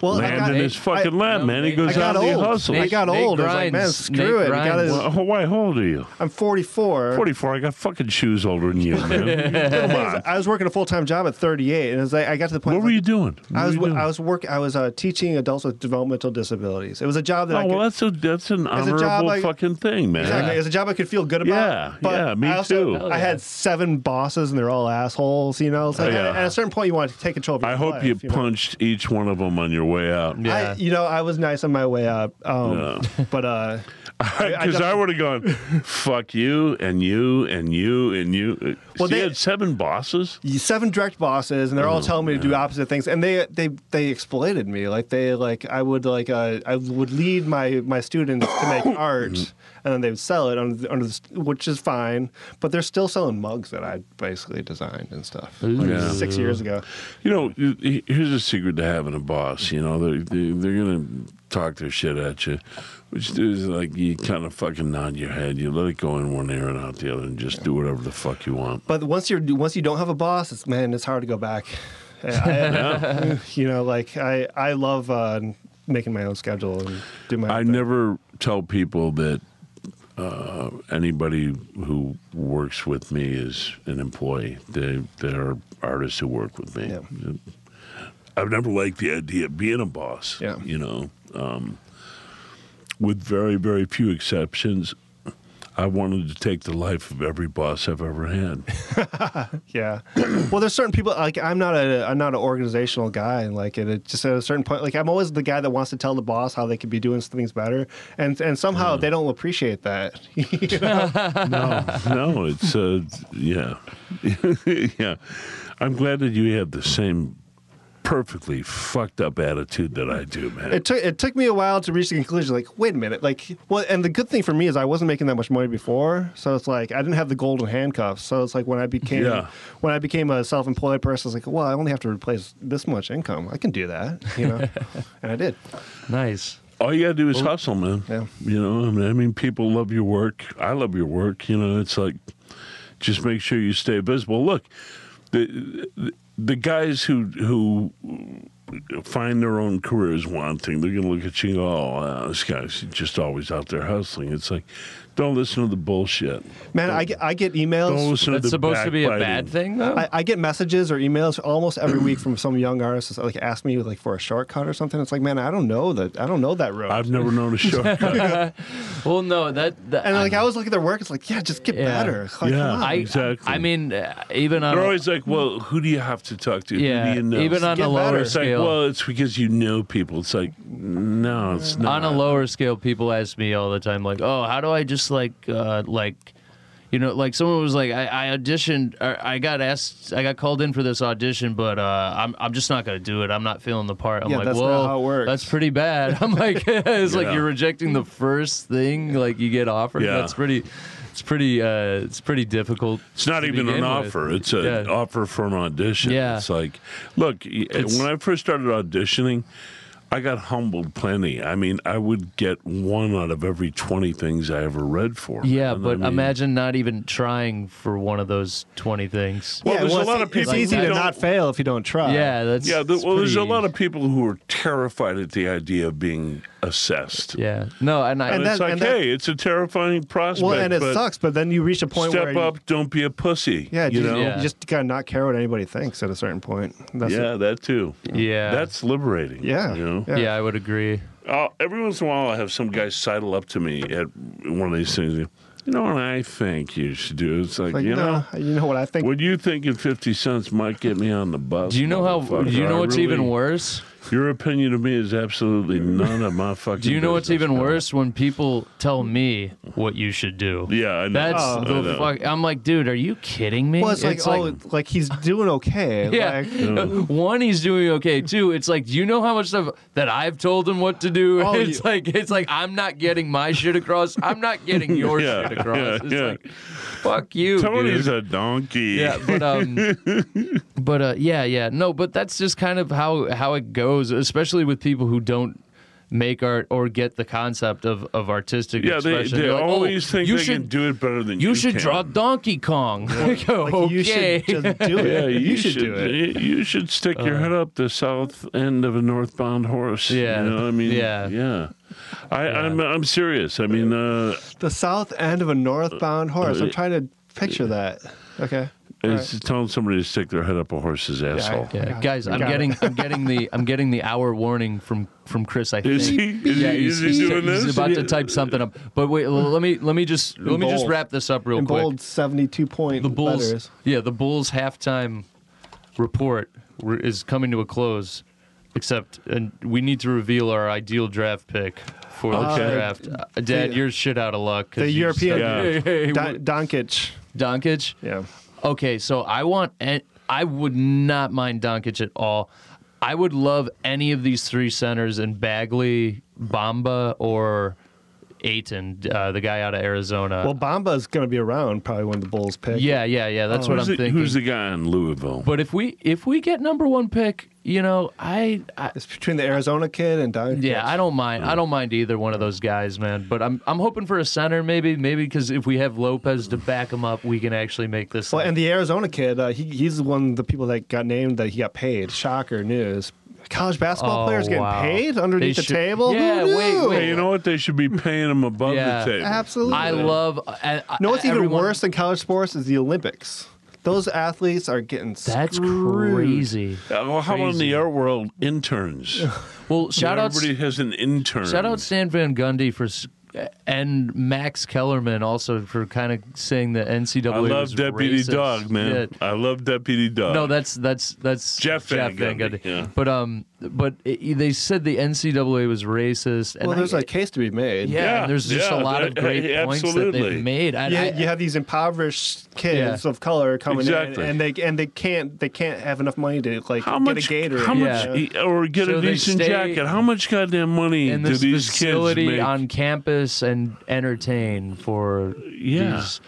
[SPEAKER 3] Well, I
[SPEAKER 2] land
[SPEAKER 3] got,
[SPEAKER 2] in his fucking lap,
[SPEAKER 1] no,
[SPEAKER 2] man. He
[SPEAKER 1] Nate-
[SPEAKER 2] goes
[SPEAKER 3] I got
[SPEAKER 2] out and he
[SPEAKER 3] old.
[SPEAKER 2] hustles.
[SPEAKER 3] I got
[SPEAKER 1] Nate
[SPEAKER 3] old. I was like, man,
[SPEAKER 1] Grimes-
[SPEAKER 3] screw
[SPEAKER 1] Nate
[SPEAKER 3] it. I
[SPEAKER 1] Grimes.
[SPEAKER 2] Well,
[SPEAKER 3] gotta,
[SPEAKER 2] why, how old are you?
[SPEAKER 3] I'm 44.
[SPEAKER 2] 44. I got fucking shoes older than you, man. Come on.
[SPEAKER 3] I was working a full time job at 38, and as I, I got to the point,
[SPEAKER 2] What were you doing? What
[SPEAKER 3] I was
[SPEAKER 2] were you
[SPEAKER 3] I
[SPEAKER 2] doing?
[SPEAKER 3] was work I was uh, teaching adults with developmental disabilities. It was a job that I
[SPEAKER 2] Oh,
[SPEAKER 3] could,
[SPEAKER 2] well, that's, a, that's an
[SPEAKER 3] a
[SPEAKER 2] honorable
[SPEAKER 3] job I-
[SPEAKER 2] fucking thing, man.
[SPEAKER 3] Exactly. It's a job I could feel good about.
[SPEAKER 2] Yeah,
[SPEAKER 3] but
[SPEAKER 2] yeah, me
[SPEAKER 3] I also,
[SPEAKER 2] too.
[SPEAKER 3] I had seven bosses and they're all assholes. You know, it's like,
[SPEAKER 2] Oh, yeah.
[SPEAKER 3] at, at a certain point you want to take control of your
[SPEAKER 2] I hope
[SPEAKER 3] life,
[SPEAKER 2] you
[SPEAKER 3] know?
[SPEAKER 2] punched each one of them on your way out.
[SPEAKER 1] Yeah.
[SPEAKER 3] I, you know, I was nice on my way up, um, but uh, I- I
[SPEAKER 2] Because I,
[SPEAKER 3] def-
[SPEAKER 2] would have gone, fuck you and you and you and you. Well,
[SPEAKER 3] Well,
[SPEAKER 2] they
[SPEAKER 3] they-
[SPEAKER 2] had seven bosses.
[SPEAKER 3] you- seven direct bosses, and they're
[SPEAKER 2] Oh,
[SPEAKER 3] all telling me to do opposite things, and they they they exploited me. Like they like I would like uh, I would lead my my students to make art, and
[SPEAKER 2] Mm-hmm.
[SPEAKER 3] then they would sell it under, the- under the, st- which is fine, but they're still selling mugs that I basically designed and stuff like
[SPEAKER 2] Ooh.
[SPEAKER 3] six years ago.
[SPEAKER 2] You know, he- here's a secret to having a boss. You know, they're they, they're gonna talk their shit at you, which is like you kind of fucking nod your head. You let it go in one ear and out the other, and just do whatever the fuck you want.
[SPEAKER 3] But once you're once you don't have a boss, it's man, it's hard to go back. I- I- you know, like I I love uh, making my own schedule and do my.
[SPEAKER 2] I
[SPEAKER 3] own thing.
[SPEAKER 2] never tell people that uh, anybody who works with me is an employee. They they're artists who work with me.
[SPEAKER 3] Yeah.
[SPEAKER 2] I've never liked the idea of being a boss.
[SPEAKER 3] Yeah.
[SPEAKER 2] You know, um, with very very few exceptions. I wanted to take the life of every boss I've ever had.
[SPEAKER 3] Yeah. well, there's certain people like I'm not a I'm not an organizational guy, and like at a, just at a certain point, like I'm always the guy that wants to tell the boss how they could be doing things better, and and somehow
[SPEAKER 2] Mm.
[SPEAKER 3] they don't appreciate that. You know?
[SPEAKER 2] no, it's uh, yeah, yeah. I'm glad that you have the same perfectly fucked up attitude that I do, man.
[SPEAKER 3] it took it took me a while to reach the conclusion. Like, wait a minute. Like, well, and the good thing for me is I wasn't making that much money before, so it's like I didn't have the golden handcuffs. So it's like when I became
[SPEAKER 2] Yeah.
[SPEAKER 3] when I became a self employed person, I was like, well, I only have to replace this much income. I can do that, you know, and I did.
[SPEAKER 1] nice.
[SPEAKER 2] all you gotta do is hustle, man.
[SPEAKER 3] Yeah.
[SPEAKER 2] You know, I mean, I mean, people love your work. I love your work. You know, it's like just make sure you stay visible. Look, the the, the guys who who find their own career is one thing. They're gonna look at you and go, "Oh, uh, this guy's just always out there hustling." It's like, don't listen to the bullshit.
[SPEAKER 3] Man, I get, I get
[SPEAKER 2] Don't
[SPEAKER 3] emails.
[SPEAKER 2] listen to
[SPEAKER 1] That's
[SPEAKER 2] the
[SPEAKER 1] supposed to be a
[SPEAKER 2] backbiting.
[SPEAKER 1] bad thing, though.
[SPEAKER 3] I, I get messages or emails almost every week from some young artists like ask me like for a shortcut or something. It's like, man, I don't know that. I don't know that road.
[SPEAKER 2] I've never known a shortcut.
[SPEAKER 1] well, no, that, that
[SPEAKER 3] and like I was looking at their work, it's like, yeah, just get
[SPEAKER 1] Yeah.
[SPEAKER 3] better. It's Like,
[SPEAKER 2] Yeah.
[SPEAKER 3] come on.
[SPEAKER 1] I,
[SPEAKER 2] Exactly.
[SPEAKER 1] I mean, uh, even on
[SPEAKER 2] They're always like, "Well, who do you have to talk to?
[SPEAKER 1] yeah,
[SPEAKER 2] who do you know?"
[SPEAKER 1] even on
[SPEAKER 3] Get
[SPEAKER 1] a lower
[SPEAKER 3] better.
[SPEAKER 2] It's like,
[SPEAKER 1] scale.
[SPEAKER 2] well, it's because you know people. It's like, no, it's not.
[SPEAKER 1] on a lower scale, people ask me all the time, like, "Oh, how do I just like, uh, like, you know, like someone was like, I, I auditioned, or I got asked, I got called in for this audition, but uh, I'm, I'm just not gonna do it. I'm not feeling the part. I'm
[SPEAKER 3] Yeah,
[SPEAKER 1] like,
[SPEAKER 3] that's not
[SPEAKER 1] well,
[SPEAKER 3] how it works."
[SPEAKER 1] that's pretty bad. I'm like, it's like
[SPEAKER 2] Yeah.
[SPEAKER 1] you're rejecting the first thing like you get offered.
[SPEAKER 2] Yeah.
[SPEAKER 1] That's pretty, it's pretty, uh, it's pretty difficult.
[SPEAKER 2] It's not
[SPEAKER 1] to
[SPEAKER 2] even an
[SPEAKER 1] begin with.
[SPEAKER 2] offer. It's an
[SPEAKER 1] Yeah.
[SPEAKER 2] offer for an audition.
[SPEAKER 1] Yeah.
[SPEAKER 2] It's like, look, y- eh,
[SPEAKER 1] It's-
[SPEAKER 2] when I first started auditioning, I got humbled plenty. I mean, I would get one out of every 20 things I ever read for.
[SPEAKER 1] Yeah,
[SPEAKER 2] And I
[SPEAKER 1] but um,
[SPEAKER 2] mean-
[SPEAKER 1] imagine not even trying for one of those twenty things.
[SPEAKER 2] Well,
[SPEAKER 3] yeah,
[SPEAKER 2] there's
[SPEAKER 3] well,
[SPEAKER 2] a lot of
[SPEAKER 3] it's-
[SPEAKER 2] people.
[SPEAKER 3] It's easy
[SPEAKER 2] who
[SPEAKER 3] to
[SPEAKER 2] don't-
[SPEAKER 3] not fail if you don't try.
[SPEAKER 1] yeah, that's
[SPEAKER 2] Yeah, the,
[SPEAKER 1] that's
[SPEAKER 2] well, there's a
[SPEAKER 1] pretty-
[SPEAKER 2] lot of people who are terrified at the idea of being assessed.
[SPEAKER 1] Yeah, no, and I
[SPEAKER 2] And,
[SPEAKER 3] And
[SPEAKER 2] it's
[SPEAKER 3] that-
[SPEAKER 2] like,
[SPEAKER 3] and that-
[SPEAKER 2] hey, it's a terrifying prospect.
[SPEAKER 3] Well, and it
[SPEAKER 2] but
[SPEAKER 3] sucks, but then you reach a point
[SPEAKER 2] Step
[SPEAKER 3] where you-
[SPEAKER 2] up, don't be a pussy.
[SPEAKER 3] yeah,
[SPEAKER 2] you
[SPEAKER 3] just,
[SPEAKER 2] know.
[SPEAKER 1] Yeah.
[SPEAKER 3] you just gotta not care what anybody thinks at a certain point. That's
[SPEAKER 2] yeah, that too.
[SPEAKER 1] yeah,
[SPEAKER 2] That's liberating.
[SPEAKER 3] Yeah.
[SPEAKER 2] You know?
[SPEAKER 1] yeah. I would agree.
[SPEAKER 2] I'll, every once in a while, I'll have some guy sidle up to me at one of these things. You know what I think you should do? It's like,
[SPEAKER 3] Like,
[SPEAKER 2] you know,
[SPEAKER 3] no, you know what I think.
[SPEAKER 2] what you thinking 50 cents might get me on the bus?
[SPEAKER 1] Do you know how? Do
[SPEAKER 2] motherfucker?
[SPEAKER 1] you
[SPEAKER 2] I
[SPEAKER 1] know what's even
[SPEAKER 2] really-
[SPEAKER 1] worse?
[SPEAKER 2] Your opinion of me is absolutely none of my fucking
[SPEAKER 1] Do you know what's
[SPEAKER 2] business,
[SPEAKER 1] even
[SPEAKER 2] man.
[SPEAKER 1] worse? When people tell me what you should do.
[SPEAKER 2] Yeah, I know.
[SPEAKER 1] That's
[SPEAKER 2] I
[SPEAKER 1] the
[SPEAKER 2] know.
[SPEAKER 1] fuck. I'm like, dude, are you kidding me?
[SPEAKER 3] well, it's, like, oh, like, he's doing okay.
[SPEAKER 1] Yeah.
[SPEAKER 3] Like,
[SPEAKER 1] One, he's doing okay. Two, it's like, do you know how much stuff that I've told him what to do?
[SPEAKER 3] Oh,
[SPEAKER 1] it's
[SPEAKER 3] you-
[SPEAKER 1] like, it's like I'm not getting my shit across. I'm not getting your
[SPEAKER 2] Yeah,
[SPEAKER 1] shit across.
[SPEAKER 2] yeah,
[SPEAKER 1] it's
[SPEAKER 2] yeah.
[SPEAKER 1] like, fuck you,
[SPEAKER 2] Tony's
[SPEAKER 1] dude.
[SPEAKER 2] a donkey.
[SPEAKER 1] yeah, but um, but uh, yeah, yeah, no, but that's just kind of how how it goes, especially with people who don't make art or get the concept of of artistic
[SPEAKER 2] Yeah, they,
[SPEAKER 1] expression.
[SPEAKER 2] they
[SPEAKER 1] They're like, "Oh,
[SPEAKER 2] always think
[SPEAKER 1] you
[SPEAKER 2] they
[SPEAKER 1] should
[SPEAKER 2] can do it better than you
[SPEAKER 1] you, should
[SPEAKER 2] can.
[SPEAKER 1] draw Donkey Kong. Like,
[SPEAKER 3] like,
[SPEAKER 1] okay,
[SPEAKER 3] you should just do it.
[SPEAKER 2] Yeah,
[SPEAKER 3] you, should, do it.
[SPEAKER 2] y- You should stick your head up the south end of a northbound horse.
[SPEAKER 1] Uh-huh. Yeah,
[SPEAKER 2] you know, I mean,
[SPEAKER 1] yeah.
[SPEAKER 2] yeah. I, I'm I'm serious. I mean, uh,
[SPEAKER 3] The south end of a northbound horse. I'm trying to picture that. Okay.
[SPEAKER 2] it's telling somebody to stick their head up a horse's asshole.
[SPEAKER 3] yeah.
[SPEAKER 1] yeah, guys, I'm
[SPEAKER 3] Got it.
[SPEAKER 1] getting I'm getting the I'm getting the hour warning from from Chris. I think.
[SPEAKER 2] Is he? Is
[SPEAKER 1] yeah,
[SPEAKER 2] he,
[SPEAKER 1] he's,
[SPEAKER 2] is he
[SPEAKER 1] he's-
[SPEAKER 2] doing
[SPEAKER 1] he's
[SPEAKER 2] this?
[SPEAKER 1] about to type something up. But wait, l- let me let me just let me just
[SPEAKER 3] bold.
[SPEAKER 1] wrap this up real
[SPEAKER 3] In
[SPEAKER 1] quick.
[SPEAKER 3] bold 72 point
[SPEAKER 1] the Bulls,
[SPEAKER 3] letters.
[SPEAKER 1] yeah, the Bulls halftime report re- is coming to a close. Except, and we need to reveal our ideal draft pick for the
[SPEAKER 2] Okay.
[SPEAKER 1] draft. Uh, Dad,
[SPEAKER 3] the-
[SPEAKER 1] you're shit out of luck. 'cause
[SPEAKER 3] The
[SPEAKER 1] you said-
[SPEAKER 3] European-
[SPEAKER 2] Yeah.
[SPEAKER 1] Hey, hey,
[SPEAKER 3] Don- Doncic.
[SPEAKER 1] Doncic.
[SPEAKER 3] Yeah.
[SPEAKER 1] Okay, so I want. an- I would not mind Doncic at all. I would love any of these three centers in Bagley, Bamba, or Aiton, uh, the guy out of Arizona.
[SPEAKER 3] Well, Bomba's going to be around probably when the Bulls pick.
[SPEAKER 1] yeah, yeah, yeah. That's what
[SPEAKER 2] Oh. who's,
[SPEAKER 1] I'm
[SPEAKER 2] the,
[SPEAKER 1] thinking.
[SPEAKER 2] who's the guy in Louisville?
[SPEAKER 1] But if we if we get number one pick, you know, I, I
[SPEAKER 3] It's between the Arizona kid and Doncic.
[SPEAKER 1] yeah, I don't mind. I don't mind either one of those guys, man. But I'm I'm hoping for a center, maybe, maybe because if we have Lopez to back him up, we can actually make this.
[SPEAKER 3] Well,
[SPEAKER 1] thing.
[SPEAKER 3] and the Arizona kid, uh, he, he's one of the people that got named that he got paid. Shocker news. College basketball
[SPEAKER 1] Oh,
[SPEAKER 3] players getting
[SPEAKER 1] wow.
[SPEAKER 3] paid underneath
[SPEAKER 1] They
[SPEAKER 3] the
[SPEAKER 1] should-
[SPEAKER 3] table?
[SPEAKER 1] Yeah,
[SPEAKER 3] Who
[SPEAKER 1] wait,
[SPEAKER 3] knew?
[SPEAKER 1] wait.
[SPEAKER 2] hey, you know what? They should be paying him above
[SPEAKER 1] Yeah.
[SPEAKER 2] the table.
[SPEAKER 3] Absolutely.
[SPEAKER 1] I love. I, I,
[SPEAKER 3] You know what's even
[SPEAKER 1] everyone-
[SPEAKER 3] worse than college sports is the Olympics. Those athletes are getting
[SPEAKER 1] That's
[SPEAKER 3] screwed.
[SPEAKER 1] crazy.
[SPEAKER 2] Uh, well, how about in
[SPEAKER 1] Crazy.
[SPEAKER 2] the art world, interns?
[SPEAKER 1] Well, shout out,
[SPEAKER 2] Everybody has an intern.
[SPEAKER 1] shout out Stan Van Gundy for, s- and Max Kellerman also for kind of saying the NCAA.
[SPEAKER 2] I love
[SPEAKER 1] was
[SPEAKER 2] Deputy
[SPEAKER 1] racist.
[SPEAKER 2] Dog, man.
[SPEAKER 1] Yeah.
[SPEAKER 2] I love Deputy Dog.
[SPEAKER 1] No, that's that's that's
[SPEAKER 2] Jeff Van Gundy, yeah.
[SPEAKER 1] But um, but it, they said the NCAA was racist. And
[SPEAKER 3] Well, there's
[SPEAKER 1] I,
[SPEAKER 3] a case to be made.
[SPEAKER 1] yeah,
[SPEAKER 2] Yeah,
[SPEAKER 1] and there's just
[SPEAKER 2] yeah,
[SPEAKER 1] a lot of
[SPEAKER 2] that-
[SPEAKER 1] great
[SPEAKER 2] hey,
[SPEAKER 1] points that
[SPEAKER 2] absolutely.
[SPEAKER 1] they've made. And
[SPEAKER 3] You,
[SPEAKER 1] I,
[SPEAKER 3] you have these impoverished kids
[SPEAKER 1] Yeah.
[SPEAKER 3] of color coming
[SPEAKER 2] Exactly.
[SPEAKER 3] in, and they and they can't they can't have enough money to like
[SPEAKER 2] how
[SPEAKER 3] get
[SPEAKER 2] much,
[SPEAKER 3] a Gatorade.
[SPEAKER 2] How
[SPEAKER 1] Yeah.
[SPEAKER 2] much, e- or get
[SPEAKER 1] So
[SPEAKER 2] a
[SPEAKER 1] they
[SPEAKER 2] decent
[SPEAKER 1] stay
[SPEAKER 2] jacket? How much goddamn money
[SPEAKER 1] in
[SPEAKER 2] do
[SPEAKER 1] this
[SPEAKER 2] these kids
[SPEAKER 1] facility
[SPEAKER 2] make?
[SPEAKER 1] on campus and entertain for
[SPEAKER 2] Yeah.
[SPEAKER 1] these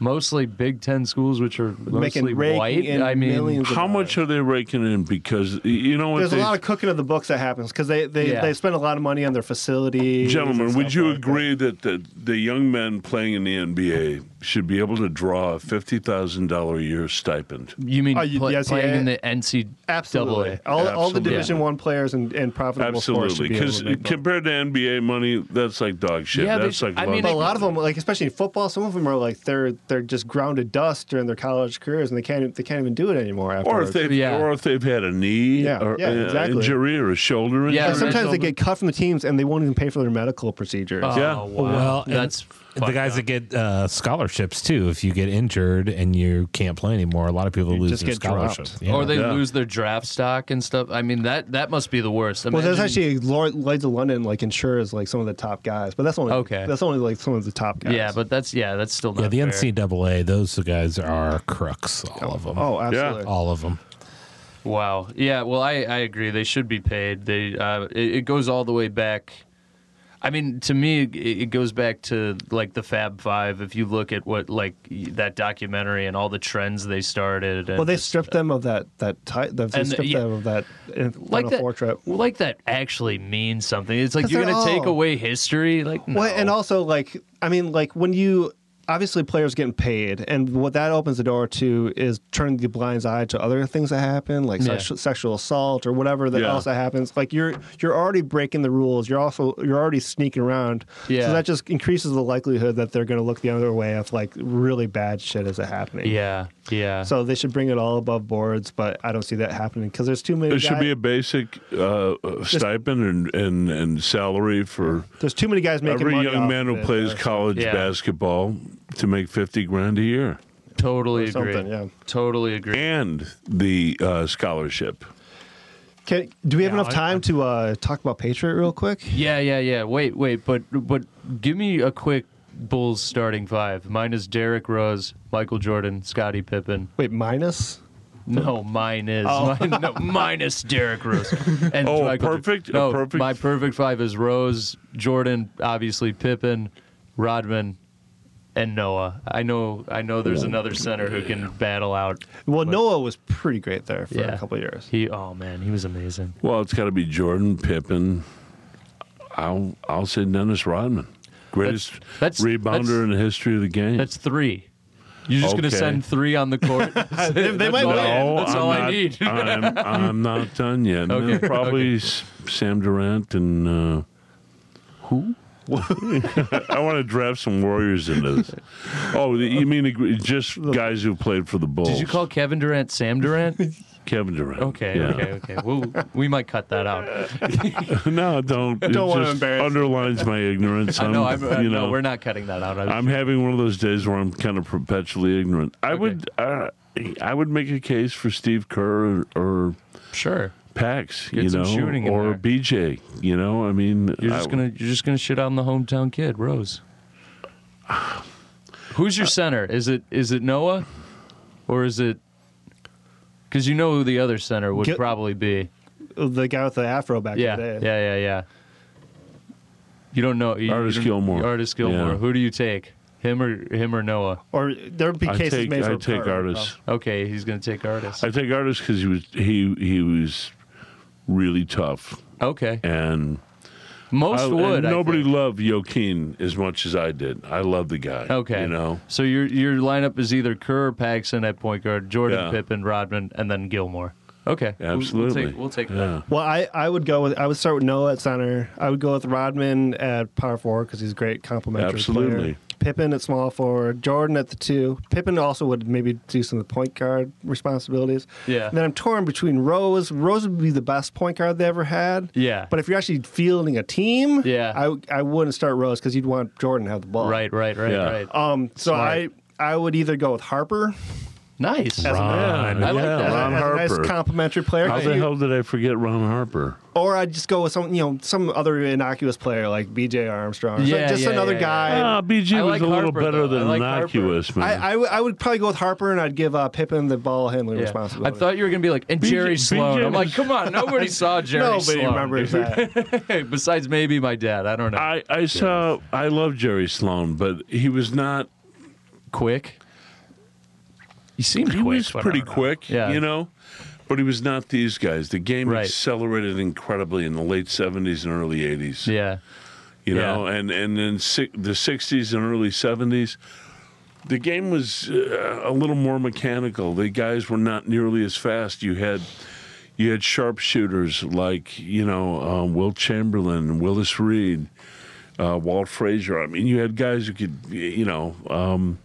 [SPEAKER 1] mostly Big Ten schools, which are mostly
[SPEAKER 3] Making raking
[SPEAKER 1] white.
[SPEAKER 3] in
[SPEAKER 1] I mean,
[SPEAKER 3] millions of
[SPEAKER 2] How
[SPEAKER 3] dollars.
[SPEAKER 2] much are they raking in? Because you know what?
[SPEAKER 3] There's a
[SPEAKER 2] they-
[SPEAKER 3] lot of cooking of the books that happens because they they,
[SPEAKER 1] Yeah.
[SPEAKER 3] they spend a lot of money on their facility.
[SPEAKER 2] Gentlemen, would you agree that the, the young men playing in the NBA should be able to draw a fifty thousand dollar a year stipend?
[SPEAKER 1] you mean
[SPEAKER 3] Oh, you-
[SPEAKER 1] pla-
[SPEAKER 3] yes,
[SPEAKER 1] playing
[SPEAKER 3] yeah.
[SPEAKER 1] in the NCAA?
[SPEAKER 3] Absolutely. All, all the
[SPEAKER 2] Absolutely.
[SPEAKER 3] Division One players and, and profitable sports
[SPEAKER 2] Absolutely,
[SPEAKER 3] should be able
[SPEAKER 2] because
[SPEAKER 3] to make both.
[SPEAKER 2] compared to NBA money, that's like dog shit.
[SPEAKER 1] Yeah, they
[SPEAKER 2] that's
[SPEAKER 1] should-
[SPEAKER 2] like
[SPEAKER 1] I mean,
[SPEAKER 2] luxury.
[SPEAKER 3] But a lot of them, like especially in football, some of them are like they're they're just ground to dust during their college careers, and they can't they can't even do it anymore.
[SPEAKER 2] or
[SPEAKER 3] Afterwards.
[SPEAKER 2] if they've
[SPEAKER 1] Yeah.
[SPEAKER 2] or if they've had a knee
[SPEAKER 3] Yeah,
[SPEAKER 2] or
[SPEAKER 3] yeah,
[SPEAKER 2] uh,
[SPEAKER 3] exactly.
[SPEAKER 2] injury or a shoulder injury.
[SPEAKER 1] Yeah,
[SPEAKER 3] And sometimes they
[SPEAKER 1] Right.
[SPEAKER 3] get cut from the teams, and they won't even pay for their medical procedures.
[SPEAKER 1] Oh,
[SPEAKER 2] Yeah.
[SPEAKER 1] wow.
[SPEAKER 4] Well, and
[SPEAKER 1] that's
[SPEAKER 4] the guys that get uh, scholarships too. If you get injured and you can't play anymore, a lot of people lose
[SPEAKER 3] just
[SPEAKER 4] their
[SPEAKER 3] get dropped.
[SPEAKER 4] scholarships. Yeah.
[SPEAKER 1] or they
[SPEAKER 2] Yeah.
[SPEAKER 1] lose their draft stock and stuff. I mean, that that must be the worst.
[SPEAKER 3] Well, there's
[SPEAKER 1] Imagine-
[SPEAKER 3] actually Lloyd- Lloyd's of London like insures like some of the top guys, but that's only
[SPEAKER 1] Okay.
[SPEAKER 3] That's only like some of the top guys.
[SPEAKER 1] yeah, but that's yeah, that's still not
[SPEAKER 4] yeah, the
[SPEAKER 1] fair.
[SPEAKER 4] NCAA, those guys are crooks, all of them.
[SPEAKER 3] oh, absolutely.
[SPEAKER 4] all of them.
[SPEAKER 1] Wow. Yeah. Well, I, I agree. They should be paid. They uh, it, it goes all the way back. I mean, to me, it, it goes back to like the Fab Five. If you look at what like that documentary and all the trends they started. And
[SPEAKER 3] Well, they
[SPEAKER 1] just-
[SPEAKER 3] stripped them of that that ti- they
[SPEAKER 1] the-
[SPEAKER 3] stripped
[SPEAKER 1] uh, yeah.
[SPEAKER 3] them of that uh,
[SPEAKER 1] like
[SPEAKER 3] Final
[SPEAKER 1] that,
[SPEAKER 3] Four trip.
[SPEAKER 1] like that actually means something. It's like
[SPEAKER 3] 'Cause
[SPEAKER 1] you're
[SPEAKER 3] they're
[SPEAKER 1] gonna take
[SPEAKER 3] all-
[SPEAKER 1] away history. Like no.
[SPEAKER 3] Well, and also like I mean, like when you obviously players getting paid, and what that opens the door to is turning the blind eye to other things that happen, like
[SPEAKER 1] Yeah.
[SPEAKER 3] sexu- sexual assault or whatever that
[SPEAKER 2] Yeah.
[SPEAKER 3] else that happens. Like you're you're already breaking the rules. You're also you're already sneaking around.
[SPEAKER 1] Yeah.
[SPEAKER 3] So that just increases the likelihood that they're going to look the other way if like really bad shit is happening.
[SPEAKER 1] yeah, yeah.
[SPEAKER 3] So they should bring it all above boards, but I don't see that happening because there's too many.
[SPEAKER 2] There should
[SPEAKER 3] guys-
[SPEAKER 2] be a basic uh, stipend and, and, and salary for
[SPEAKER 3] there's too many guys making
[SPEAKER 2] every
[SPEAKER 3] money
[SPEAKER 2] young
[SPEAKER 3] off
[SPEAKER 2] man
[SPEAKER 3] of
[SPEAKER 2] who
[SPEAKER 3] it
[SPEAKER 2] plays
[SPEAKER 3] or
[SPEAKER 2] college
[SPEAKER 1] Yeah.
[SPEAKER 2] basketball to make 50 grand a year
[SPEAKER 1] totally
[SPEAKER 3] something,
[SPEAKER 1] agree.
[SPEAKER 3] yeah.
[SPEAKER 1] Totally agree.
[SPEAKER 2] and the uh, scholarship.
[SPEAKER 3] Can, do we have
[SPEAKER 4] Yeah,
[SPEAKER 3] enough
[SPEAKER 4] I-
[SPEAKER 3] time to uh, talk about Patriot real quick?
[SPEAKER 1] Yeah, yeah, yeah. Wait, wait, but but give me a quick Bulls starting five. Mine is Derrick Rose, Michael Jordan, Scottie Pippen.
[SPEAKER 3] Wait, minus?
[SPEAKER 1] No, mine is mine, no, minus Derrick Rose. And
[SPEAKER 2] Oh,
[SPEAKER 1] Michael Jor-
[SPEAKER 2] perfect? A
[SPEAKER 1] No,
[SPEAKER 2] perfect-
[SPEAKER 1] my perfect five is Rose, Jordan, obviously Pippen, Rodman, and Noah. I know, I know. There's another center who can battle out.
[SPEAKER 3] Well, Noah was pretty great there for
[SPEAKER 1] Yeah.
[SPEAKER 3] a couple of years.
[SPEAKER 1] He, oh man, he was amazing.
[SPEAKER 2] Well, it's got to be Jordan, Pippen. I'll, I'll say Dennis Rodman. Greatest
[SPEAKER 1] that's-
[SPEAKER 2] rebounder
[SPEAKER 1] that's-
[SPEAKER 2] in the history of the game.
[SPEAKER 1] That's three. You're just gonna
[SPEAKER 2] Okay.
[SPEAKER 1] send three on the court. they
[SPEAKER 3] might win.
[SPEAKER 1] Oh, That's
[SPEAKER 2] I'm
[SPEAKER 1] all
[SPEAKER 2] not-
[SPEAKER 1] I need.
[SPEAKER 2] I'm, I'm not done yet. No,
[SPEAKER 1] Okay,
[SPEAKER 2] probably S Sam Durant and uh, who? I want to draft some Warriors into this. Oh, the- you mean the- just guys who played for the Bulls?
[SPEAKER 1] Did you call Kevin Durant Sam Durant?
[SPEAKER 2] Kevin Durant?
[SPEAKER 1] Okay,
[SPEAKER 2] Yeah.
[SPEAKER 1] okay, okay. We'll, we might cut that out.
[SPEAKER 2] no, don't. It
[SPEAKER 3] Don't wanna
[SPEAKER 2] just
[SPEAKER 3] embarrass you.
[SPEAKER 2] Underlines my ignorance.
[SPEAKER 1] I
[SPEAKER 2] I'm,
[SPEAKER 1] know. I'm, uh,
[SPEAKER 2] you
[SPEAKER 1] no,
[SPEAKER 2] know,
[SPEAKER 1] we're not cutting that out. I-
[SPEAKER 2] I'm having one of those days where I'm kind of perpetually ignorant. I would, uh, I would make a case for Steve Kerr or. or
[SPEAKER 1] sure.
[SPEAKER 2] Pax,
[SPEAKER 1] Get
[SPEAKER 2] you
[SPEAKER 1] some
[SPEAKER 2] know,
[SPEAKER 1] shooting in
[SPEAKER 2] or
[SPEAKER 1] there.
[SPEAKER 2] BJ, you know. I mean,
[SPEAKER 1] You're just
[SPEAKER 2] I-
[SPEAKER 1] gonna you're just gonna shit on the hometown kid, Rose. Who's your center? Is it is it Noah, or is it? Because you know who the other center would
[SPEAKER 3] Gil-
[SPEAKER 1] probably be.
[SPEAKER 3] The guy with the afro back
[SPEAKER 1] Yeah,
[SPEAKER 3] in the
[SPEAKER 1] yeah,
[SPEAKER 3] day.
[SPEAKER 1] yeah, yeah. You don't know you,
[SPEAKER 2] Artis
[SPEAKER 1] you don't-
[SPEAKER 2] Gilmore.
[SPEAKER 1] Artis Gilmore.
[SPEAKER 2] Yeah.
[SPEAKER 1] Who do you take? Him or him or Noah?
[SPEAKER 3] Or there would be
[SPEAKER 2] I
[SPEAKER 3] cases
[SPEAKER 2] take
[SPEAKER 3] made for
[SPEAKER 2] I take
[SPEAKER 3] Carter,
[SPEAKER 2] artists.
[SPEAKER 1] Okay, he's gonna take Artis.
[SPEAKER 2] I take artists because he was he he was really tough
[SPEAKER 1] Okay,
[SPEAKER 2] and,
[SPEAKER 1] most
[SPEAKER 2] I- and
[SPEAKER 1] would. I
[SPEAKER 2] nobody
[SPEAKER 1] think.
[SPEAKER 2] loved Joaquin as much as I did. I love the guy.
[SPEAKER 1] Okay.
[SPEAKER 2] you know.
[SPEAKER 1] So your your lineup is either Kerr, Paxson at point guard, Jordan
[SPEAKER 2] Yeah.
[SPEAKER 1] Pippen, Rodman, and then Gilmore. Okay. We'll-
[SPEAKER 2] Absolutely.
[SPEAKER 1] We'll take, we'll take
[SPEAKER 2] Yeah.
[SPEAKER 3] Well, I, I would go with I would start with Noah at center. I would go with Rodman at power forward because he's a great complimentary
[SPEAKER 2] Absolutely.
[SPEAKER 3] player. Pippen at small forward. Jordan at the two. Pippen also would maybe do some of the point guard responsibilities.
[SPEAKER 1] Yeah.
[SPEAKER 3] And then I'm torn between Rose. Rose would be the best point guard they ever had.
[SPEAKER 1] Yeah.
[SPEAKER 3] But if you're actually fielding a team,
[SPEAKER 1] Yeah.
[SPEAKER 3] I I wouldn't start Rose because you'd want Jordan to have the ball.
[SPEAKER 1] that. Right, right, right,
[SPEAKER 2] Yeah.
[SPEAKER 1] right.
[SPEAKER 3] Um. So
[SPEAKER 1] Smart.
[SPEAKER 3] I I would either go with Harper.
[SPEAKER 1] nice.
[SPEAKER 4] Ron,
[SPEAKER 1] I like
[SPEAKER 2] Uh, yeah,
[SPEAKER 1] that.
[SPEAKER 2] Ron
[SPEAKER 3] as a
[SPEAKER 2] Harper.
[SPEAKER 3] nice complimentary player.
[SPEAKER 2] How the
[SPEAKER 3] You-
[SPEAKER 2] hell did I forget Ron Harper?
[SPEAKER 3] Or I'd just go with some, you know, some other innocuous player like B.J. Armstrong. or some-
[SPEAKER 1] Yeah,
[SPEAKER 3] just
[SPEAKER 1] yeah,
[SPEAKER 3] another
[SPEAKER 1] yeah,
[SPEAKER 3] guy.
[SPEAKER 2] Ah, BG
[SPEAKER 1] I
[SPEAKER 2] was
[SPEAKER 1] like
[SPEAKER 2] a little
[SPEAKER 1] Harper,
[SPEAKER 2] better
[SPEAKER 1] though.
[SPEAKER 2] than
[SPEAKER 1] I like Harper.
[SPEAKER 2] innocuous, man.
[SPEAKER 3] I, I, w- I would probably go with Harper, and I'd give uh, Pippen the ball handling
[SPEAKER 1] Yeah. I
[SPEAKER 3] responsibility.
[SPEAKER 1] thought you were gonna be like, and
[SPEAKER 2] BJ
[SPEAKER 1] Jerry Sloan. I'm like,
[SPEAKER 2] was-
[SPEAKER 1] come on, nobody saw Jerry
[SPEAKER 3] nobody
[SPEAKER 1] Sloan.
[SPEAKER 3] remembers that.
[SPEAKER 1] dude. Besides maybe my dad. I don't know.
[SPEAKER 2] I, I saw. I love Jerry Sloan, but he was not
[SPEAKER 1] Quick. He seemed
[SPEAKER 2] he
[SPEAKER 1] quick,
[SPEAKER 2] was
[SPEAKER 1] but I
[SPEAKER 2] pretty
[SPEAKER 1] don't know.
[SPEAKER 2] quick,
[SPEAKER 1] Yeah.
[SPEAKER 2] you know. But he was not these guys. The game
[SPEAKER 1] Right.
[SPEAKER 2] accelerated incredibly in the late '70s and early '80s.
[SPEAKER 1] Yeah.
[SPEAKER 2] you
[SPEAKER 1] Yeah.
[SPEAKER 2] know, and and in si- the '60s and early '70s, the game was uh, a little more mechanical. The guys were not nearly as fast. You had you had sharpshooters like you know um, Will Chamberlain, Willis Reed, uh, Walt Frazier. I mean, you had guys who could you know. Um,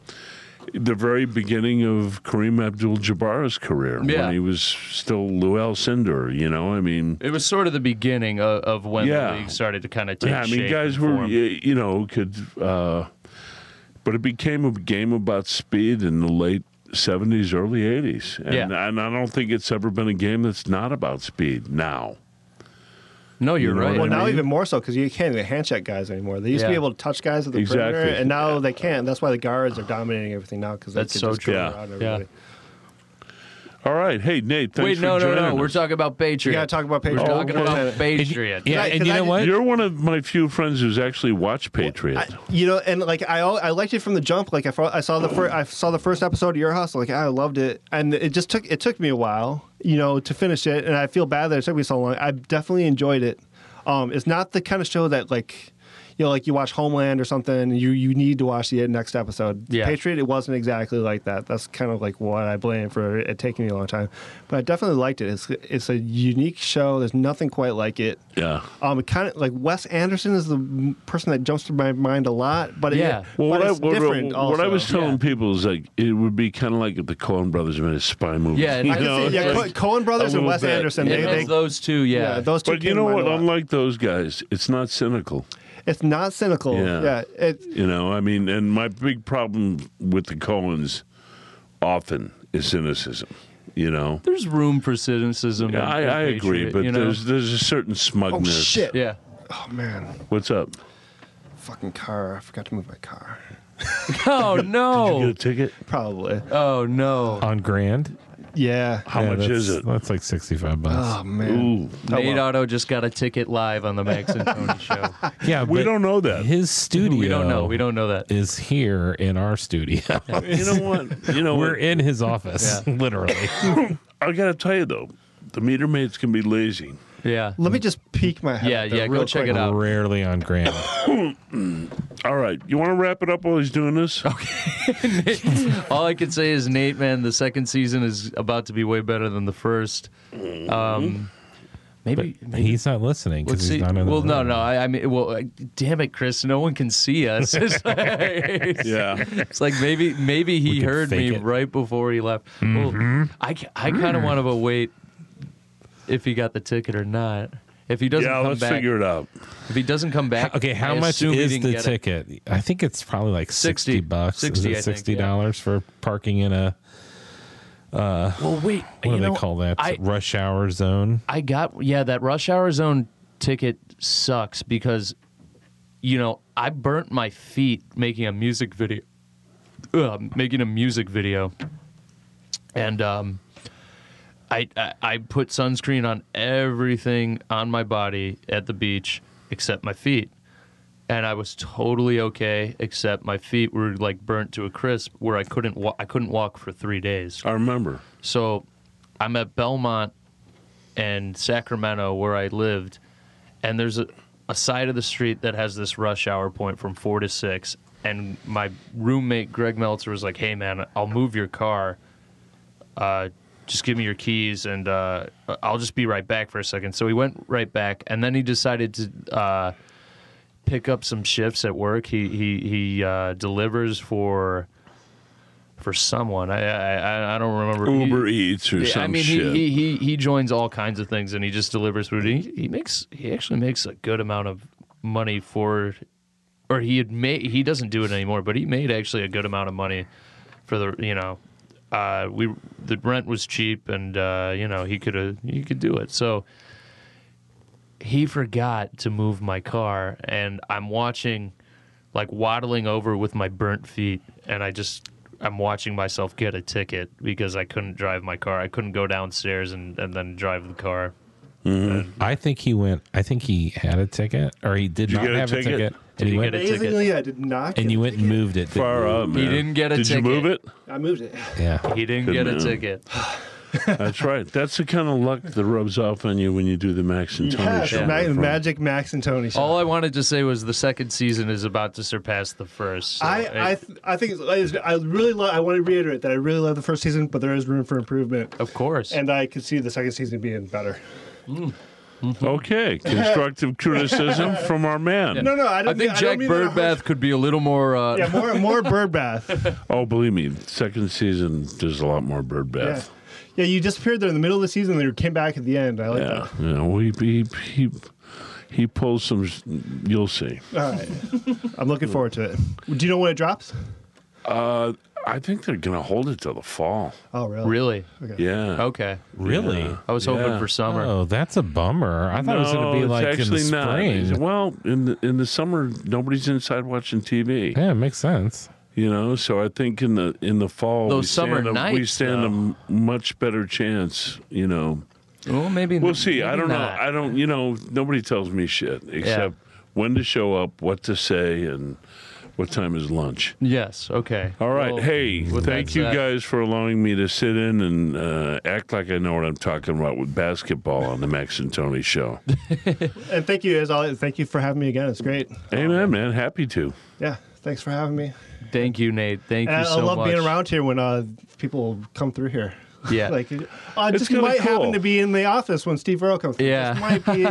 [SPEAKER 2] the very beginning of Kareem Abdul-Jabbar's career,
[SPEAKER 1] Yeah.
[SPEAKER 2] when he was still Lou Alcindor, you know, I mean,
[SPEAKER 1] It was sort of the beginning of, of when
[SPEAKER 2] Yeah.
[SPEAKER 1] the league started to kind of take
[SPEAKER 2] yeah, I mean,
[SPEAKER 1] shape
[SPEAKER 2] guys
[SPEAKER 1] and
[SPEAKER 2] were y-
[SPEAKER 1] form.
[SPEAKER 2] you know could, uh, but it became a game about speed in the late seventies, early eighties, and,
[SPEAKER 1] Yeah.
[SPEAKER 2] and I don't think it's ever been a game that's not about speed now.
[SPEAKER 1] No, you're
[SPEAKER 2] know
[SPEAKER 1] right.
[SPEAKER 2] what
[SPEAKER 3] Well,
[SPEAKER 2] I
[SPEAKER 3] now
[SPEAKER 2] mean?
[SPEAKER 3] even more so because you can't even handshake guys anymore. They used to
[SPEAKER 1] Yeah.
[SPEAKER 3] be able to touch guys at the
[SPEAKER 2] Exactly.
[SPEAKER 3] perimeter, and now they can't. That's why the guards are dominating everything now because
[SPEAKER 1] That's
[SPEAKER 3] they can
[SPEAKER 1] so
[SPEAKER 3] just
[SPEAKER 1] true.
[SPEAKER 3] go
[SPEAKER 2] Yeah.
[SPEAKER 3] around
[SPEAKER 1] Yeah.
[SPEAKER 3] everybody.
[SPEAKER 2] All right, hey Nate, thanks
[SPEAKER 1] Wait,
[SPEAKER 2] for
[SPEAKER 1] no, no,
[SPEAKER 2] joining
[SPEAKER 1] no.
[SPEAKER 2] us.
[SPEAKER 1] We're talking about Patriot.
[SPEAKER 3] We gotta talk about Patriot.
[SPEAKER 1] We're talking
[SPEAKER 3] Oh,
[SPEAKER 1] about
[SPEAKER 3] okay.
[SPEAKER 1] Patriot.
[SPEAKER 4] yeah,
[SPEAKER 3] Right,
[SPEAKER 4] and
[SPEAKER 3] 'cause
[SPEAKER 4] you
[SPEAKER 3] I
[SPEAKER 4] know
[SPEAKER 3] did-
[SPEAKER 4] what?
[SPEAKER 2] You're one of my few friends who's actually watched Patriot.
[SPEAKER 3] I, you know, and like I, al- I liked it from the jump. Like I, fo- I saw the first, I saw the first episode of Your House. Like I loved it, and it just took it took me a while, you know, to finish it. And I feel bad that it took me so long. I definitely enjoyed it. Um, it's not the kind of show that like, you know, like you watch Homeland or something. And you you need to watch the next episode.
[SPEAKER 1] Yeah.
[SPEAKER 3] Patriot, it wasn't exactly like that. That's kind of like what I blame for it taking me a long time. But I definitely liked it. It's it's a unique show. There's nothing quite like it.
[SPEAKER 2] yeah.
[SPEAKER 3] Um, kind of like Wes Anderson is the m- person that jumps to my mind a lot, but
[SPEAKER 1] Yeah.
[SPEAKER 3] yeah,
[SPEAKER 2] Well,
[SPEAKER 3] but
[SPEAKER 2] what I,
[SPEAKER 3] it's
[SPEAKER 2] what, I-
[SPEAKER 3] different. also.
[SPEAKER 2] what I was telling
[SPEAKER 1] Yeah.
[SPEAKER 2] people is like it would be kind of like if the Coen Brothers made a spy movie.
[SPEAKER 1] Yeah,
[SPEAKER 2] you
[SPEAKER 3] I can
[SPEAKER 1] know,
[SPEAKER 3] see, yeah,
[SPEAKER 1] it's
[SPEAKER 3] Co-
[SPEAKER 1] like
[SPEAKER 3] Coen Brothers
[SPEAKER 2] a
[SPEAKER 3] and
[SPEAKER 2] little
[SPEAKER 3] Wes
[SPEAKER 2] bit.
[SPEAKER 3] Anderson,
[SPEAKER 1] It
[SPEAKER 3] they,
[SPEAKER 1] has
[SPEAKER 3] they,
[SPEAKER 1] those two,
[SPEAKER 3] yeah,
[SPEAKER 1] yeah.
[SPEAKER 3] those two.
[SPEAKER 2] but
[SPEAKER 3] came
[SPEAKER 2] you
[SPEAKER 3] to
[SPEAKER 2] know
[SPEAKER 3] mind
[SPEAKER 2] what?
[SPEAKER 3] a lot.
[SPEAKER 2] Unlike those guys, it's not cynical.
[SPEAKER 3] it's not cynical.
[SPEAKER 2] Yeah.
[SPEAKER 3] Yeah, it,
[SPEAKER 2] You know, I mean, and my big problem with the Coens often is cynicism. You know,
[SPEAKER 1] There's room for cynicism. in-
[SPEAKER 2] I,
[SPEAKER 1] in
[SPEAKER 2] I agree,
[SPEAKER 1] Patriot,
[SPEAKER 2] but
[SPEAKER 1] you know?
[SPEAKER 2] there's there's a certain
[SPEAKER 3] oh
[SPEAKER 2] smugness.
[SPEAKER 3] shit!
[SPEAKER 1] yeah.
[SPEAKER 3] Oh man,
[SPEAKER 2] What's up?
[SPEAKER 3] fucking car! I forgot to move my car.
[SPEAKER 1] Oh
[SPEAKER 2] You get
[SPEAKER 1] no.
[SPEAKER 2] a ticket?
[SPEAKER 3] Probably.
[SPEAKER 1] Oh no.
[SPEAKER 4] on grand.
[SPEAKER 3] Yeah.
[SPEAKER 2] How
[SPEAKER 4] Yeah,
[SPEAKER 2] much
[SPEAKER 4] that's-
[SPEAKER 2] is it?
[SPEAKER 4] That's like sixty-five
[SPEAKER 3] Oh
[SPEAKER 4] bucks.
[SPEAKER 3] man.
[SPEAKER 2] Ooh,
[SPEAKER 1] Nate Otto just got a ticket live on the Max and Tony show.
[SPEAKER 4] yeah,
[SPEAKER 2] we
[SPEAKER 4] but
[SPEAKER 2] don't know that.
[SPEAKER 4] His studio.
[SPEAKER 1] We don't know. We don't know that.
[SPEAKER 4] Is here in our studio.
[SPEAKER 2] You know what? You know
[SPEAKER 4] We're
[SPEAKER 2] what?
[SPEAKER 4] in his office, literally.
[SPEAKER 2] I gotta tell you though, the meter maids can be lazy.
[SPEAKER 1] Yeah.
[SPEAKER 3] Let me just peek my head.
[SPEAKER 1] Yeah,
[SPEAKER 3] up there
[SPEAKER 1] yeah, go
[SPEAKER 3] Real
[SPEAKER 1] check
[SPEAKER 3] quick.
[SPEAKER 1] it out.
[SPEAKER 4] Rarely on grand.
[SPEAKER 2] All right, you want to wrap it up while he's doing this?
[SPEAKER 1] All I can say is Nate, man, the second season is about to be way better than the first.
[SPEAKER 2] Mm-hmm.
[SPEAKER 1] Um, maybe, maybe
[SPEAKER 4] He's not listening
[SPEAKER 1] Let's
[SPEAKER 4] because he's
[SPEAKER 1] see.
[SPEAKER 4] not in the
[SPEAKER 1] well, no,
[SPEAKER 4] room.
[SPEAKER 1] no. I, I mean, well, uh, damn it, Chris. No one can see us. It's like,
[SPEAKER 2] Yeah.
[SPEAKER 1] it's like maybe, maybe
[SPEAKER 4] We
[SPEAKER 1] he
[SPEAKER 4] can
[SPEAKER 1] heard
[SPEAKER 4] fake
[SPEAKER 1] me
[SPEAKER 4] it. Mm-hmm.
[SPEAKER 1] right before he left. Well, I, ca- I kind of want to await if he got the ticket or not. If he doesn't
[SPEAKER 2] yeah,
[SPEAKER 1] come
[SPEAKER 2] let's
[SPEAKER 1] back,
[SPEAKER 2] figure it out.
[SPEAKER 1] if he doesn't come back,
[SPEAKER 4] Uh, Okay, how
[SPEAKER 1] I
[SPEAKER 4] much
[SPEAKER 1] assume he
[SPEAKER 4] is
[SPEAKER 1] didn't
[SPEAKER 4] the
[SPEAKER 1] get it.
[SPEAKER 4] ticket? I think it's probably like 60,
[SPEAKER 1] 60,
[SPEAKER 4] bucks.
[SPEAKER 1] 60,
[SPEAKER 4] is
[SPEAKER 1] I
[SPEAKER 4] it
[SPEAKER 1] think,
[SPEAKER 4] sixty
[SPEAKER 1] yeah.
[SPEAKER 4] dollars for parking in a
[SPEAKER 1] Well, wait.
[SPEAKER 4] what
[SPEAKER 1] you
[SPEAKER 4] do
[SPEAKER 1] know,
[SPEAKER 4] they call that?
[SPEAKER 1] I,
[SPEAKER 4] Rush hour zone.
[SPEAKER 1] I got yeah, that rush hour zone ticket sucks because you know, I burnt my feet making a music video Ugh, making a music video. And um I, I I put sunscreen on everything on my body at the beach except my feet. And I was totally okay except my feet were like burnt to a crisp where I couldn't wa- I couldn't walk for 3 days.
[SPEAKER 2] I remember.
[SPEAKER 1] So I'm at Belmont and Sacramento where I lived, and there's a, a side of the street that has this rush hour point from four to six. And my roommate Greg Meltzer was like, "Hey man, I'll move your car. Uh, just give me your keys, and uh, I'll just be right back for a second. So he went right back, and then he decided to. Uh, pick up some shifts at work. He he he uh, delivers for for someone. I I I- I don't remember
[SPEAKER 2] Uber
[SPEAKER 1] He-
[SPEAKER 2] Eats or
[SPEAKER 1] yeah,
[SPEAKER 2] some
[SPEAKER 1] I mean,
[SPEAKER 2] shit.
[SPEAKER 1] He, he he he joins all kinds of things, and he just delivers food. He he makes he actually makes a good amount of money for, or he had made he doesn't do it anymore, but he made actually a good amount of money for the you know, uh, we the rent was cheap, and uh, you know he could have he could do it. So he forgot to move my car, and I'm watching, like waddling over with my burnt feet, and I just I'm watching myself get a ticket because I couldn't drive my car. I couldn't go downstairs and, and then drive the car.
[SPEAKER 4] I think he went. I think he had a ticket, or he did
[SPEAKER 2] you
[SPEAKER 4] not
[SPEAKER 2] get a
[SPEAKER 4] have
[SPEAKER 2] ticket?
[SPEAKER 4] a ticket. And
[SPEAKER 1] Did
[SPEAKER 4] he
[SPEAKER 1] you
[SPEAKER 4] went,
[SPEAKER 1] get a
[SPEAKER 3] Amazingly, I did not.
[SPEAKER 4] and
[SPEAKER 3] get
[SPEAKER 4] you
[SPEAKER 3] it.
[SPEAKER 4] went and moved it. didn't
[SPEAKER 2] Far
[SPEAKER 4] you?
[SPEAKER 2] up, man.
[SPEAKER 1] didn't get a
[SPEAKER 2] Did
[SPEAKER 1] ticket.
[SPEAKER 2] you move it?
[SPEAKER 3] I moved it.
[SPEAKER 4] Yeah.
[SPEAKER 1] He didn't
[SPEAKER 2] Good
[SPEAKER 1] get a
[SPEAKER 2] man.
[SPEAKER 1] ticket.
[SPEAKER 2] That's right. That's the kind of luck that rubs off on you when you do the Max and Tony
[SPEAKER 3] Yes,
[SPEAKER 2] show.
[SPEAKER 1] Yeah.
[SPEAKER 3] Ma-
[SPEAKER 2] my friend.
[SPEAKER 3] Magic Max and Tony. Show.
[SPEAKER 1] All I wanted to say was the second season is about to surpass the first. so it-
[SPEAKER 3] I I, th- I think it's, I really love. I want to reiterate that I really love the first season, but there is room for improvement,
[SPEAKER 1] of course.
[SPEAKER 3] and I could see the second season being better.
[SPEAKER 2] Okay, constructive criticism from our man.
[SPEAKER 3] No, no, I,
[SPEAKER 1] I
[SPEAKER 3] don't
[SPEAKER 1] think
[SPEAKER 3] I
[SPEAKER 1] Jack
[SPEAKER 3] don't mean that in a harsh-
[SPEAKER 1] Birdbath could be a little more. Uh,
[SPEAKER 3] Yeah, more more bird bath.
[SPEAKER 2] Oh, believe me, second season there's a lot more bird
[SPEAKER 3] Yeah.
[SPEAKER 2] bath.
[SPEAKER 3] yeah, you disappeared there in the middle of the season, and you came back at the end. I like
[SPEAKER 2] Yeah, you know, he he he, he pulls some. s- You'll see.
[SPEAKER 3] that. All right, I'm looking forward to it. Do you know when it drops?
[SPEAKER 2] Uh, I think they're gonna hold it till the fall.
[SPEAKER 3] Oh, really?
[SPEAKER 1] Really?
[SPEAKER 2] Yeah.
[SPEAKER 1] Okay.
[SPEAKER 4] Really?
[SPEAKER 1] I was hoping
[SPEAKER 2] Yeah.
[SPEAKER 1] for summer.
[SPEAKER 4] Oh, that's a bummer. I thought it was going to
[SPEAKER 2] No,
[SPEAKER 4] be
[SPEAKER 2] it's
[SPEAKER 4] like in the
[SPEAKER 2] actually not.
[SPEAKER 4] spring.
[SPEAKER 2] Well, in the in the summer, nobody's inside watching TV.
[SPEAKER 4] Yeah, it makes sense.
[SPEAKER 2] You know, so I think in the in the fall,
[SPEAKER 1] Those
[SPEAKER 2] we
[SPEAKER 1] summer
[SPEAKER 2] stand a, we
[SPEAKER 1] nights,
[SPEAKER 2] stand a m- much better chance. You know,
[SPEAKER 1] Well, maybe.
[SPEAKER 2] we'll see. I
[SPEAKER 1] maybe
[SPEAKER 2] don't
[SPEAKER 1] not.
[SPEAKER 2] know. I don't. You know, nobody tells me shit except when to show up, what to say, and what time is lunch.
[SPEAKER 1] yes. Okay.
[SPEAKER 2] All right.
[SPEAKER 1] Well,
[SPEAKER 2] hey,
[SPEAKER 1] well,
[SPEAKER 2] thank
[SPEAKER 1] that's
[SPEAKER 2] you
[SPEAKER 1] that.
[SPEAKER 2] guys for allowing me to sit in and uh, act like I know what I'm talking about with basketball on the Max and Tony show.
[SPEAKER 3] And thank you as always. Thank you for having me again. It's great.
[SPEAKER 2] Amen, man. Happy to.
[SPEAKER 3] Yeah, thanks for having me.
[SPEAKER 1] Thank you, Nate. Thank
[SPEAKER 3] And I,
[SPEAKER 1] you so
[SPEAKER 3] I love
[SPEAKER 1] much.
[SPEAKER 3] being around here when uh, people come through here.
[SPEAKER 1] Yeah.
[SPEAKER 3] like, I
[SPEAKER 2] It's
[SPEAKER 3] just
[SPEAKER 2] kinda
[SPEAKER 3] might
[SPEAKER 2] cool.
[SPEAKER 3] happen to be in the office when Steve Earle comes. Through.
[SPEAKER 1] Yeah.
[SPEAKER 3] Just might be,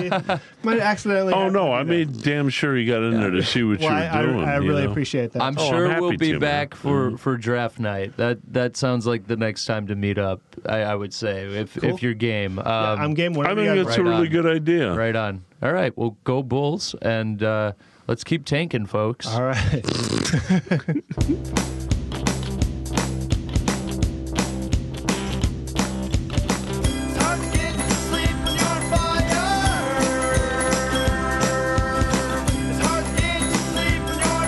[SPEAKER 3] might accidentally.
[SPEAKER 2] Oh
[SPEAKER 3] happen to
[SPEAKER 2] no,
[SPEAKER 3] do
[SPEAKER 2] I
[SPEAKER 3] that.
[SPEAKER 2] made damn sure you got in there to see what
[SPEAKER 3] Well, I, I,
[SPEAKER 2] you were doing.
[SPEAKER 3] I
[SPEAKER 2] you
[SPEAKER 3] really
[SPEAKER 2] know?
[SPEAKER 3] appreciate that.
[SPEAKER 1] I'm
[SPEAKER 2] Oh, I'm
[SPEAKER 1] sure
[SPEAKER 2] happy
[SPEAKER 1] we'll be
[SPEAKER 2] to, man. Mm-hmm.
[SPEAKER 1] back for, for draft night. That that sounds like the next time to meet up. I, I would say if if you're game. Um,
[SPEAKER 3] I'm game.
[SPEAKER 2] I
[SPEAKER 3] Whatever
[SPEAKER 2] think
[SPEAKER 3] you
[SPEAKER 2] that's
[SPEAKER 3] guys
[SPEAKER 2] a
[SPEAKER 1] Right
[SPEAKER 2] really
[SPEAKER 1] on.
[SPEAKER 2] good idea.
[SPEAKER 1] Right on. All right. Well, go Bulls and uh, let's keep tanking, folks.
[SPEAKER 3] All right.
[SPEAKER 5] It's hard to get to sleep when you're on fire. It's hard to get to sleep when you're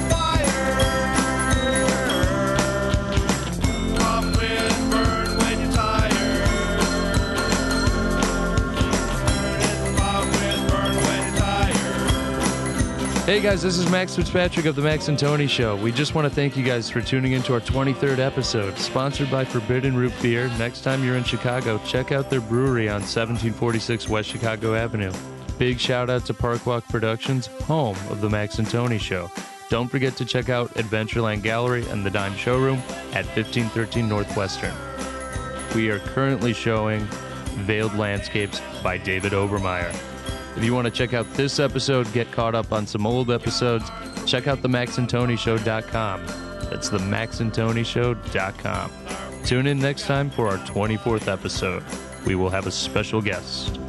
[SPEAKER 5] on fire. Come and burn when you're tired. It's pop and burn when you're tired.
[SPEAKER 1] Hey guys, this is Max Fitzpatrick of the Max and Tony Show. We just want to thank you guys for tuning in to our 23rd episode, sponsored by Forbidden Root Beer. Next time you're in Chicago, check out their brewery on 1746 West Chicago Avenue. Big shout out to Parkwalk Productions, home of the Max and Tony Show. Don't forget to check out Adventureland Gallery and the Dime Showroom at 1513 Northwestern. We are currently showing Veiled Landscapes by David Obermeyer. If you want to check out this episode, get caught up on some old episodes, check out the maxandtonyshow.com. That's the maxandtonyshow.com. Tune in next time for our 24th episode. We will have a special guest.